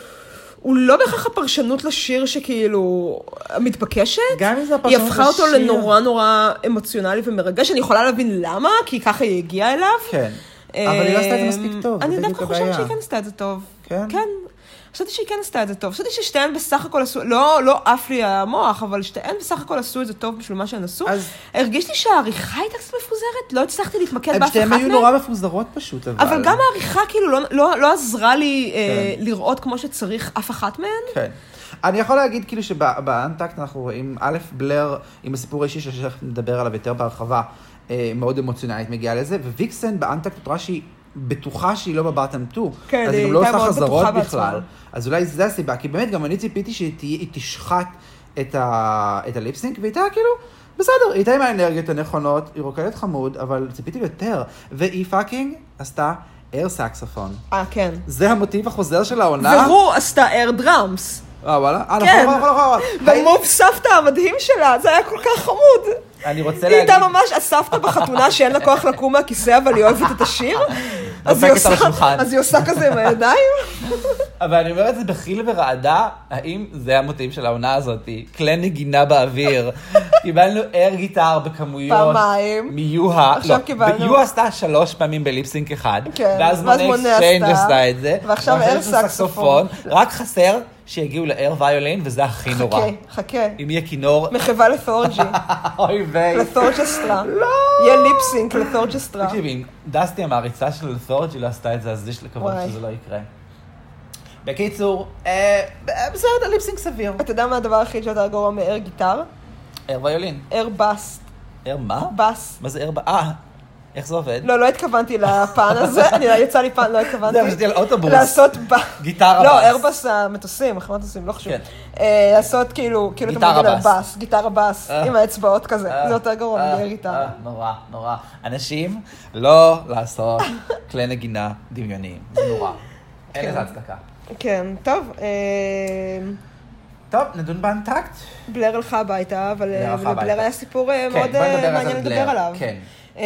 הוא לא בהכרח הפרשנות לשיר שכאילו מתבקשת.
גם אם זה
היא
הפרשנות
הפכה אותו
לשיר.
לנורא נורא אמוציונלי ומרגש, אני יכולה להבין למה, כי ככה היא הגיעה אליו.
כן. אבל היא לא עשתה את זה מספיק
אמ,
טוב, זה
אני
בדיוק
דווקא
הבעיה.
חושבת שהיא כן עשתה את זה טוב.
כן?
כן. חשבתי שהיא כן עשתה את זה טוב. חשבתי ששתיהן בסך הכל עשו, לא, לא עף לי המוח, אבל שתיהן בסך הכל עשו את זה טוב בשביל מה שהן עשו.
אז-
הרגיש לי שהעריכה הייתה קצת מפוזרת, לא הצלחתי להתמקד
הם
באף אחת
שתיהן היו
מהן.
נורא אה. מפוזרות פשוט, אבל.
אבל גם העריכה כאילו לא, לא, לא עזרה לי אה, לראות כמו שצריך אף אחת מהן.
כן. אני יכול להגיד כאילו שבאנטקט אנחנו רואים, א', בלר, עם הסיפור האישי שתכף נדבר עליו יותר בהרחבה, אה, מאוד אמוציונלית מגיעה לזה, וויקסן באנטקט נותרה שהיא בטוחה שהיא לא בבטם 2.
כן,
אז היא גם
היא
לא
הייתה
עושה
מאוד
חזרות
בטוחה בעצמה.
בכלל. אז אולי זה הסיבה, כי באמת גם אני ציפיתי שהיא תהיה- היא תשחט את, ה, את הליפסינק, והיא הייתה כאילו, בסדר, היא הייתה עם האנרגיות הנכונות, היא רוקדת חמוד, אבל ציפיתי יותר, והיא פאקינג עשתה אייר סקסופון.
אה, כן.
זה המוטיב החוזר של העונה.
והוא עשתה אייר דראמס.
אה, וואלה? אה,
כן.
נכון, נכון, נכון, נכון.
במוב סבתא המדהים שלה, זה היה כל כך חמוד.
אני רוצה
היא הייתה
להגיד...
ממש הסבתא בחתונה שאין לה כוח לקום מהכיסא, אבל היא אוהבת את השיר. אז היא
דופקת על
עושה-
השולחן.
אז היא עושה כזה עם הידיים.
אבל אני אומר את זה בחיל ורעדה, האם זה המוטיב של העונה הזאת? כלי נגינה
[laughs]
באוויר. קיבלנו אר גיטר בכמויות.
פעמיים.
מיוהה.
עכשיו
לא,
קיבלנו-
יוהה עשתה שלוש פעמים בליפסינק אחד.
כן,
ואז
ואז
מונה
מונה
אקסצ'יינג
עשתה,
עשתה את זה.
ועכשיו
ועכשיו
אר
יש לנו
סקסופון.
רק חסר שיגיעו לאר ויולין, וזה הכי נורא.
חכה, חכה.
אם יהיה
[laughs]
כינור, [laughs]
מחווה לתורג'י,
אוי ויי.
לתורג'סטרה. לא! יהיה ליפסינק לתורג'סטרה.
תקשיבי, אם דסטי המעריצה של תורג'י לא עשתה את זה, אז יש לקוות
וואי.
שזה לא יקרה. בקיצור, אה, בסדר, ליפסינק סביר.
אתה יודע מה הדבר היחיד שיותר גרוע מאר גיטר?
אר ויולין.
אר בס.
אר מה?
בס.
מה זה אר... ב- אה, איך זה עובד?
לא, לא
[laughs]
התכוונתי לפן הזה, אני יצא לי פן, לא התכוונתי.
זה, חשבתי על אוטובוס.
לעשות ב...
גיטרה
לא,
בס.
איירבס המטוסים, אחרי המטוסים, לא חשוב.
כן.
אה, לעשות כאילו, כאילו אתה
גיטרה
מבין על
בס.
בס, גיטרה בס,
אה.
עם האצבעות כזה,
אה,
זה יותר גרוע
אה,
מגיל גיטרה.
אה, נורא, נורא. אנשים, לא לעשות כלי נגינה דמיוניים. זה נורא. אין לזה הצדקה.
כן, טוב, אה,
טוב, נדון באנטקט.
בלר הלכה הביתה, אבל
בלר
אה,
הלכה
לבלר
הביתה.
היה סיפור אה,
כן,
מאוד
בואי
אה,
נדבר אז
מעניין
על
לדבר
בלר,
עליו.
כן.
אה,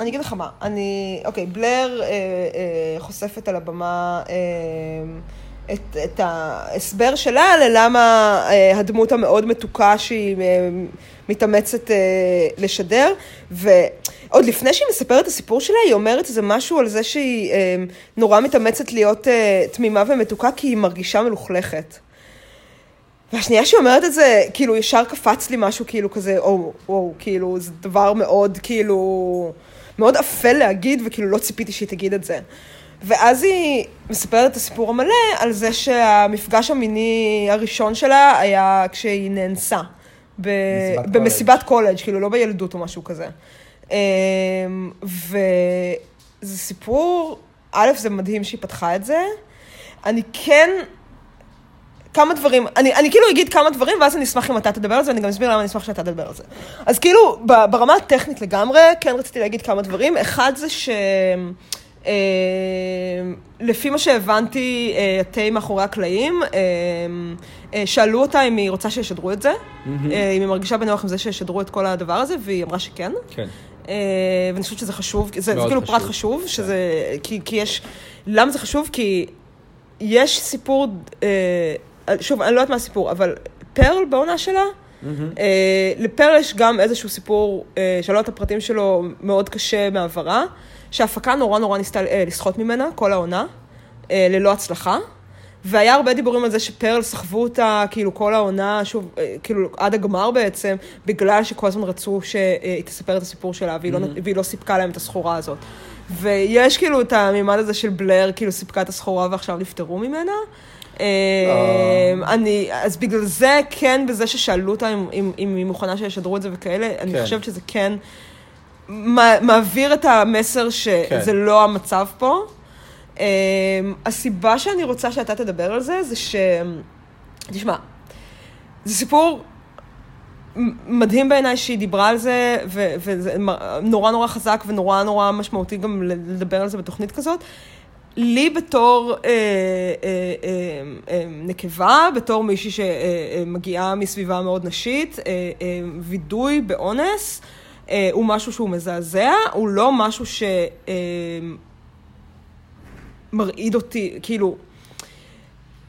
אני אגיד לך מה, אני, אוקיי, בלר אה, אה, חושפת על הבמה אה, את, את ההסבר שלה ללמה אה, הדמות המאוד מתוקה שהיא אה, מתאמצת אה, לשדר, ועוד לפני שהיא מספרת את הסיפור שלה, היא אומרת איזה משהו על זה שהיא אה, נורא מתאמצת להיות אה, תמימה ומתוקה, כי היא מרגישה מלוכלכת. והשנייה שהיא אומרת את זה, כאילו, ישר קפץ לי משהו, כאילו, כזה, או, וואו, כאילו, זה דבר מאוד, כאילו, מאוד אפל להגיד, וכאילו, לא ציפיתי שהיא תגיד את זה. ואז היא מספרת את הסיפור המלא על זה שהמפגש המיני הראשון שלה היה כשהיא נאנסה. ב-
מסיבת קולג'.
במסיבת קולג', כאילו, לא בילדות או משהו כזה. אמ, וזה סיפור, א', זה מדהים שהיא פתחה את זה. אני כן כמה דברים, אני, אני כאילו אגיד כמה דברים, ואז אני אשמח אם אתה תדבר על זה, ואני גם אסביר למה אני אשמח שאתה תדבר על זה. אז כאילו, ב- ברמה הטכנית לגמרי, כן רציתי להגיד כמה דברים. אחד זה ש... אה, לפי מה שהבנתי, אה, תה מאחורי הקלעים, אה, אה, שאלו אותה אם היא רוצה שישדרו את זה, אה, אם היא מרגישה בנוח עם זה שישדרו את כל הדבר הזה, והיא אמרה שכן.
כן.
אה, ואני חושבת שזה חשוב, כי זה, זה
מאוד
כאילו
חשוב. כן.
פרט חשוב, שזה, כי, כי יש, למה זה חשוב? כי יש סיפור, אה, שוב, אני לא יודעת מה הסיפור, אבל פרל בעונה שלה, אה, לפרל יש גם איזשהו סיפור, אה, שאני לא יודעת את הפרטים שלו, מאוד קשה מעברה, שההפקה נורא נורא ניסתה אה, לסחוט ממנה כל העונה, אה, ללא הצלחה. והיה הרבה דיבורים על זה שפרל סחבו אותה, כאילו, כל העונה, שוב, אה, כאילו, עד הגמר בעצם, אה, בגלל שכל הזמן רצו שהיא תספר את הסיפור שלה, והיא, mm-hmm. לא, והיא לא סיפקה להם את הסחורה הזאת. ויש כאילו את המימד הזה של בלר, כאילו סיפקה את הסחורה ועכשיו נפטרו ממנה. אה, אני, אז בגלל זה, כן, בזה ששאלו אותה אם- אם אם היא מוכנה שישדרו את זה וכאלה, אני
כן.
חושבת שזה כן מע- מעביר את המסר שזה
כן.
לא המצב פה. אה, הסיבה שאני רוצה שאתה תדבר על זה, זה ש... תשמע, זה סיפור מ- מדהים בעיניי שהיא דיברה על זה, ו- וזה מ- נורא נורא חזק ונורא נורא משמעותי גם ל- לדבר על זה בתוכנית כזאת. לי בתור אה, אה, אה, אה, נקבה, בתור מישהי שמגיעה מסביבה מאוד נשית, אה, אה, וידוי באונס אה, הוא משהו שהוא מזעזע, הוא לא משהו אה, שמרעיד אותי, כאילו,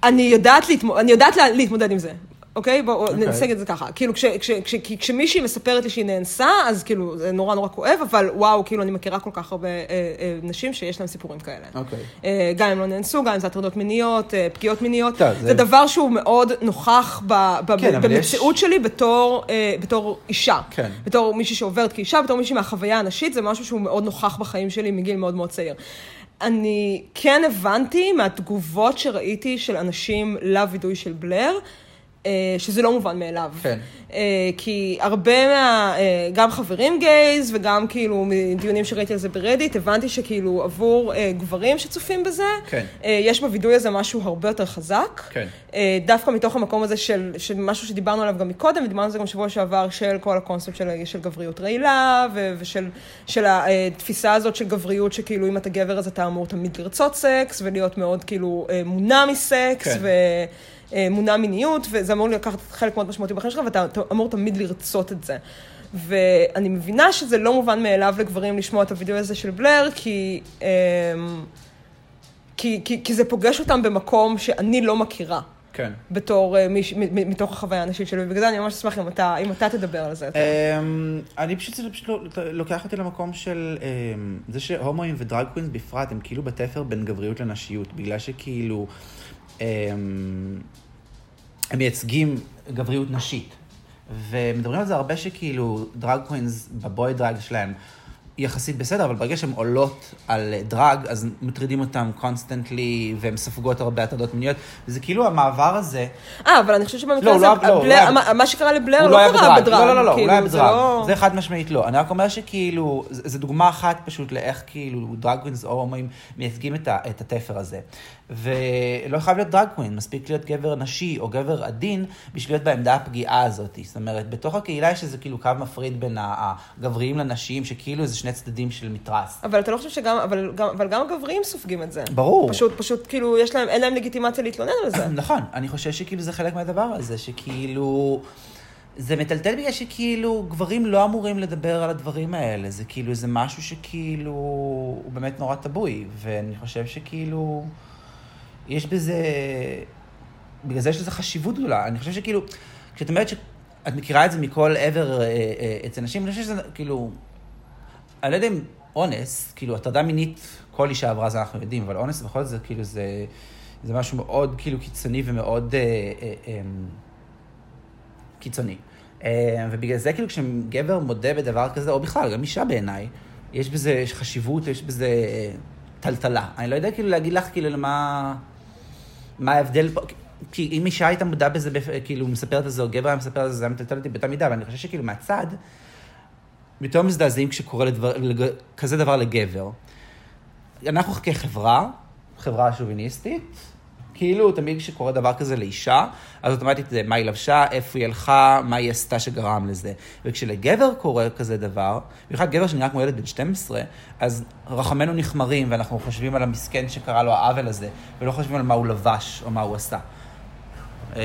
אני יודעת, להתמ... אני יודעת לה... להתמודד עם זה, אוקיי? בואו okay.
אוקיי.
ננסג את זה ככה. כאילו, כש... כש... כש... כי כשמישהי מספרת לי שהיא נאנסה, אז כאילו, זה נורא נורא כואב, אבל וואו, כאילו, אני מכירה כל כך הרבה אה, אה, נשים שיש להן סיפורים כאלה.
אוקיי.
אה, גם אם לא נאנסו, גם אם זה הטרדות מיניות, אה, פגיעות מיניות.
טוב,
זה...
זה-
זה דבר שהוא מאוד נוכח ב... ב...
כן, אבל
במציאות שלי בתור, אה, בתור אישה.
כן.
בתור מישהי שעוברת כאישה, בתור מישהי מהחוויה הנשית, זה משהו שהוא מאוד נוכח בחיים שלי מגיל מאוד מאוד צעיר. אני כן הבנתי מהתגובות שראיתי של אנשים לווידוי של בלר, אה, שזה לא מובן מאליו.
כן.
אה, כי הרבה מה... אה, גם חברים גייז וגם כאילו מדיונים שראיתי על זה ברדיט, הבנתי שכאילו עבור אה, גברים שצופים בזה,
כן.
אה, יש בווידוי הזה משהו הרבה יותר חזק.
כן.
אה, דווקא מתוך המקום הזה של, של משהו שדיברנו עליו גם מקודם, ודיברנו על זה גם שבוע שעבר, של כל הקונספט של, של גבריות רעילה, ו, ושל של התפיסה הזאת של גבריות, שכאילו אם אתה גבר אז אתה אמור תמיד לרצות סקס, ולהיות מאוד כאילו אה, מונע מסקס,
כן.
ו... אה, מונע מיניות, וזה אמור לקחת חלק מאוד משמעותי בחיים שלך, ואתה ת- אמור תמיד לרצות את זה. ואני מבינה שזה לא מובן מאליו לגברים לשמוע את הווידאו הזה של בלר, כי... אמ, כי, כי, כי זה פוגש אותם במקום שאני לא מכירה,
כן.
בתור, אה, מיש, מ, מ, מתוך החוויה הנשית שלי, ובגלל זה אני ממש אשמח אם אתה, אם אתה תדבר על זה. אתה.
אמ, אני פשוט, זה פשוט לא- לוקח אותי למקום של אמ, זה שהומואים ודרג קווינס בפרט הם כאילו בתפר בין גבריות לנשיות, בגלל שכאילו אמ, הם מייצגים גבריות נשית. ומדברים על זה הרבה שכאילו דרג קווינס בבוי דרג שלהם יחסית בסדר, אבל ברגע שהן עולות על דרג, אז מטרידים אותם קונסטנטלי, והן ספגות הרבה הטרדות מיניות. זה כאילו המעבר הזה,
אה, אבל אני חושבת שבמקרה
לא, הוא
הזה,
לא היה- לא, הוא
הבלר-
היה-
מה- מה שקרה לבלר
הוא
לא
היה
קרה בדרג.
לא, לא, לא, הוא
כאילו,
לא היה
זה
בדרג.
לא-
זה חד משמעית לא. אני רק אומר שכאילו, ז- זו דוגמה אחת פשוט לאיך כאילו דרג קווינס או הומואים מייצגים את, ה- את התפר הזה. ולא חייב להיות דרג קווין, מספיק להיות גבר נשי או גבר עדין בשביל להיות בעמדה הפגיעה הזאת. זאת אומרת, בתוך הקהילה יש איזה כאילו קו מפריד בין ה- הגבריים לנשיים, שכאילו זה שני צדדים של מתרס.
אבל אתה לא חושב שגם, אבל גם, אבל גם הגברים סופגים את זה.
ברור.
פשוט, פשוט, כאילו, יש להם, אין להם לגיטימציה להתלונן על זה.
נכון, אני חושב שכאילו זה חלק מהדבר הזה, שכאילו... זה מטלטל בגלל שכאילו גברים לא אמורים לדבר על הדברים האלה, זה כאילו, זה משהו שכאילו הוא באמת נורא טבוי, ואני חושב שכאילו, יש בזה, בגלל זה יש לזה חשיבות גדולה, אני חושב שכאילו, כשאת אומרת שאת מכירה את זה מכל עבר אה, אה, אצל נשים, אני חושב שזה כאילו, אני לא יודע אם אונס, כאילו, הטרדה מינית, כל אישה עברה זה אנחנו יודעים, אבל אונס בכל זאת, זה כאילו, זה, זה משהו מאוד, כאילו, קיצוני ומאוד אה, אה, אה, קיצוני. אה, ובגלל זה, כאילו, כשגבר מודה בדבר כזה, או בכלל, גם אישה בעיניי, יש בזה חשיבות, יש בזה אה, טלטלה. אני לא יודע, כאילו, להגיד לך, כאילו, למה... מה ההבדל פה? כי אם אישה הייתה מודה בזה, בפ- כאילו, מספרת על זה, או גבר היה מספר על זה, זה היה מטלטל אותי באותה מידה, אבל אני חושב שכאילו, מהצד, יותר מזדעזעים כשקורה לדבר, לג, כזה דבר לגבר. אנחנו כחברה, חברה שוביניסטית, כאילו תמיד כשקורה דבר כזה לאישה, אז אוטומטית זה מה היא לבשה, איפה היא הלכה, מה היא עשתה שגרם לזה. וכשלגבר קורה כזה דבר, במיוחד גבר שנראה כמו ילד בן 12, אז רחמינו נכמרים ואנחנו חושבים על המסכן שקרה לו העוול הזה, ולא חושבים על מה הוא לבש או מה הוא עשה. אמ,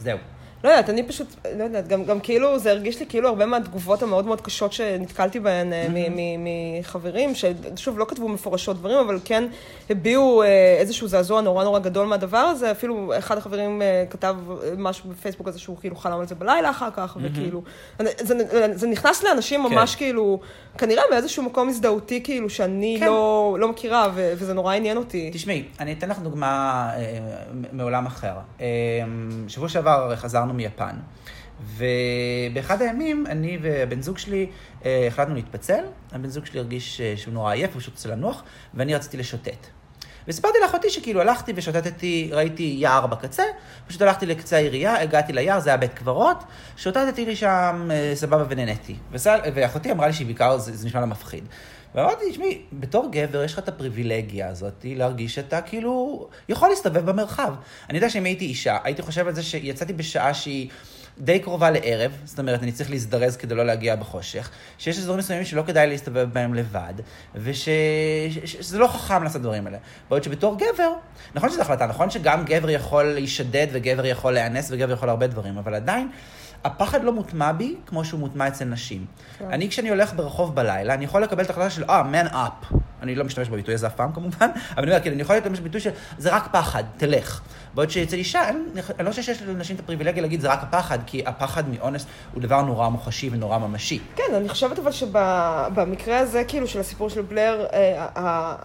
זהו.
לא יודעת, אני פשוט, לא יודעת, גם, גם כאילו, זה הרגיש לי כאילו הרבה מהתגובות המאוד מאוד קשות שנתקלתי בהן אה, מ- מ- מחברים, ששוב, לא כתבו מפורשות דברים, אבל כן הביעו אה, איזשהו זעזוע נורא נורא גדול מהדבר הזה. אפילו אחד החברים אה, כתב אה, משהו בפייסבוק הזה שהוא כאילו חלם על זה בלילה אחר כך, וכאילו, זה, זה, זה נכנס לאנשים ממש כאילו, כנראה מאיזשהו מקום הזדהותי כאילו, שאני
כן.
לא, לא מכירה, ו- וזה נורא עניין אותי.
תשמעי, אני אתן לך אמ, דוגמה אה, מ- מעולם אחר. אה, שבוע שעבר הרי חזרנו מיפן, ובאחד הימים, אני והבן זוג שלי אה, החלטנו להתפצל. הבן זוג שלי הרגיש אה, שהוא נורא עייף, הוא פשוט רוצה לנוח, ואני רציתי לשוטט. וסיפרתי לאחותי שכאילו הלכתי ושוטטתי, ראיתי יער בקצה, פשוט הלכתי לקצה העירייה, הגעתי ליער, זה היה בית קברות, שוטטתי לי שם אה, סבבה ונהניתי. וסל- ואחותי אמרה לי שהיא בעיקר, זה, זה נשמע לה מפחיד. ואמרתי, תשמעי, בתור גבר יש לך את הפריבילגיה הזאת להרגיש שאתה כאילו יכול להסתובב במרחב. אני יודע שאם הייתי אישה, הייתי חושב על זה שיצאתי בשעה שהיא... די קרובה לערב, זאת אומרת, אני צריך להזדרז כדי לא להגיע בחושך, שיש אזורים מסוימים שלא כדאי להסתובב בהם לבד, ושזה לא חכם לעשות דברים האלה. בעוד שבתור גבר, נכון שזו החלטה, נכון שגם גבר יכול להישדד, וגבר יכול להיאנס, וגבר יכול הרבה דברים, אבל עדיין, הפחד לא מוטמע בי כמו שהוא מוטמע אצל נשים.
כן.
אני, כשאני הולך ברחוב בלילה, אני יכול לקבל את ההחלטה של, אה, man up. אני לא משתמש בביטוי הזה אף פעם, כמובן, [laughs] אבל אני אומר, כאילו, אני יכול להשתמש בביטוי של, זה רק פחד, תלך. בעוד שאצל אישה, אין- אני לא חושב שיש לנשים את הפריבילגיה להגיד, זה רק הפחד, כי הפחד מאונס הוא דבר נורא מוחשי ונורא ממשי.
כן, אני חושבת אבל שבמקרה הזה, כאילו, של הסיפור של בלר, אה, ה- ה-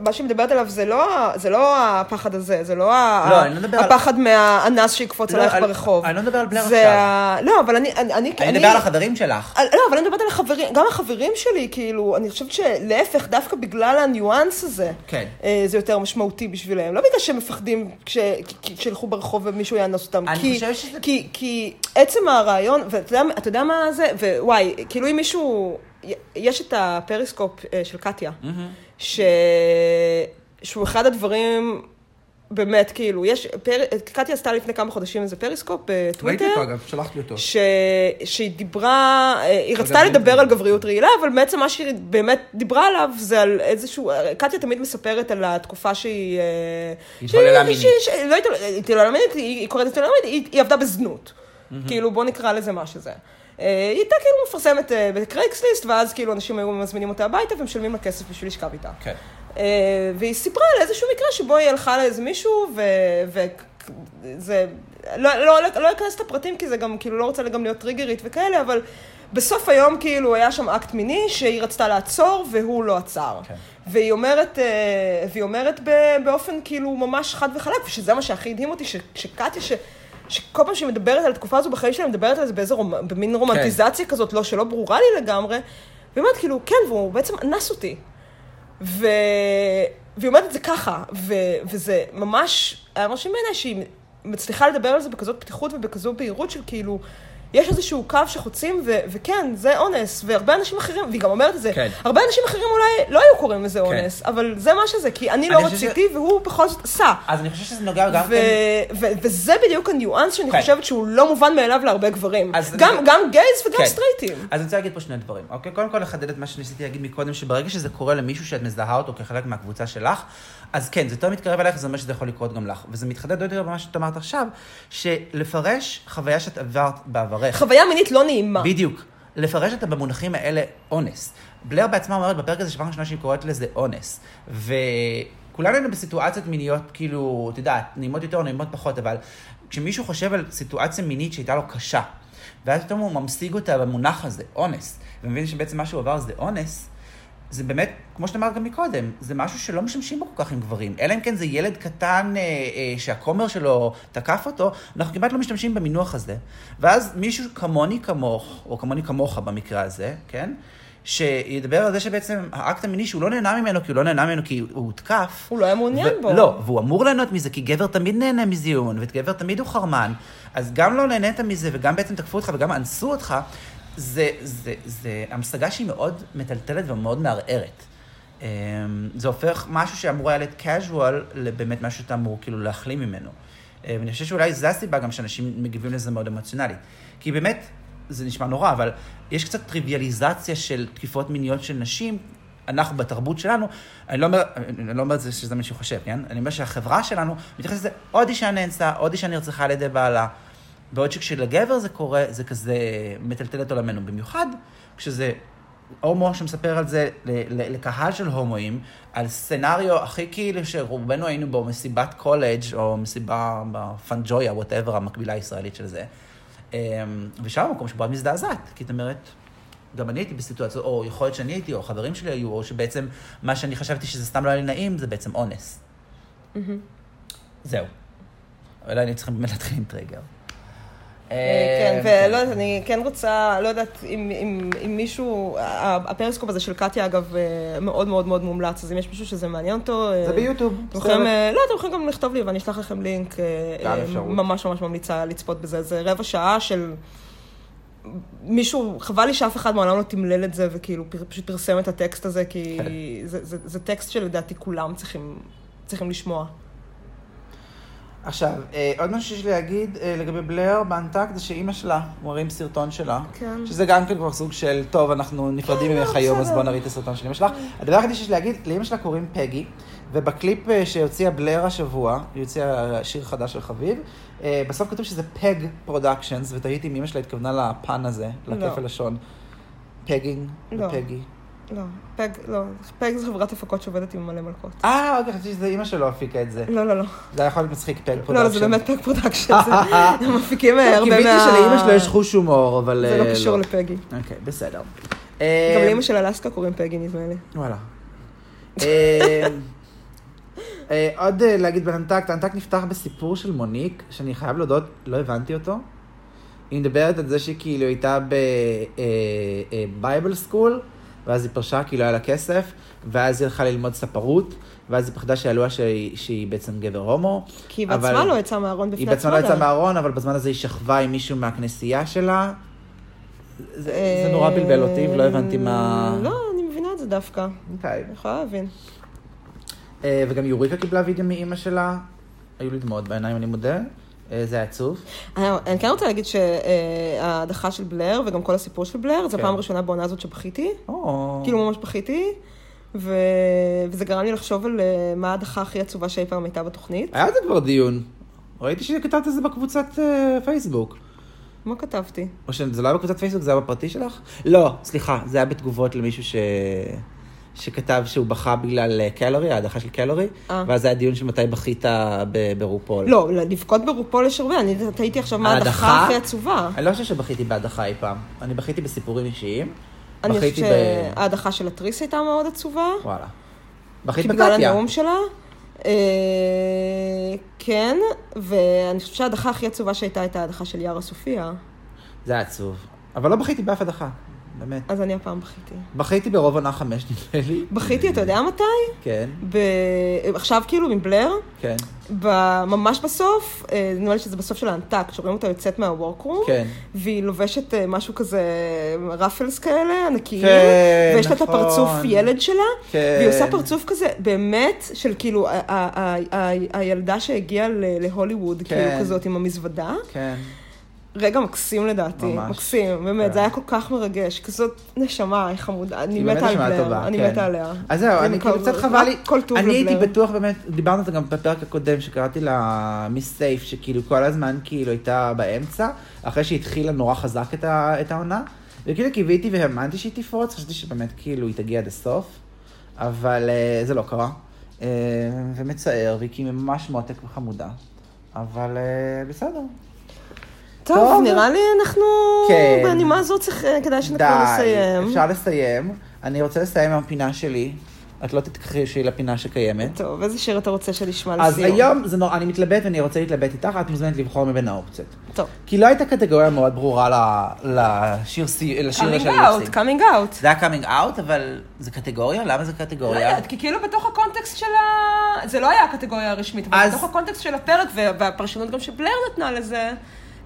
מה שהיא מדברת עליו זה לא, ה- זה לא הפחד הזה, זה לא, ה-
לא, אני לא מדבר על-
הפחד מהאנס שיקפוץ
לא,
עלייך
אני-
ברחוב.
אני לא מדבר על בלר
זה
עכשיו.
ה- לא, אבל אני... אני, אני,
אני מדבר על החברים שלך.
על- לא, אבל אני מדברת על החברים, גם החברים שלי, כאילו, אני חושבת שלהפך, דווקא בגלל הניואנס הזה,
כן.
אה, זה יותר משמעותי בשבילם. לא בגלל שהם מפחדים כש- כ- כ- שילכו ברחוב ומישהו יאנס אותם.
אני
כי-
חושבת שזה-
כי- כי עצם הרעיון, ואתה יודע- אתה יודע מה זה, ווואי, כאילו אם מישהו, י- יש את הפריסקופ אה, של קטיה, ש- שהוא אחד הדברים... באמת, כאילו, יש, פר... קטיה עשתה לפני כמה חודשים איזה פריסקופ אה, בטוויטר.
אגב, שלחתי אותו.
ש... שהיא דיברה, אה, היא רצתה
גבריות
לדבר
רעילה.
על גבריות רעילה, אבל בעצם מה שהיא באמת דיברה עליו זה על איזשהו, קטיה תמיד מספרת על התקופה שהיא... אה,
התעללה
שהיא-
מינית.
שהיא- שהיא- לא התעללה- התעללה מינית, היא היא קוראת התעללה מינית, היא- היא עבדה בזנות. כאילו, בוא נקרא לזה מה שזה. אה, היא הייתה כאילו מפרסמת אה, בקרייקסליסט, ואז כאילו אנשים היו מזמינים אותה הביתה ומשלמים לה כסף בשביל לשכב איתה.
כן.
אה, והיא סיפרה על איזשהו מקרה שבו היא הלכה לאיזה מישהו, וזה... לא, לא, לא, לא אכנס לפרטים, כי זה גם, כאילו, לא רוצה גם להיות טריגרית וכאלה, אבל בסוף היום, כאילו, היה שם אקט מיני שהיא רצתה לעצור, והוא לא עצר.
כן.
והיא אומרת, אה, והיא אומרת ב, באופן, כאילו, ממש חד וחלק, ושזה מה שהכי הדהים אותי, ש- שקטיה, ש... שכל פעם שהיא מדברת על התקופה הזו בחיים שלה, היא מדברת על זה באיזה רומ... במין רומנטיזציה כן. כזאת, לא, שלא ברורה לי לגמרי. והיא אומרת, כאילו, כן, והוא בעצם אנס אותי. ו... והיא אומרת את זה ככה, ו... וזה ממש היה מרשים בעיניי שהיא מצליחה לדבר על זה בכזאת פתיחות ובכזו בהירות של כאילו, יש איזשהו קו שחוצים, ו... וכן, זה אונס, והרבה אנשים אחרים, והיא גם אומרת את זה,
כן.
הרבה אנשים אחרים אולי לא היו קוראים לזה אונס, אבל זה מה שזה, כי אני לא
אני חושב
רציתי והוא בכל זאת עשה.
אז אני חושב שזה נוגע גם
ו-
כן...
ו- וזה בדיוק הניואנס שאני
כן.
חושבת שהוא לא מובן מאליו להרבה גברים.
אז-
גם גם גייז וגם
כן.
סטרייטים.
אז אני רוצה להגיד פה שני דברים, אוקיי? קודם כל לחדד את מה שניסיתי להגיד מקודם, שברגע שזה קורה למישהו שאת מזהה אותו כחלק מהקבוצה שלך, אז כן, זה יותר מתקרב אלייך, זה אומר שזה יכול לקרות גם לך. וזה מתחדד עוד יותר במה שאת אמרת עכשיו, שלפרש חוויה שאת עברת בעברך.
חוויה מינית לא נעימה.
בדיוק. לפרש אותה במונחים האלה אונס. בלר בעצמה אומרת בפרק הזה שפעם ראשונה שהיא קוראת לזה אונס. וכולנו היינו בסיטואציות מיניות, כאילו, את יודעת, נעימות יותר, נעימות פחות, אבל כשמישהו חושב על סיטואציה מינית שהייתה לו קשה, ואז פתאום הוא ממשיג אותה במונח הזה, אונס, ומבין שבעצם מה שהוא עבר זה אונס, זה באמת, כמו שאת אמרת גם מקודם, זה משהו שלא משתמשים בו כל כך עם גברים. אלא אם כן זה ילד קטן אה, אה, שהכומר שלו תקף אותו, אנחנו כמעט לא משתמשים במינוח הזה. ואז מישהו כמוני כמוך, או כמוני כמוך במקרה הזה, כן? שידבר על זה שבעצם האקט המיני שהוא לא נהנה ממנו, כי הוא לא נהנה ממנו כי הוא הותקף.
הוא לא היה מעוניין
ו-
בו.
לא, והוא אמור ליהנות מזה, כי גבר תמיד נהנה מזיון, וגבר תמיד הוא חרמן. אז גם לא נהנית מזה, וגם בעצם תקפו אותך, וגם אנסו אותך, זה, זה, זה המשגה שהיא מאוד מטלטלת ומאוד מערערת. אמ, זה הופך משהו שאמור היה להיות casual, לבאמת משהו שאתה אמור כאילו להחלים ממנו. אמ, אני חושב שאולי זו הסיבה גם שאנשים מגיבים לזה מאוד אמוציונלית. כי באמת, זה נשמע נורא, אבל יש קצת טריוויאליזציה של תקיפות מיניות של נשים, אנחנו בתרבות שלנו, אני לא אומר, אני לא אומר את זה שזה מה שהוא חושב, כן? אני אומר שהחברה שלנו מתייחסת לזה, עוד אישה נאנסה, עוד אישה נרצחה על ידי בעלה. בעוד שכשלגבר זה קורה, זה כזה מטלטל את עולמנו. במיוחד כשזה הומו שמספר על זה ל- ל- לקהל של הומואים, על סצנריו הכי כאילו שרובנו היינו בו מסיבת קולג' או מסיבה בפנג'ויה, וואטאבר, המקבילה הישראלית של זה. אמ, ושם המקום שבו את מזדעזעת, כי את אומרת, גם אני הייתי בסיטואציה, או יכול להיות שאני הייתי, או חברים שלי היו, או שבעצם מה שאני חשבתי שזה סתם לא היה לי נעים, זה בעצם אונס.
Mm-hmm.
זהו. אולי אני צריכה באמת להתחיל עם טריגר. אמ,
כן, ולא יודעת, אני כן רוצה, לא יודעת אם- אם אם מישהו, ה- הפריסקופ הזה של קטיה, אגב, אה, מאוד מאוד מאוד מומלץ, אז אם יש מישהו שזה מעניין אותו... אה,
זה ביוטיוב,
אתם
בסדר.
יכולים, אה, לא, אתם יכולים גם לכתוב לי ואני אשלח לכם לינק, אה,
גם
אה,
אפשרות.
ממש ממש ממליצה לצפות בזה, זה רבע שעה של... מישהו, חבל לי שאף אחד מעולם לא תמלל את זה, וכאילו פר- פשוט פרסם את הטקסט הזה, כי
[laughs]
זה- זה זה טקסט שלדעתי כולם צריכים צריכים לשמוע.
עכשיו, אה, עוד משהו שיש לי להגיד אה, לגבי בלר באנטקט זה שאימא שלה, מראים סרטון שלה.
כן. לא,
שזה גם כן כבר סוג של, טוב, אנחנו נפרדים ממך היום, אז בוא נראית את הסרטון של אימא שלך. הדבר היחידי שיש לי להגיד, לאימא שלה קוראים פגי, ובקליפ אה, שהוציאה בלר השבוע, היא הוציאה שיר חדש של חביב, אה, בסוף כתוב שזה פג פרודקשנס, ותהיתי אם אימא שלה התכוונה לפן הזה,
לא.
לכפל לשון. פגינג
לא.
ופגי.
לא, פג, לא, פג זו חברת הפקות שעובדת עם מלא מלכות.
אה, אוקיי, חשבתי שזה אימא שלו הפיקה את זה.
לא, לא, לא.
זה היה יכול להיות מצחיק, פג פרודקשנס.
לא, לא, זה באמת פג פרודקשן. זה-
[laughs]
הם מפיקים אה,
טוב,
הרבה מה...
לא, קיוויתי שלאימא שלו יש חוש הומור, אבל...
זה
אה,
לא קשור לפגי.
אוקיי, בסדר. אה,
גם לאימא של אלסקה קוראים פגי, נדמה לי.
וואלה. אה, אה, עוד אה, להגיד באנטקט, האנטקט נפתח בסיפור של מוניק, שאני חייב להודות, לא הבנתי אותו. היא מדברת על זה שהיא כאילו הייתה בבייבל סקול, ואז היא פרשה כי לא היה לה כסף, ואז היא הלכה ללמוד ספרות, ואז היא פחדה שיעלו לה שהיא שהיא בעצם גבר הומו.
כי היא
אבל-
בעצמה לא יצאה מהארון
היא
בפני
בעצמה
עצמה.
לא יצאה
גם.
מהארון, אבל בזמן הזה היא שכבה עם מישהו מהכנסייה שלה. זה- זה
אה,
זה נורא בלבל אותי, ולא הבנתי מה...
לא, אני מבינה את זה דווקא.
אוקיי.
אני יכולה להבין.
אה, וגם יוריקה קיבלה וידאו מאימא שלה. היו לי דמעות בעיניים, אני מודה. אה, זה היה עצוב.
אה, אני כן רוצה להגיד שההדחה של בלר, וגם כל הסיפור של בלר, זו
כן.
הפעם הראשונה בעונה הזאת שבכיתי.
או.
כאילו ממש בכיתי. ו... וזה גרם לי לחשוב על אה, מה ההדחה הכי עצובה שאי פעם הייתה בתוכנית.
היה על זה כבר דיון. ראיתי שכתבת את זה בקבוצת אה, פייסבוק.
מה כתבתי?
או שזה לא היה בקבוצת פייסבוק, זה היה בפרטי שלך? לא, סליחה, זה היה בתגובות למישהו ש... שכתב שהוא בכה בגלל אה, קלורי, ההדחה של קלורי,
אה.
ואז היה דיון של מתי בכית ב- ברופול.
לא, לבכות ברופול יש הרבה, אני תהיתי עכשיו מה
ההדחה?
ההדחה הכי עצובה.
אני לא חושב שבכיתי בהדחה אי פעם. אני בכיתי בסיפורים אישיים.
אני אה, חושבת
בכיתי ב...
שההדחה של התריס הייתה מאוד עצובה.
וואלה. בכיתי
בגלל
בקטיה.
הנאום שלה. אה, כן, ואני חושבת שההדחה הכי עצובה שהייתה הייתה ההדחה של יארה סופיה,
זה היה עצוב. אבל לא בכיתי באף הדחה. באמת.
אז אני הפעם בכיתי.
בכיתי ברוב עונה חמש, נדמה לי.
בכיתי, אתה יודע מתי?
כן,
ב... עכשיו כאילו מבלר,
כן,
ב- ממש בסוף, אה, נדמה לי שזה בסוף של האנטק, שרואים אותה יוצאת מהוורקרום,
כן.
והיא לובשת אה, משהו כזה, רפלס כאלה, ענקיים,
כן,
ויש לה את
נכון.
הפרצוף ילד שלה,
כן.
והיא עושה פרצוף כזה, באמת, של כאילו, ה- ה- ה- ה- הילדה שהגיעה ל- להוליווד,
כן.
כאילו כזאת עם המזוודה,
כן.
רגע מקסים לדעתי,
ממש.
מקסים,
כן.
באמת, זה היה כל כך מרגש, כזאת נשמה, היא חמודה, אני
באמת
מתה על
נשמעה
בלר,
טובה,
אני
כן.
מתה עליה.
אז זהו, אני
כבר-
כאילו קצת חבל לי,
רק כל טוב לא.
אני הייתי
לבלר.
בטוח באמת, דיברנו על זה גם בפרק הקודם שקראתי לה מיס סייף, שכאילו כל הזמן כאילו הייתה באמצע, אחרי שהתחילה נורא חזק את ה- את העונה, וכאילו קיוויתי והאמנתי שהיא תפרוץ, חשבתי שבאמת כאילו היא תגיע עד הסוף, אבל אה, זה לא קרה, אה, ומצער, והיא כאילו ממש מועתק וחמודה, אבל אה, בסדר. טוב.
טוב, נראה לי אנחנו,
כן.
בנימה הזאת צריך, אה, כדאי שנתחיל
די,
לסיים.
אפשר לסיים. אני רוצה לסיים עם הפינה שלי. את לא תתכחשי לפינה שקיימת.
טוב, איזה שיר אתה רוצה שנשמע לסיום?
אז היום זה נורא, אני מתלבט ואני רוצה להתלבט איתך, את מוזמנת לבחור מבין האופציות.
טוב.
כי לא הייתה קטגוריה מאוד ברורה ל- לשיר סי- לשיר
קאמינג
של
אאוט,
ליפסינג.
קאמינג אאוט.
זה היה קאמינג אאוט, אבל זה קטגוריה? למה זה
לא
קטגוריה?
יודעת, כי כאילו בתוך הקונטקסט של ה... זה לא היה הקטגוריה הרשמית, אבל
אז-
בתוך הקונטקסט של הפרק, וה- והפרשנות גם שבלר נתנה לזה,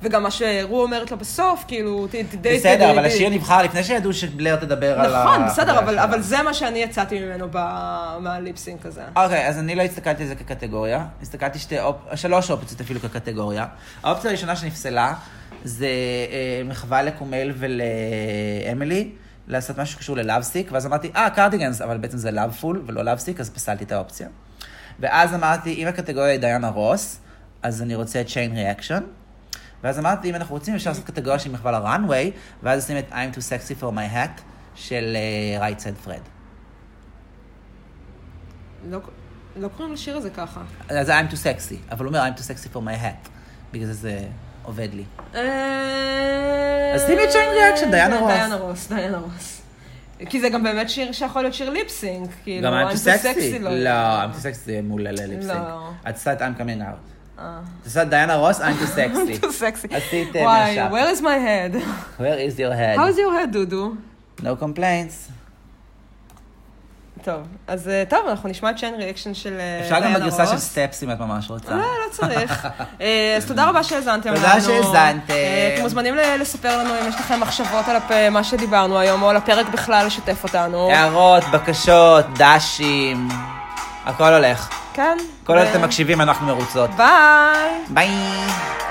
וגם מה שרו אומרת לה בסוף, כאילו, ת- ת- די...
בסדר,
די-
אבל
די-
השיר נבחר לפני שידעו שבלר תדבר על ה...
נכון, בסדר, אבל-
שלה.
אבל זה מה שאני יצאתי ממנו ב- מהליפסינק הזה.
אוקיי, אז אני לא הסתכלתי על זה כקטגוריה, הסתכלתי שתי אופ... שלוש אופציות אפילו כקטגוריה. האופציה הראשונה שנפסלה זה אה, מחווה לקומל ולאמילי, לעשות משהו שקשור ללאבסיק, ואז אמרתי, אה, קרדיגנס, אבל בעצם זה לאבפול ולא לאבסיק, אז פסלתי את האופציה. ואז אמרתי, אם הקטגוריה היא דיאנה רוס, אז אני רוצה את שיין ריאקשן. ואז אמרתי, אם אנחנו רוצים, אפשר לעשות קטגוריה של מחווה לראנוויי, ואז עושים את I'm too sexy for my hat של אה, רייט סד פרד.
לא- לא קוראים לשיר הזה ככה.
אז זה I'm too sexy, אבל הוא אומר I'm too sexy for my hat, בגלל זה זה עובד לי.
אה,
אז שימי את שיין ריאקשן, דיאנה רוס.
דיאנה רוס, דיאנה רוס. כי זה גם באמת שיר שיכול להיות שיר ליפסינק, כאילו,
גם I'm
I'm
too
too
sexy?
sexy
לא, I'm too sexy זה מול
לא. אה.
לליפסינג. את עשתה את I'm coming out. את עושה דיינה רוס, אנטי סקסי.
[laughs] too sexy.
עשית אה,
וואי,
מהשאפ.
where is my head?
Where is your head?
How's your head, דודו?
No complaints.
אה, טוב, אז אה, טוב, אנחנו נשמע את צ'יין ריאקשן של אה,
אפשר גם
דיאנה
בגרסה של
רוס.
סטפס אם את ממש רוצה.
לא, לא
[laughs]
צריך. אה, אז תודה רבה שהאזנתם לנו.
תודה שהאזנתם.
אה, אתם מוזמנים ל- לספר לנו אם יש לכם מחשבות על הפ- מה שדיברנו היום, או על הפרק בכלל, לשתף אותנו.
הערות, בקשות, דשים, הכל הולך.
כן.
כל עוד
ו-
אתם מקשיבים, אנחנו מרוצות.
ביי!
ביי.
אוקיי,